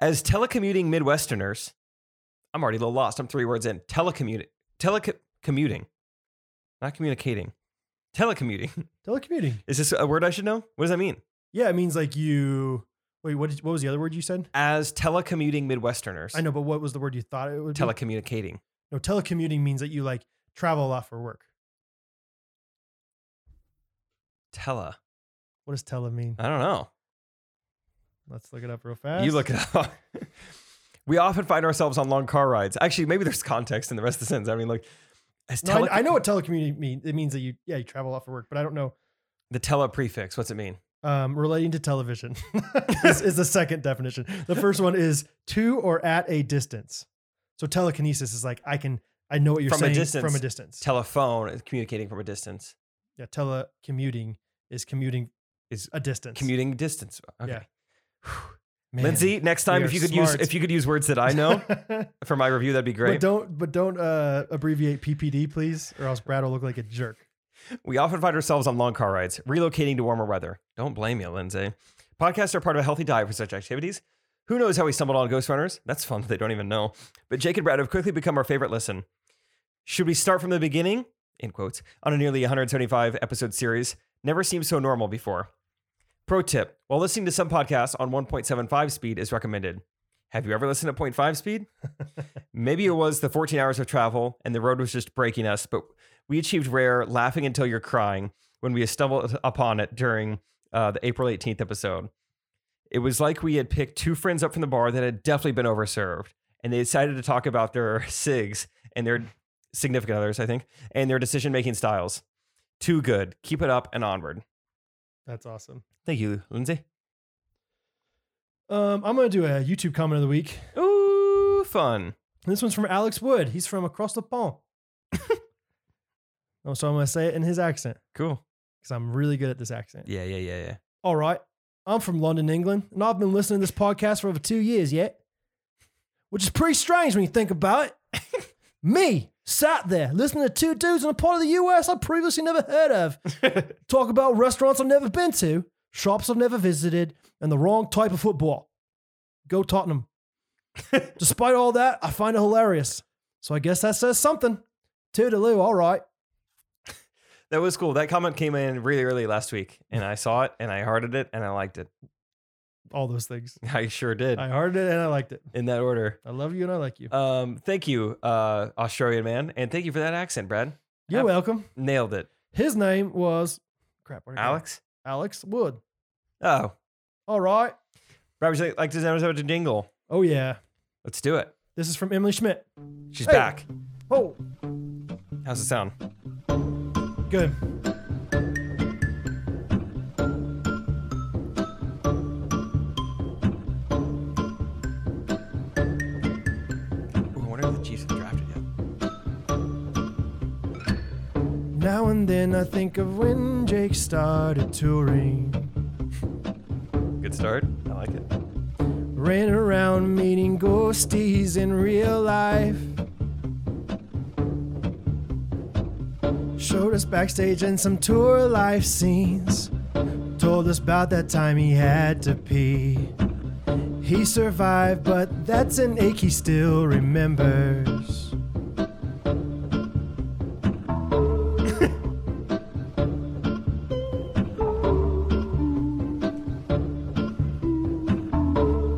As telecommuting Midwesterners, I'm already a little lost. I'm three words in. Telecommuting, telecommuting, not communicating. Telecommuting. Telecommuting. Is this a word I should know? What does that mean? Yeah, it means like you Wait, what, did, what was the other word you said? as telecommuting Midwesterners. I know, but what was the word you thought it would be? Telecommunicating. No, telecommuting means that you like travel a lot for work. Tele. What does tele mean? I don't know. Let's look it up real fast. Uh, You look it up. we often find ourselves on long car rides. Actually, maybe there's context in the rest of the sentence. I mean, like, as No, tele- I, I know what telecommuting means. It means that you, yeah, you travel a lot for work, but I don't know. the tele prefix. What's it mean? Um, relating to television is, is the second definition. The first one is to or at a distance. So telekinesis is like I can, I know what you're From a saying distance. from a distance. Telephone is communicating from a distance. yeah, telecommuting is commuting Is a distance. Commuting distance. Okay. Yeah. Man. Lindsay, next time we if are you could smart. use if you could use words that I know for my review, that'd be But great. don't but don't uh, abbreviate PPD, please, or else Brad will look like a jerk. We often find ourselves on long car rides, relocating to warmer weather. Don't blame you, Lindsay. Podcasts are part of a healthy diet for such activities. Who knows how we stumbled on Ghost Runners? That's fun. They don't even know. But Jake and Brad have quickly become our favorite listen. Should we start from the beginning? In quotes, on a nearly 175 episode series, never seemed so normal before. Pro tip while listening to some podcasts on 1.75 speed is recommended. Have you ever listened to 0.5 speed? Maybe it was the 14 hours of travel and the road was just breaking us, but we achieved rare laughing until you're crying when we stumbled upon it during uh, the April 18th episode. It was like we had picked two friends up from the bar that had definitely been overserved, and they decided to talk about their SIGs and their significant others, I think, and their decision making styles. Too good. Keep it up and onward. That's awesome. Thank you, Lindsay. Um, I'm gonna do a YouTube comment of the week. Ooh, fun. This one's from Alex Wood. He's from across the pond. oh, so I'm gonna say it in his accent Cool. because I'm really good at this accent. Yeah, yeah, yeah, yeah. All right. I'm from London, England, and I've been listening to this podcast for over two years yet, which is pretty strange when you think about it. Me sat there listening to two dudes in a part of the US I previously never heard of talk about restaurants I've never been to, shops I've never visited, and the wrong type of football. Go Tottenham. Despite all that, I find it hilarious. So I guess that says something. Toodaloo, all right. That was cool. That comment came in really early last week, and I saw it, and I hearted it, and I liked it. All those things. I sure did I heard it and I liked it. in that order. I love you and I like you. Um, thank you, uh, Australian man, and thank you for that accent, Brad. You're ab- welcome. Nailed it, His name was crap. where'd it go? Alex. Alex Wood. Oh, All right. Brad, would you like- like to have a jingle? Oh yeah. Let's do it. This is from Emily Schmidt. She's Hey. back. Oh, How's it sound? good. Ooh, I wonder if the Chiefs have drafted yet. Now and then I think of when Jake started touring, Good start. I like it. ran around meeting ghosties in real life. Showed us backstage and some tour life scenes. Told us about that time he had to pee. He survived, but that's an ache he still remembers.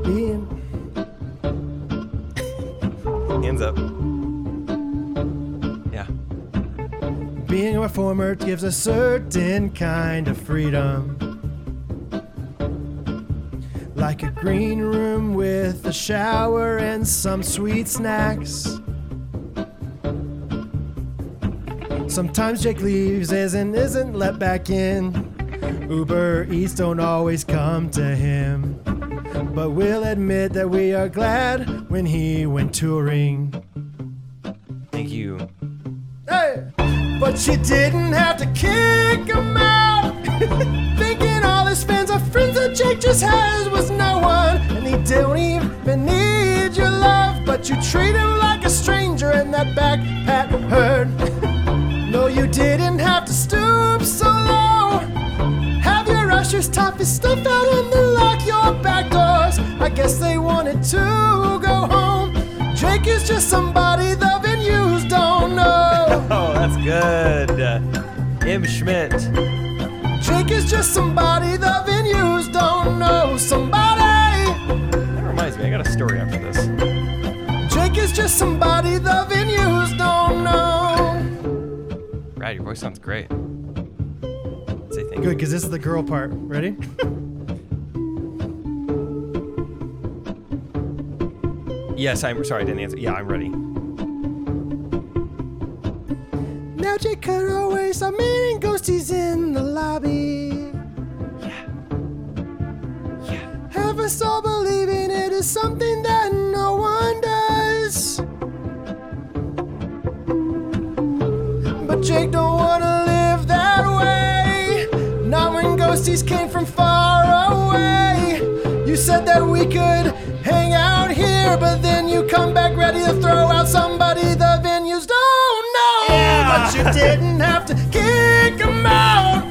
Being Hands up. Yeah. Being a reformer gives a certain kind of freedom. Like a green room with a shower and some sweet snacks. Sometimes Jake leaves as and isn't let back in. Uber Eats don't always come to him. But we'll admit that we are glad when he went touring. Thank you. Hey! But you didn't have to kick him out. Thinking all his fans are friends that Jake just has was no one. And he don't even need your love. But you treat him like a stranger, and that back pat hurt. no, you didn't have to stoop so low. Have your ushers top his stuff out and then lock your back doors. I guess they wanted to go home. Jake is just somebody the venues don't know. Oh, that's good. Uh, M. Schmidt. Jake is just somebody the venues don't know. Somebody got a story after this. Jake is just somebody the venues don't know. Brad, your voice sounds great. Say thank you. Good, because this is the girl part. Ready? Yes, I'm sorry, I didn't answer. Yeah, I'm ready. Now Jake could always a meeting ghosties in the lobby. Yeah. Yeah. Have us all believing it is something that no one does. But Jake don't wanna live that way. Not when ghosties came from far away. You said that we could hang out here, but then you come back ready to throw out somebody the venues don't know. But you didn't have to kick 'em out.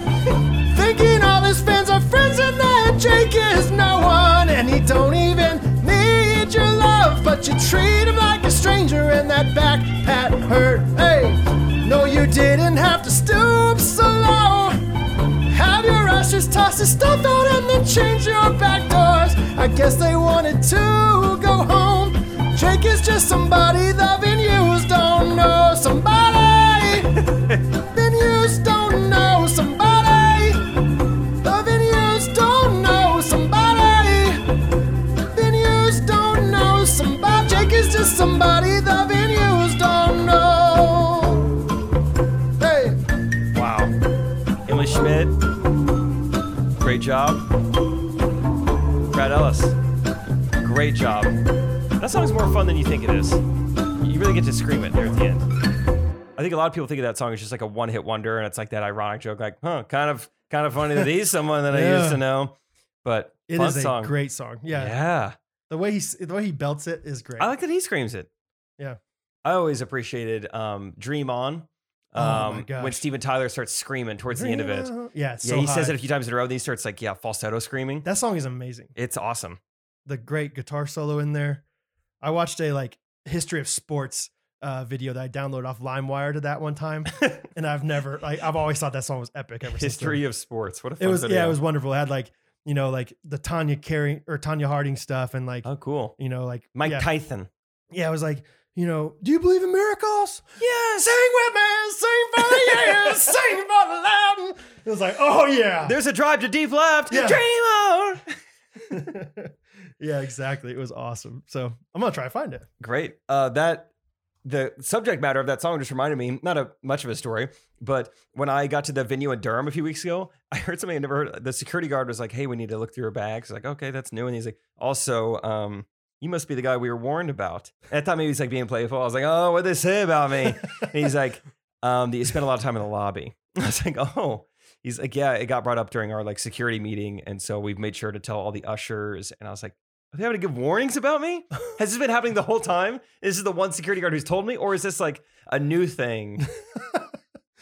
Thinking all his fans are friends and that Jake is no one and he don't even need your love. But you treat him like a stranger and that back pat hurt. Hey, no, you didn't have to stoop so low. Have your ushers toss his stuff out and then change your back doors. I guess they wanted to go home. Jake is just somebody the venues don't know. Somebody! venues don't know. Somebody! The venues don't know. Somebody! Venues don't know. Somebody! Jake is just somebody the venues don't know. Hey! Wow. Emily Schmidt, great job. Brad Ellis, great job. That song's more fun than you think it is. You really get to scream it there at the end. I think a lot of people think of that song as just like a one-hit wonder, and it's like that ironic joke, like, "Huh, kind of, kind of funny that he's someone that I Yeah. used to know." But It is fun a song. great song. Yeah. yeah. The way he s- the way he belts it is great. I like that he screams it. Yeah. I always appreciated um, "Dream On" um, Oh my when gosh. Steven Tyler starts screaming towards the end of it. Yeah, it's so yeah, he says high. it a few times in a row. Then he starts like, yeah, falsetto screaming. That song is amazing. It's awesome. The great guitar solo in there. I watched a like history of sports uh, video that I downloaded off LimeWire to that one time, and I've never like I've always thought that song was epic ever since. then. History of sports. What a fun It was video. yeah, it was wonderful. It had like you know like the Tanya Carey or Tanya Harding stuff, and like Oh, cool. you know like Mike yeah, Tyson. yeah, it was like you know, do you believe in miracles? Yes. Sing with me, sing for the years, sing for the land. It was like oh yeah, There's a drive to deep left. Yeah. Dream on. yeah, exactly. It was awesome. So I'm gonna try to find it. Great. Uh, that the subject matter of that song just reminded me not a much of a story, but when I got to the venue in Durham a few weeks ago, I heard something I never heard. The security guard was like, "Hey, we need to look through your bags." I was like, "Okay, that's new." And he's like, "Also, um, you must be the guy we were warned about." And I thought maybe he's like being playful. I was like, "Oh, what would they say about me?" And he's like, um, that you spent a lot of time in the lobby. I was like, oh. He's like, yeah, it got brought up during our like security meeting. And so we've made sure to tell all the ushers. And I was like, are they having to give warnings about me? Has this been happening the whole time? Is this the one security guard who's told me? Or is this like a new thing?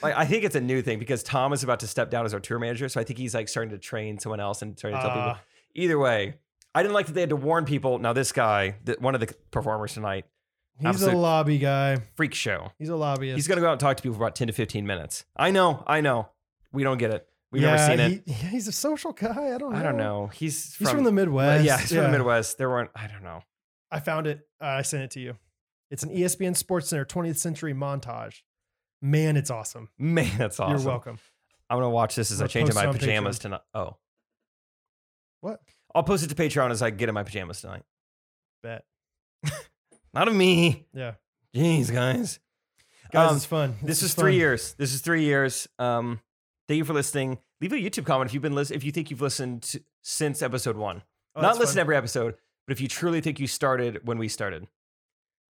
like, I think it's a new thing because Tom is about to step down as our tour manager. So I think he's like starting to train someone else and starting to tell people. Ah. Either way, I didn't like that they had to warn people. Now, this guy, th- one of the performers tonight, He's Absolute- a lobby guy. freak show. He's a lobbyist. He's going to go out and talk to people for about 10 to 15 minutes. I know, I know. We don't get it. We've yeah, never seen it. he- yeah, he's a social guy. I don't. know. I don't know. He's from, He's from, the Well, Midwest. yeah, he's from the Midwest. There weren't, I don't know. I found it. Uh, I sent it to you. It's an E ESPN Sports Center 20th Century montage. Man, it's awesome. Man, that's awesome. You're welcome. I'm going to watch this as I We'll change in post it my on pajamas Patreon. tonight. Oh, What? I'll post it to Patreon as I get in my pajamas tonight. Bet. Not of me. Yeah, Jeez, guys. guys, Um, it's fun. this is fun. three years. This is three years. Um, thank you for listening. Leave a YouTube comment if you've been listening. If you think you've listened to, since episode one, Oh, not that's listen fun. to every episode, but if you truly think you started when we started,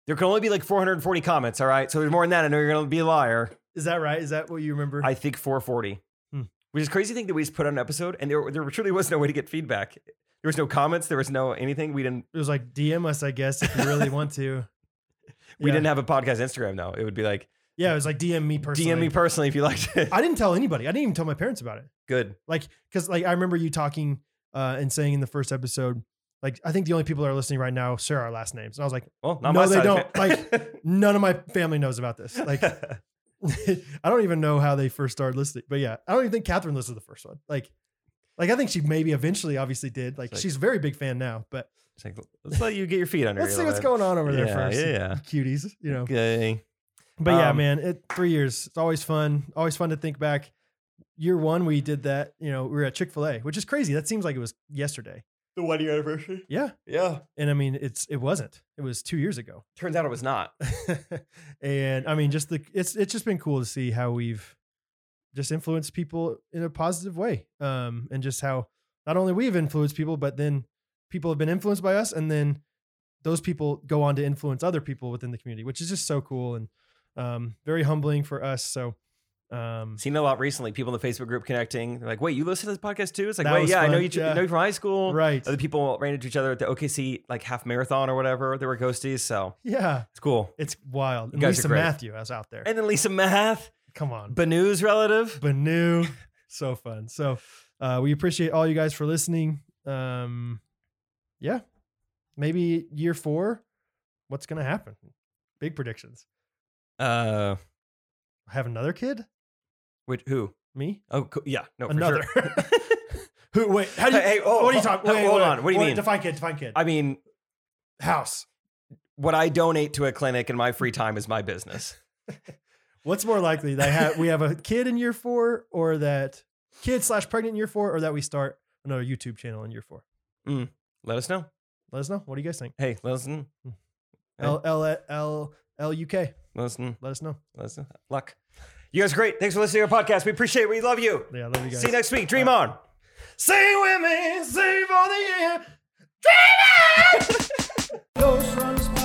there can only be like 440 comments. All right, so there's more than that. I know you're gonna be a liar. Is that right? Is that what you remember? I think 440, Hmm. which is crazy. Thing that we just put on an episode, and there there truly was no way to get feedback. There was no comments. There was no anything. We didn't it was like DM us, I guess, if you really want to. we Yeah. didn't have a podcast Instagram though. It would be like Yeah, it was like DM me personally. DM me personally if you liked it. I didn't tell anybody. I didn't even tell my parents about it. Good. like because like i remember you talking uh and saying in the first episode like i think the only people that are listening right now share our last names and i was like Well, not No, my they side. don't. none of my family knows about this like i don't even know how they first started listening but yeah i don't even think catherine listened to the first one like like i think she maybe eventually obviously did like, It's like- she's a very big fan now but It's like let's let you get your feet under. Let's you a see little what's bit. going on over there Yeah, first. yeah, yeah. Cuties, you know. Okay. But yeah, Um, man, it three years. It's always fun. Always fun to think back. Year one, we did that. You know, we were at Chick Fil A, which is crazy. That seems like it was yesterday. The one year anniversary. Yeah, Yeah. and I mean, it's it wasn't. It was two years ago. Turns out it was not. and I mean, just the it's it's just been cool to see how we've just influenced people in a positive way, um, and just how not only we've influenced people, but then people have been influenced by us, and then those people go on to influence other people within the community, which is just so cool and um, very humbling for us. So. Um, Seen it a lot recently. People in the Facebook group connecting. They're like, "Wait, you listen to this podcast too?" It's like, That "Wait, was yeah, I know fun. you. Yeah. know you from high school." right. Other people ran into each other at the OKC like half marathon or whatever. There were ghosties, so Yeah, it's cool. it's wild. You And guys are Lisa great. Matthew, I was out there. And then Lisa Math, Come on. Banu's relative. Banu. so fun. So uh, we appreciate all you guys for listening. Um, yeah, maybe year four. What's gonna happen? Big predictions. Uh, Have another kid? which who? Me? Oh, co- yeah, no, for another? sure. Who? Wait. How do you? Hey, hey, oh, what are you talking? ho- wait, hold wait, on. What do you wait, mean? Define kid. Define kid. I mean, House. what I donate to a clinic in my free time is my business. What's more likely that I have, we have a kid in year four, or that kid slash pregnant in year four, or that we start another YouTube channel in year four? Let us know. Let us know. What do you guys think? Hey, mm, listen, Hey. L L L L U K. listen, Let us know. listen. uh, Luck. You guys are great. Thanks for listening to our podcast. We appreciate it. We love you. Yeah, I love you guys. See you next week. Dream on. Sing with me, sing for the year. Dream on!